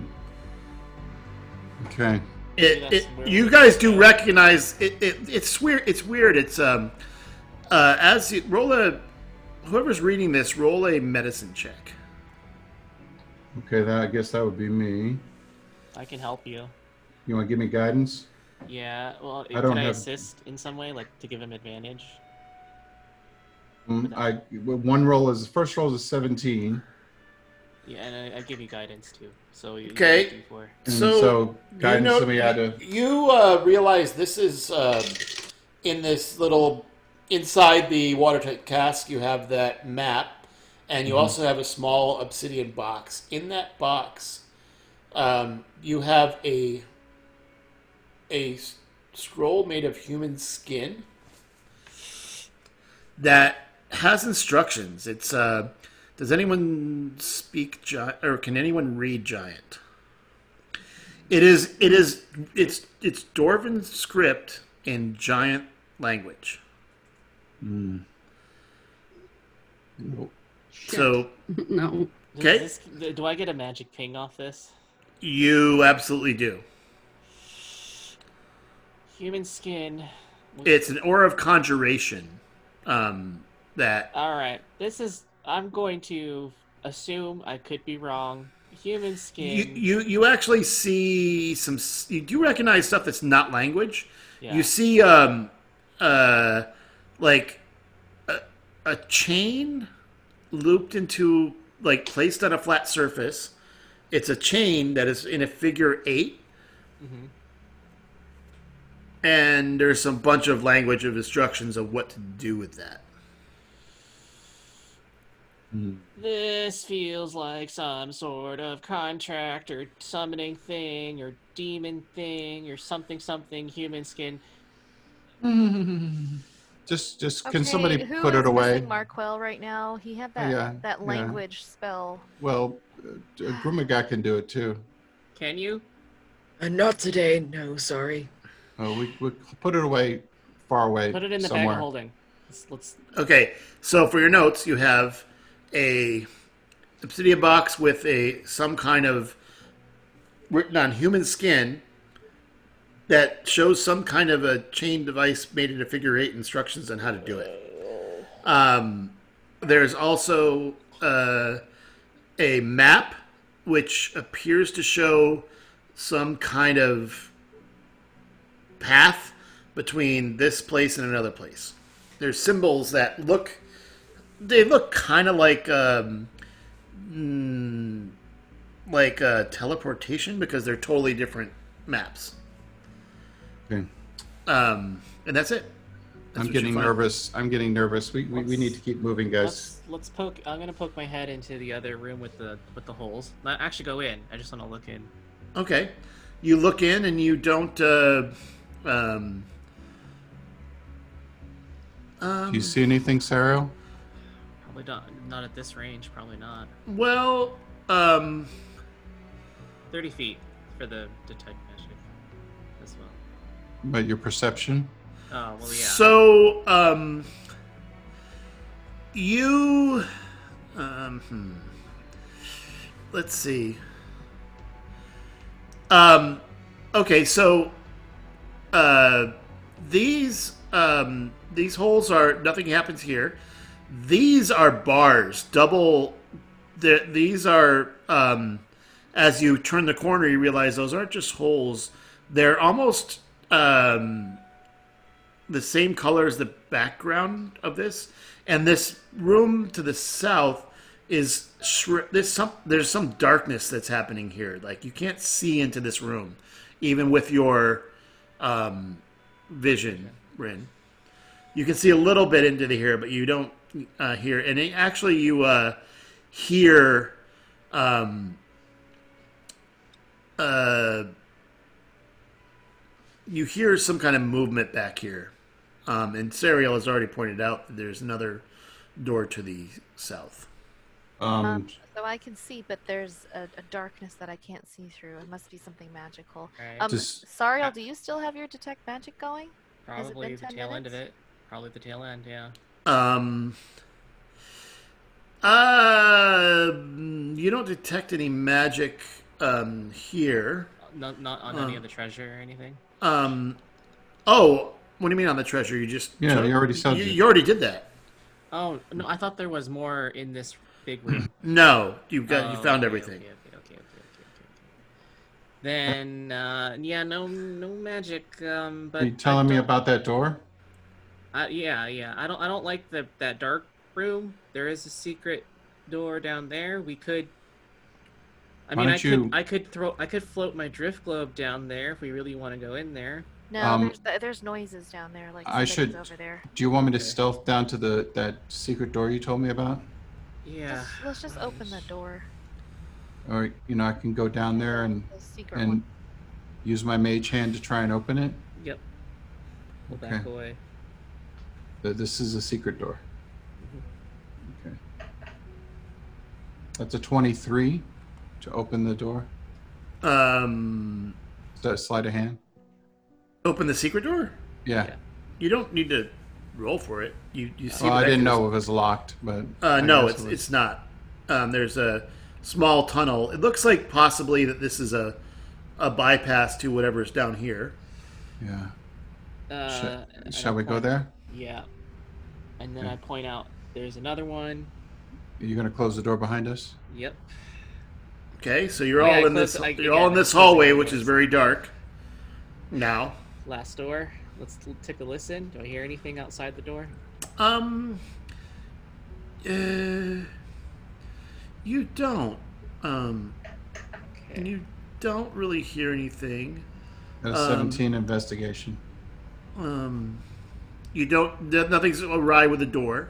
S2: Okay.
S1: it,
S5: that's
S1: it
S5: where
S1: you
S5: we-
S1: guys do recognize it, it it's weird it's weird it's um uh as you roll a whoever's reading this roll a medicine check
S2: Okay, that I guess that would be me.
S5: I can help you.
S2: You want to give me guidance?
S5: Yeah. Well,
S2: I
S5: I
S2: don't
S5: could I
S2: have-
S5: assist in some way, like to give him advantage?
S2: Mm, I one roll is first roll is a 17.
S5: Yeah, and I, I give you guidance too. So you. you
S1: Okay.
S5: get a D4.
S2: And
S1: So,
S2: Mm, so, guidance to me how to
S1: you uh realize this is um in this little inside the watertight cask you have that map and
S2: Mm-hmm.
S1: you also have a small obsidian box in that box um you have a a s- scroll made of human skin that has instructions. It's uh, does anyone speak giant or can anyone read giant? It is it is it's it's Dwarven script in giant language.
S2: Nope.
S1: So
S6: no.
S5: Does
S1: Okay.
S5: this- th- do I get a magic ping off this?
S1: you absolutely do.
S5: Human skin.
S1: It's an aura of conjuration um, that
S5: All right. This is. I'm going to assume I could be wrong. Human skin.
S1: you, you you actually see some s- you do recognize stuff that's not language.
S5: yeah.
S1: You see, um, uh, like a, a chain looped into, like, placed on a flat surface. It's a chain that is in a figure 8 And there's some bunch of language of instructions of what to do with that.
S5: This feels like some sort of contract or summoning thing or demon thing or something something human skin.
S2: Hmm. Just just
S4: Okay,
S2: can somebody
S4: who
S2: put
S4: is
S2: it away?
S4: missing Markwell right now? He had that
S2: yeah,
S4: that
S2: yeah.
S4: language spell.
S2: Well, uh, Grumagat can do it too.
S5: Can you?
S3: Uh, not today, no, sorry.
S2: Oh, we we put it away, far away.
S5: Put it in the bag
S2: somewhere.
S5: of holding. Let's, let's
S1: Okay, so for your notes, you have a obsidian box with a some kind of written on human skin that shows some kind of a chain device made into figure eight instructions on how to do it. Um, there's also uh, a map which appears to show some kind of path between this place and another place there's symbols that look they look kind of like um mm, like uh teleportation because they're totally different maps
S2: Okay.
S1: um and that's it That's what
S2: I'm
S1: you
S2: getting
S1: find.
S2: nervous. I'm getting nervous. We, we, we need to keep moving, guys.
S5: let's let's poke. I'm gonna poke my head into the other room with the with the holes. Not actually go in. I just want to look in.
S1: okay you look in and you don't uh um um,
S2: Do you see anything, Sarah?
S5: Probably not. Not at this range. Probably not.
S1: well um
S5: Thirty feet for the detect magic as well.
S2: But your perception?
S5: Oh well, yeah.
S1: So, um, you, um, hmm. let's see. Um, okay, so, uh, these, um, these holes are, nothing happens here. These are bars, double, the- these are, um, as you turn the corner, you realize those aren't just holes. They're almost, um, the same color as the background of this, and this room to the south is shri- there's some there's some darkness that's happening here. Like you can't see into this room, even with your um, vision, Rin. You can see a little bit into the here, but you don't uh, hear. And it, actually, you uh, hear. Um, uh, you hear some kind of movement back here. Um, and Serial has already pointed out that there's another door to the south.
S2: Um,
S4: Um, so I can see, but there's a, a darkness that I can't see through. It must be something magical.
S5: Alright,
S4: Um,
S2: Just-
S4: Sariel, do you still have your detect magic going? has it
S5: probably
S4: been
S5: the
S4: 10
S5: tail end of
S4: minutes?
S5: it. Probably the tail end. Yeah.
S1: Um, uh, you don't detect any magic um, here.
S5: Not not on any
S1: Uh.
S5: of the treasure or anything.
S1: Um, oh, what do you mean on the treasure? You just
S2: Yeah, you already said
S1: you,
S2: it.
S1: you already did that.
S5: Oh no, I thought there was more in this big room.
S1: No, you've got
S5: Oh,
S1: you found
S5: okay,
S1: everything.
S5: Okay, okay, okay, okay, okay, okay. Then uh, yeah, no no magic. Um, but
S2: Are you telling me about that door?
S5: Uh, yeah, yeah. I don't I don't like the that dark room. There is a secret door down there. We could. I
S2: Why
S5: mean, I
S2: don't you-
S5: could I could throw I could float my drift globe down there if we really want to go in there.
S4: No,
S2: Um,
S4: there's, th- there's noises down there. Like
S2: I
S4: somebody's
S2: should-
S4: over there.
S2: Do you want me to stealth down to the that secret door you told me about?
S5: Yeah.
S4: Just- let's just open the door.
S2: Or you know, I can go down there and
S4: The secret
S2: and
S4: one.
S2: use my mage hand to try and open it.
S5: Yep. We'll
S2: Okay.
S5: back away.
S2: Th- This is a secret door. Mm-hmm. Okay. That's a 23 to open the door.
S1: Um,
S2: Is that a sleight of hand?
S1: open the secret door.
S2: Yeah.
S1: You don't need to roll for it. You you see. what
S2: Well, Oh, I
S1: that
S2: didn't
S1: goes-
S2: know it was locked, but
S1: Uh,
S2: I
S1: no,
S2: guess
S1: it's
S2: it was-
S1: it's not. Um, there's a small tunnel. It looks like possibly that this is a a bypass to whatever's down here.
S2: yeah.
S5: Uh,
S2: Sh-
S5: and I
S2: Shall we go
S5: point-
S2: there?
S5: Yeah. And then
S2: Okay.
S5: I point out there's another one.
S2: Are you gonna close the door behind us?
S5: Yep.
S1: Okay, so you're
S5: Okay, I
S1: all in
S5: close-
S1: this
S5: I-
S1: you're
S5: yeah,
S1: all in
S5: I
S1: this
S5: close the
S1: hallway,
S5: door.
S1: which is very dark. Now,
S5: Last door. Let's l- take a listen. Do I hear anything outside the door?
S1: um, uh, you don't um
S5: Okay.
S1: you don't really hear anything.
S2: Got a
S1: Um,
S2: 17 investigation.
S1: Um, you don't no- nothing's awry with the door.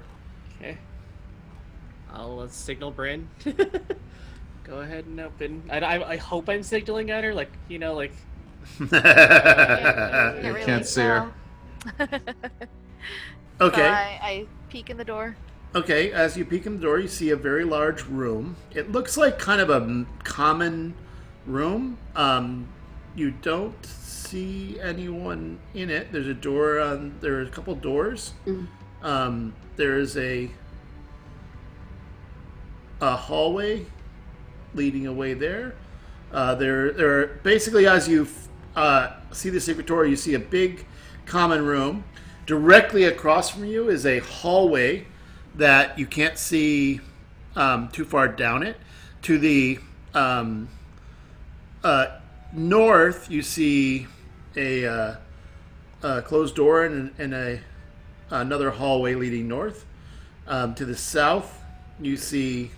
S5: Okay. I'll uh, signal Bryn. Go ahead and open. I, I, I hope I'm signaling at her, like you know, like
S4: Yeah,
S5: You
S4: really
S2: can't see her.
S4: tell. So
S1: okay.
S4: I, I peek in the door.
S1: Okay, as you peek in the door, you see a very large room. It looks like kind of a m- common room. Um, you don't see anyone in it. There's a door on. There are a couple doors. Um, there is a a hallway leading away there. Uh, there, there. Are, basically, as you uh, see the secret door, you see a big common room. Directly across from you is a hallway that you can't see um, too far down it. To the um, uh, north, you see a, uh, a closed door and, and a another hallway leading north. Um, to the south, you see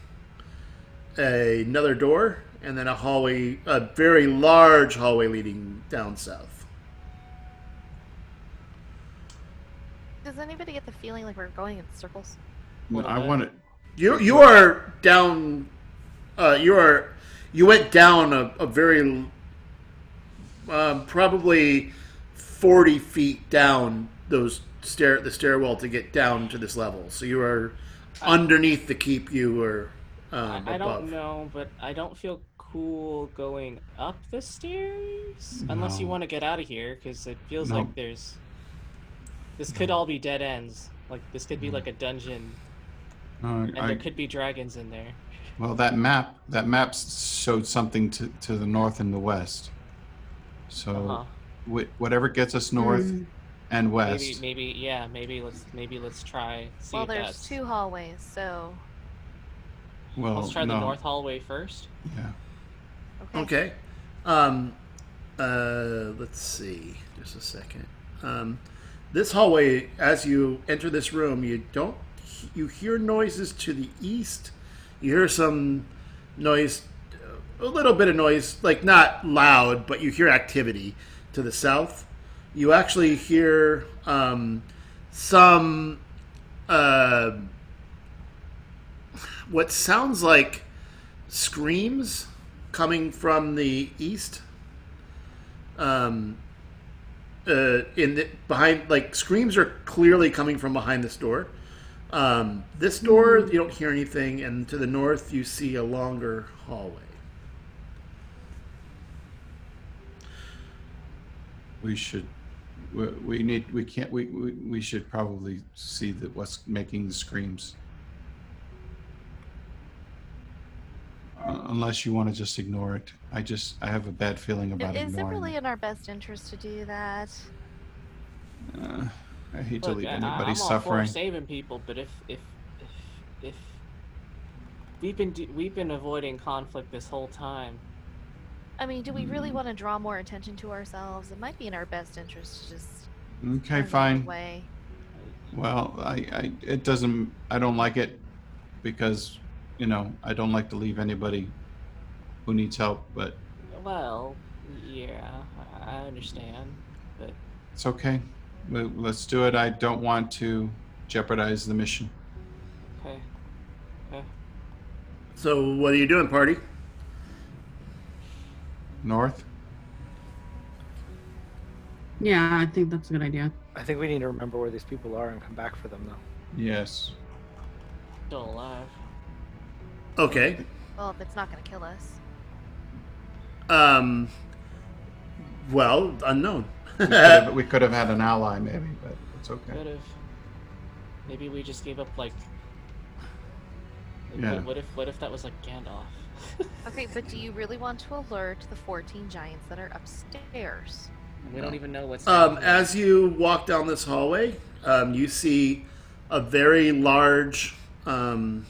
S1: a, another door and then a hallway, a very large hallway leading down south.
S4: Does anybody get the feeling like we're going in circles?
S2: Well, I want it.
S1: You you are down. Uh, you are you went down a, a very um, probably forty feet down those stair the stairwell to get down to this level. So you are underneath the keep. You were um,
S5: I, I
S1: above.
S5: don't know, but I don't feel cool going up the stairs unless you
S2: No.
S5: want to get out of here because it feels
S2: No.
S5: like there's. This could all be dead ends. Like this could be like a dungeon,
S2: Uh,
S5: and
S2: Mm. I,
S5: there could be dragons in there.
S2: well, that map that map s- showed something to, to the north and the west. So
S5: Uh-huh. Mm.
S2: wh- whatever gets us north and west.
S5: Maybe, maybe, yeah, maybe let's maybe let's try see
S4: well,
S5: if
S4: there's
S5: that's.
S4: two hallways, so
S2: well,
S5: Let's try
S2: Oh, no.
S5: the north hallway first.
S2: Yeah.
S4: okay.
S1: Okay. Um, uh, let's see. Just a second. Um, this hallway, as you enter this room, you don't. You hear noises to the east. You hear some noise, a little bit of noise, like not loud, but you hear activity to the south. You actually hear um, some uh, what sounds like screams coming from the east. Um, uh, in the, behind, like screams are clearly coming from behind this door. Um, this door, you don't hear anything, and to the north, you see a longer hallway.
S2: we should we, we need we can't we, we we should probably see that what's making the screams Un- Uh, unless you want to just ignore it i just i have a bad feeling about
S4: Is it
S2: ignoring
S4: really in our best interest to do that?
S2: uh, i hate to
S5: Look,
S2: leave
S5: I- I-
S2: anybody
S5: I'm All for
S2: suffering
S5: saving people, but if if if, if we've been do- we've been avoiding conflict this whole time,
S4: I mean, do we
S2: Mm.
S4: really want to draw more attention to ourselves? It might be in our best interest to just
S2: okay
S4: turn the other
S2: fine
S4: way.
S2: well I, I it doesn't i don't like it because you know i don't like to leave anybody who needs help but
S5: well, yeah, I- I understand, but
S2: It's okay. Le- Let's do it. I don't want to jeopardize the mission.
S5: okay.
S1: So, what are you doing, party?
S2: North?
S6: Yeah, I think that's a good idea.
S8: I think we need to remember where these people are and come back for them, though.
S2: Yes.
S5: Still alive.
S1: Okay.
S4: Well, if it's not going to kill us.
S1: Um, well, unknown.
S2: We could, have, we could have had an ally, maybe, but it's okay.
S5: Could have. Maybe we just gave up. Like, like,
S2: Yeah.
S5: what, what if what if that was like Gandalf?
S4: Okay, but do you really want to alert the 14 giants that are upstairs?
S5: And we don't even know what's.
S1: Um,
S5: down here.
S1: as you walk down this hallway, um, you see a very large um,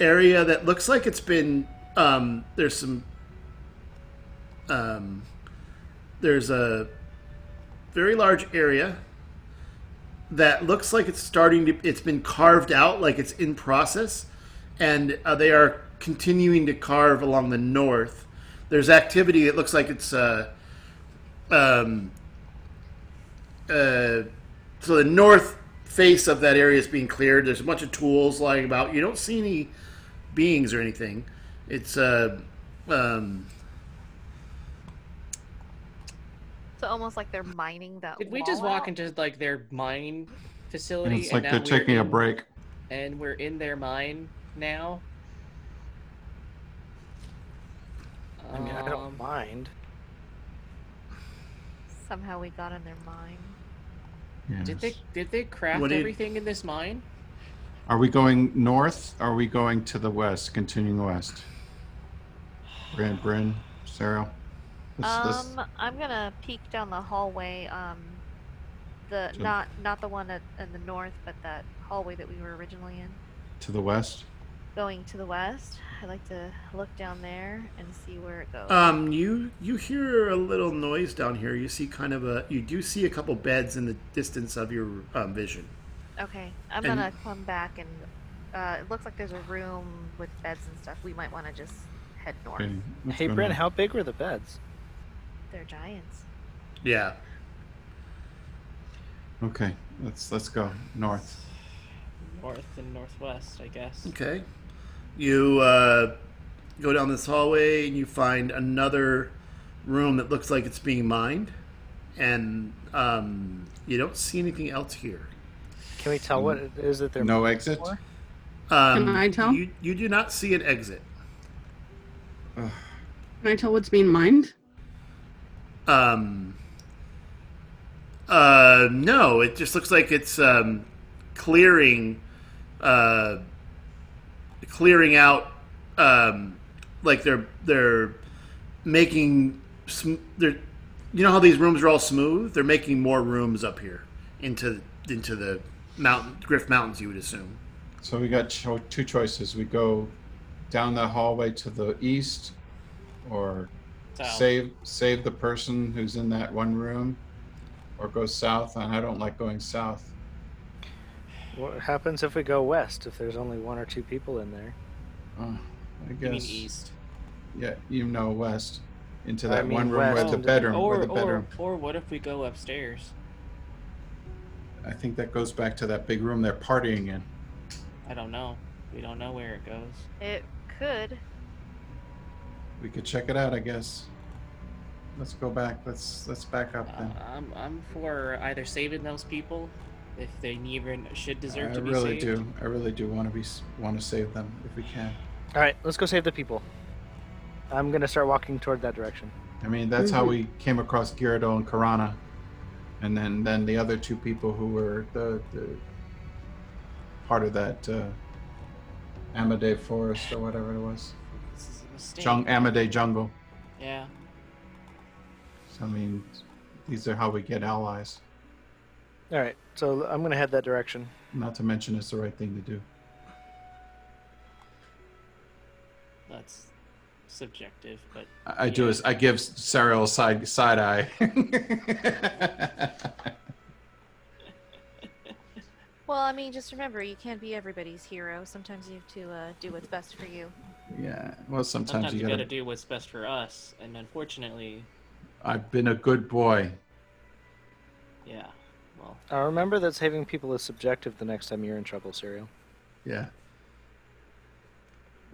S1: area that looks like it's been. Um, there's some. Um, there's a very large area that looks like it's starting to. It's been carved out, like it's in process, and uh, they are continuing to carve along the north. There's activity. It looks like it's. Uh, um, uh, so the north face of that area is being cleared. There's a bunch of tools lying about. You don't see any beings or anything. It's uh, um,
S4: So almost like they're mining that.
S5: Did we just
S4: wall
S5: walk
S4: out?
S5: into like their mine
S2: And
S5: facility?
S2: it's like
S5: now
S2: they're
S5: we're
S2: taking a
S5: in-
S2: break.
S5: And we're in their mine now. Um,
S8: I mean, I don't mind.
S4: Somehow we got in their mind.
S5: Did they did they craft
S1: What do you-
S5: everything in this mine?
S2: Are we going north? Are we going to the west? Continuing west. Bryn, Bryn, Sarah. Let's- let's-
S4: Um, I'm gonna peek down the hallway. Um, the
S2: So-
S4: not not the one at, in the north, but that hallway that we were originally in,
S2: to the west.
S4: going to the west. I'd like to look down there and see where it goes.
S5: Uh,
S1: Um, you you hear a little noise down here. You see kind of a you do see a couple beds in the distance of your um, vision.
S4: okay, I'm
S1: and-
S4: gonna come back and uh, it looks like there's a room with beds and stuff. We might want to just head north.
S2: Okay, let's
S8: Hey,
S2: go
S8: Bryn,
S2: north.
S8: how big were the beds?
S4: They're giants.
S1: Yeah.
S2: Okay, let's let's go north.
S5: North and northwest, I guess.
S1: Okay. You uh, go down this hallway and you find another room that looks like it's being mined, and um, you don't see anything else here.
S8: Can we tell what it is that they're
S2: Mm. No
S8: moving
S2: exit?
S8: for?
S1: Um,
S6: Can I tell?
S1: You, you do not see an exit.
S6: Can I tell what's being mined?
S1: Um, uh, no, it just looks like it's um, clearing, uh, clearing out, um, like they're they're making sm- they're you know how these rooms are all smooth. They're making more rooms up here into into the mountain Griff Mountains. You would assume.
S2: So we got cho- two choices. We go down the hallway to the east, or
S5: South.
S2: save save the person who's in that one room, or go south. And I don't like going south.
S8: What happens if we go west? If there's only one or two people in there,
S2: Uh, I guess.
S5: You mean east.
S2: Yeah, you know west into
S8: I
S2: that
S8: mean
S2: one room where
S8: west
S2: the
S8: into-
S2: bedroom,
S5: Um, or
S2: where the bedroom.
S5: or or what if we go upstairs?
S2: I think that goes back to that big room they're partying in.
S5: I don't know. We don't know where it goes.
S4: It could.
S2: We could check it out, I guess. Let's go back. Let's let's back up
S5: Uh,
S2: then.
S5: I'm I'm for either saving those people, if they even should deserve
S2: I
S5: to be
S2: really
S5: saved.
S2: do. I really do want to be want to save them if we can.
S8: all right, let's go save the people. I'm gonna start walking toward that direction.
S2: I mean, that's how we came across Gyarado and Karana, and then then the other two people who were the, the part of that uh, Amade Forest or whatever it was,
S5: This is a mistake.
S2: Jung, Amade Jungle.
S5: Yeah.
S2: I mean, these are how we get allies.
S8: All right, so I'm gonna head that direction.
S2: Not to mention, it's the right thing to do.
S5: That's subjective, but
S2: I I do. is I give Serial side side eye.
S4: Well, I mean, just remember, you can't be everybody's hero. Sometimes you have to uh, do what's best for you.
S2: yeah. Well, sometimes,
S5: sometimes
S2: you
S5: you
S2: gotta.
S5: gotta do what's best for us, and unfortunately,
S2: I've been a good boy.
S5: yeah. Well,
S8: Uh, remember that saving people is subjective. The next time you're in trouble, Serial.
S2: Yeah.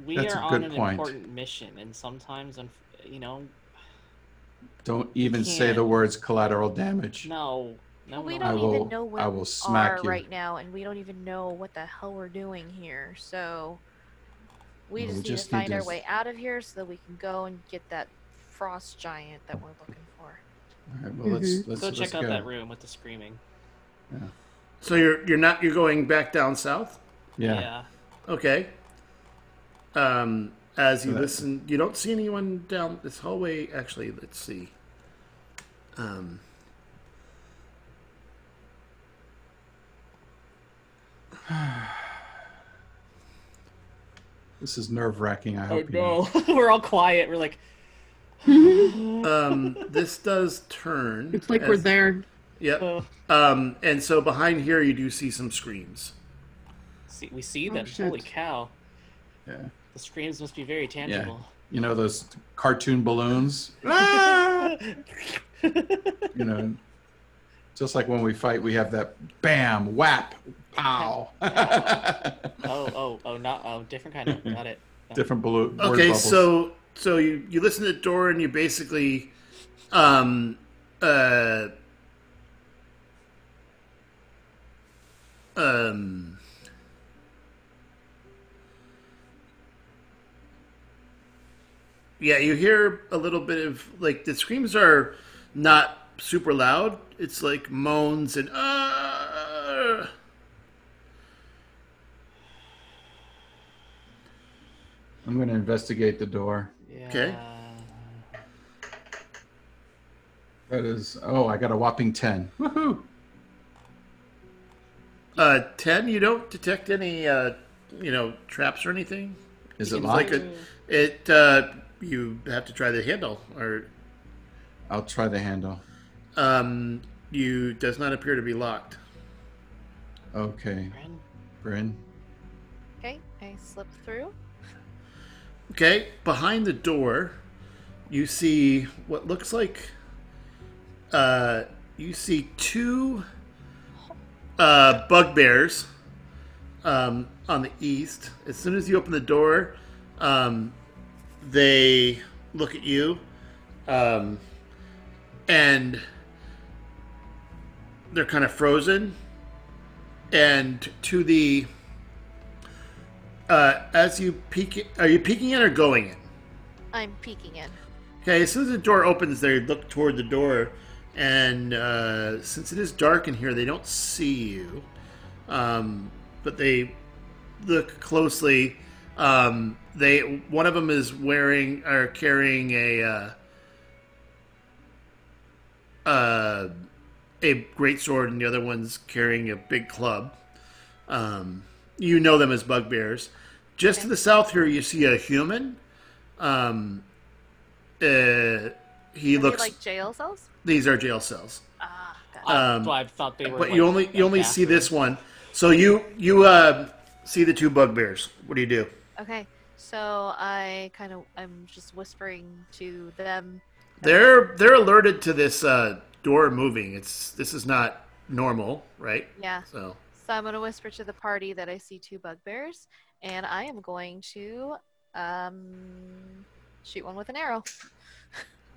S5: we
S2: That's
S5: are
S2: a good
S5: on an
S2: point.
S5: important mission, and sometimes, unf- you know,
S2: Don't even say
S5: can't.
S2: the words collateral damage.
S5: no, no,
S4: we
S5: no,
S4: don't
S2: I
S5: no.
S2: will-
S4: even know where
S2: I
S4: we
S2: will
S4: are
S2: smack you.
S4: right now, and we don't even know what the hell we're doing here. So we
S2: No,
S4: just
S2: we
S4: need
S2: just
S4: to
S2: need
S4: find our
S2: to-
S4: way out of here so that we can go and get that frost giant that we're looking for.
S2: All right. Well, let's let's
S5: go
S2: let's
S5: check out
S2: go.
S5: that room with the screaming.
S1: So you're you're not you're going back down south.
S2: Yeah.
S1: Okay. Um, as you
S2: So that-
S1: listen, you don't see anyone down this hallway. Actually, let's see. Um,
S2: This is nerve wracking. I
S5: Oh
S2: hope. you know.
S5: no, we're all quiet. We're like,
S1: um, this does turn.
S6: It's like we're
S1: as-
S6: there.
S1: Yep.
S5: oh.
S1: Um, and so behind here, you do see some screams.
S5: see, we see
S6: Oh,
S5: them.
S6: shit.
S5: Holy cow!
S2: Yeah.
S5: The screams must be very tangible.
S2: You know those cartoon balloons. Ah! you know, just like when we fight, we have that bam, whap, pow.
S5: oh, oh, oh, not oh, different kind
S1: Mm-hmm.
S5: of. Got it.
S2: Different balloon. word
S1: Okay,
S2: bubbles.
S1: so so you you listen to the door and you basically, um, uh, um. Yeah, you hear a little bit of like the screams are not super loud. It's like moans and uh
S2: I'm going to investigate the door.
S7: Yeah.
S1: Okay.
S2: That is. Oh, I got a whopping 10. Woohoo!
S1: uh ten. You don't detect any uh you know traps or anything.
S2: Is it
S1: It's
S2: locked?
S1: like a, it uh you have to try the handle or
S2: I'll try the handle.
S1: um you does not appear to be locked.
S2: Okay.
S7: Bryn,
S2: Bryn.
S4: Okay, I slip through.
S1: Okay, behind the door, you see what looks like. Uh, you see two uh, bugbears um, on the east. As soon as you open the door, um, they look at you, um, and they're kind of frozen. And to the uh, as you peek, are you peeking in or going in?
S4: I'm peeking in.
S1: Okay, as soon as the door opens, they look toward the door, and uh, since it is dark in here, they don't see you, um, but they look closely. Um, they one of them is wearing or carrying a uh, uh, a great sword, and the other one's carrying a big club. Um, you know them as bugbears. Just to the south here, you see a human. Um, uh, he
S4: Are they
S1: looks.
S4: like jail cells?
S1: These are jail cells,
S4: Ah, got it.
S1: Um,
S5: well, I thought they were.
S1: but
S5: like,
S1: you only you
S5: a
S1: only see
S5: bathroom.
S1: this one. So you you uh, see the two bugbears. What do you do?
S4: Okay, so I kind of I'm just whispering to them.
S1: They're they're alerted to this uh, door moving. It's this is not normal, right?
S4: Yeah.
S1: So
S4: So I'm gonna whisper to the party that I see two bugbears, and I am going to um shoot one with an arrow.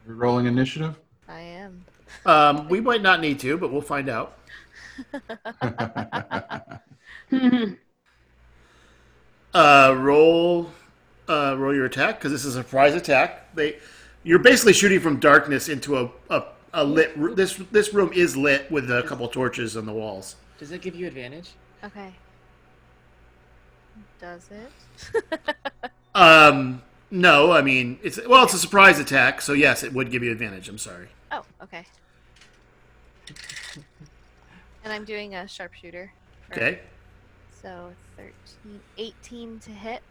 S2: We're rolling initiative.
S4: I am.
S1: um, we might not need to, but we'll find out. Uh, roll uh, roll your attack because this is a surprise attack. They you're basically shooting from darkness into a, a, a lit. r- This this room is lit with a couple torches on the walls.
S5: Does that give you advantage?
S4: Okay. Does it?
S1: Um, no, I mean it's well, it's a surprise attack, so yes, it would give you advantage. I'm sorry.
S4: oh, okay. And I'm doing a sharpshooter. for-
S1: Okay.
S4: So 13, 18 to hit.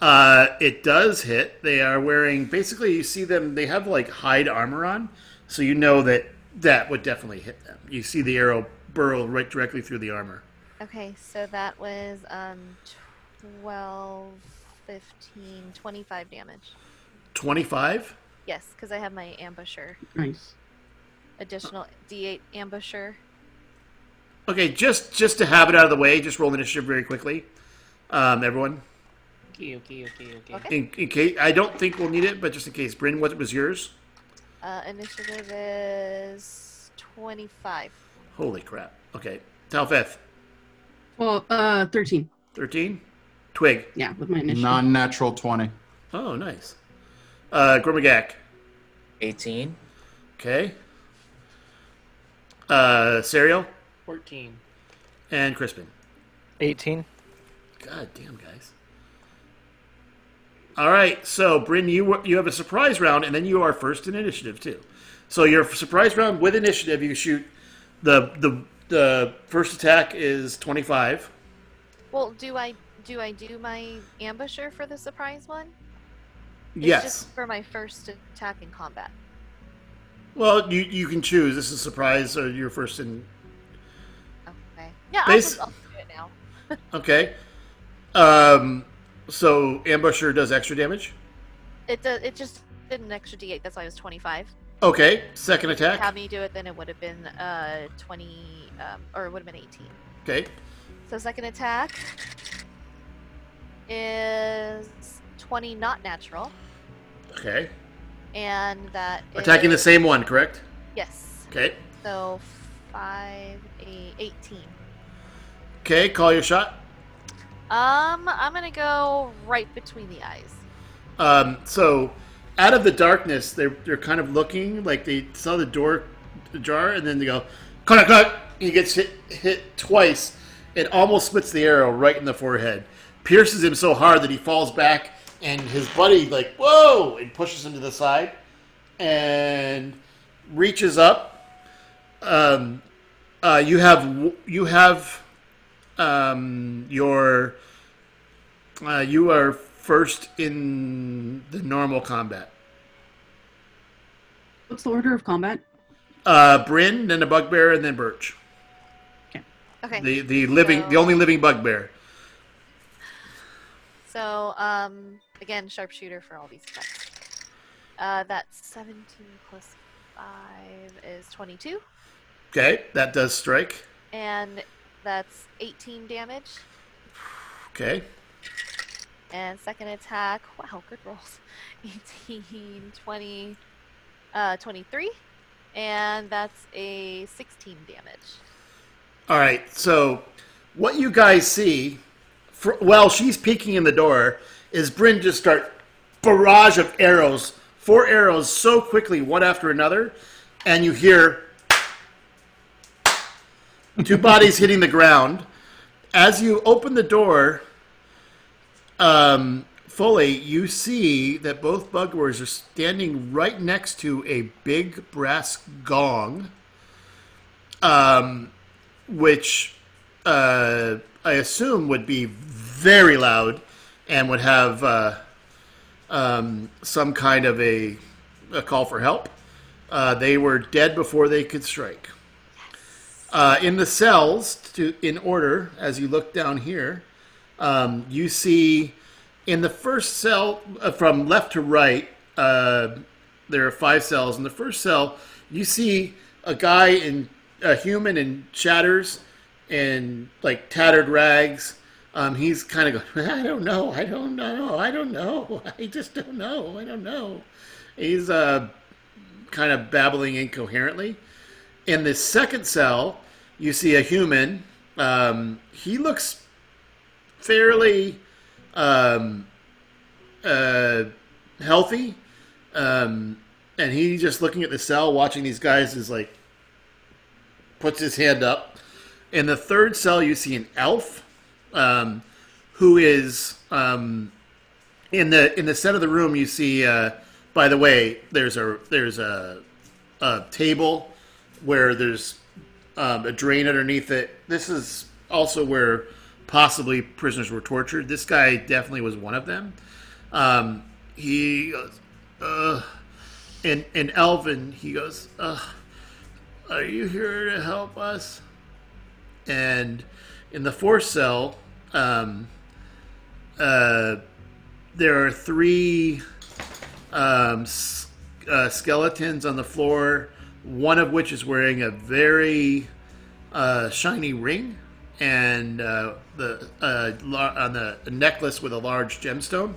S1: Uh, it does hit. They are wearing basically. You see them. They have like hide armor on, so you know that that would definitely hit them. You see the arrow burrow right directly through the armor.
S4: Okay, so that was um 12, 15, 25 damage.
S1: Twenty five.
S4: Yes, because I have my ambusher.
S6: Nice.
S4: Additional D8 ambusher.
S1: Okay, just just to have it out of the way, just roll initiative very quickly, um, everyone.
S5: Okay, okay, okay, okay.
S4: Okay.
S1: In, in case I don't think we'll need it, but just in case, Bryn, what was yours?
S4: Uh, initiative is 25.
S1: Holy crap! Okay, Talfeth,
S6: Well, uh, 13.
S1: thirteen, Twig.
S6: Yeah, with my initial.
S2: Non natural 20.
S1: Oh, nice. Uh, Grimagak.
S3: 18.
S1: Okay. Uh, Serial
S5: Fourteen.
S1: and Crispin.
S8: 18.
S1: God damn, guys. All right, so Bryn, you you have a surprise round, and then you are first in initiative too. So your surprise round with initiative, you shoot the the the first attack is twenty five.
S4: Well, do I do I do my ambusher for the surprise one? It's
S1: Yes.
S4: just for my first attack in combat.
S1: Well, you you can choose. This is surprise or your first in.
S4: Okay. Yeah, I'll,
S1: Bas-
S4: just, I'll do it now.
S1: Okay. Um. So ambusher does extra damage.
S4: It does. It just did an extra D8. That's why it was 25.
S1: Okay. Second
S4: If you Had
S1: attack.
S4: me do it, then it would have been uh 20, um, or it would have been 18.
S1: Okay.
S4: So second attack is 20 not natural,
S1: Okay.
S4: and that
S1: Attacking the
S4: is-
S1: same one, correct?
S4: Yes.
S1: Okay.
S4: So 5, eight, 18.
S1: Okay. Call your shot.
S4: Um, I'm gonna go right between the eyes.
S1: Um, so out of the darkness, they're they're kind of looking like they saw the door ajar, and then they go, "Crack, crack!" and He gets hit hit twice. It almost splits the arrow right in the forehead, pierces him so hard that he falls back, and his buddy like whoa and pushes him to the side, and reaches up. Um, uh, you have you have um, your uh, you are first in the normal combat.
S6: What's the order of combat?
S1: Uh, Bryn, then the bugbear, and then Birch.
S4: Okay.
S1: The the living the
S4: So-
S1: only living bugbear.
S4: So, um, again, sharpshooter for all these attacks. Uh, that's 17 plus 5 is 22,
S1: Okay, that does strike.
S4: and that's 18 damage.
S1: Okay,
S4: And second attack, wow, good rolls. 18, 20, uh, 23, and that's a 16 damage.
S1: all right. So what you guys see, fr while she's peeking in the door, is Bryn just start barrage of arrows, four arrows so quickly, one after another, and you hear two bodies hitting the ground. As you open the door, um, fully, you see that both bugbears are standing right next to a big brass gong, um, which uh, I assume would be very loud and would have uh, um, some kind of a, a call for help. Uh, they were dead before they could strike. Uh, in the cells, to, in order, as you look down here, um, you see in the first cell uh, from left to right uh, there are five cells in the first cell you see a guy in a human in shatters and like tattered rags um, he's kind of going i don't know i don't know i don't know i just don't know i don't know he's uh, kind of babbling incoherently in the second cell you see a human um, he looks fairly um, uh, healthy, um, and he just looking at the cell, watching these guys, is like puts his hand up. In the third cell, you see an elf um, who is um, in the in the center of the room. You see, uh, by the way, there's a there's a, a table where there's um, a drain underneath it. This is also where possibly prisoners were tortured. This guy definitely was one of them. Um, he goes, uh, and, and Elvin, he goes, uh, Are you here to help us? And in the fourth cell, um, uh, there are three um, s- uh, skeletons on the floor, one of which is wearing a very uh, shiny ring and uh, the uh, lar- on the a necklace with a large gemstone.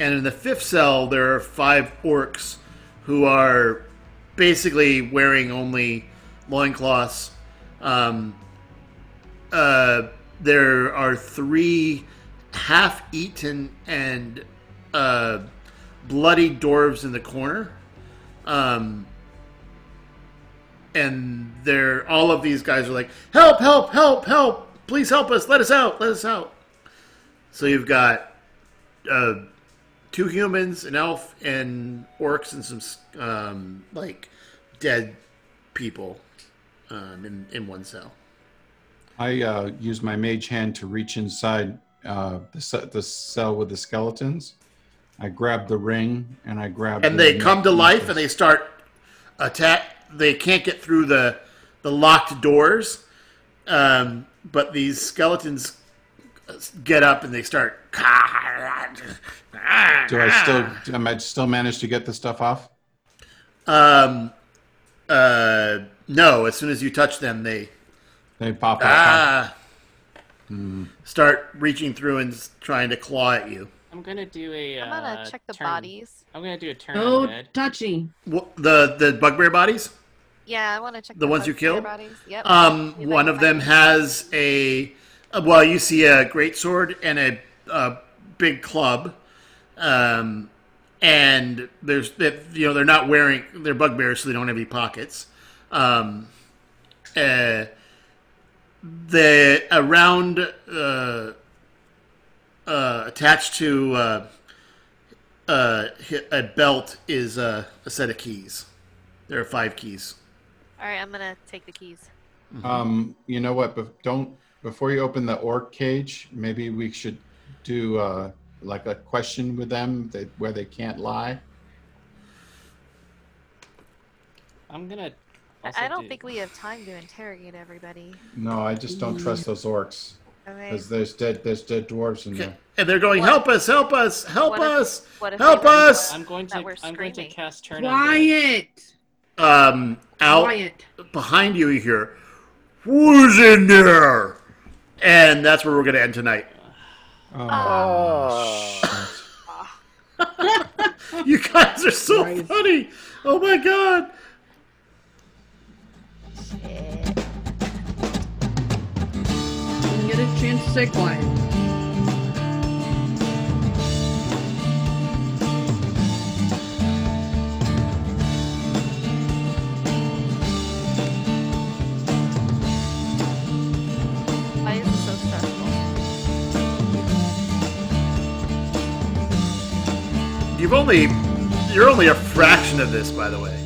S1: And in the fifth cell, there are five orcs who are basically wearing only loincloths. Um, uh, there are three half-eaten and uh, bloody dwarves in the corner. Um, and they're all of these guys are like, "Help! Help! Help! Help! Please help us! Let us out! Let us out!" So you've got uh, two humans, an elf, and orcs, and some um, like dead people um, in in one cell.
S2: I uh, use my mage hand to reach inside uh, the, ce- the cell with the skeletons. I grab the ring and I grab.
S1: and
S2: the
S1: they come to life and they start attack. They can't get through the the locked doors, um, but these skeletons get up and they start.
S2: Do I
S1: Ah.
S2: still? Am I still manage to get the stuff off?
S1: Um, uh, no, as soon as you touch them, they
S2: They pop out. huh?
S1: ah, start reaching through and s- trying to claw at you.
S5: I'm gonna do a.
S4: I'm gonna
S5: uh,
S4: check the
S5: turn.
S4: bodies.
S5: I'm gonna do a turn.
S6: No
S5: on Red.
S6: touching.
S1: Wh- The the bugbear bodies.
S4: Yeah, I wanna check
S1: The ones you
S4: bugs in their
S1: killed?
S4: Bodies. Yep.
S1: Um,
S4: We
S1: one
S4: might
S1: of them
S4: find-
S1: has a uh, well. You see a great sword and a, a big club, um, and there's that you know they're not wearing they're bugbears, so they don't have any pockets. Um, uh, the around uh, uh, attached to uh, uh, hi- a belt is uh, a set of keys. There are five keys.
S4: All right, I'm gonna take the keys.
S2: Um, you know what? But don't before you open the orc cage, maybe we should do uh, like a question with them that, where they can't lie.
S5: I'm gonna.
S4: I-
S5: also
S4: I don't
S5: do-
S4: think we have time to interrogate everybody.
S2: No, I just don't trust those orcs
S4: Okay.
S2: because there's dead there's dead dwarves in there.
S1: And they're going,
S4: What-
S1: help us, help us, help
S4: what if-
S1: us.
S4: what if
S1: help
S4: they don't
S1: us!
S5: I'm going
S4: that
S5: to.
S4: we're
S5: I'm going to
S4: screaming.
S5: cast turn. Undead.
S6: Quiet.
S1: Um, out
S6: Quiet.
S1: behind you, you hear, who's in there? And that's where we're going to end tonight.
S2: Oh,
S8: Oh.
S2: shit.
S1: You guys are so
S2: Right.
S1: funny. Oh my god.
S6: You can get a chance to say quiet.
S4: Why is it so stressful?
S1: You've only, you're only a fraction of this, by the way.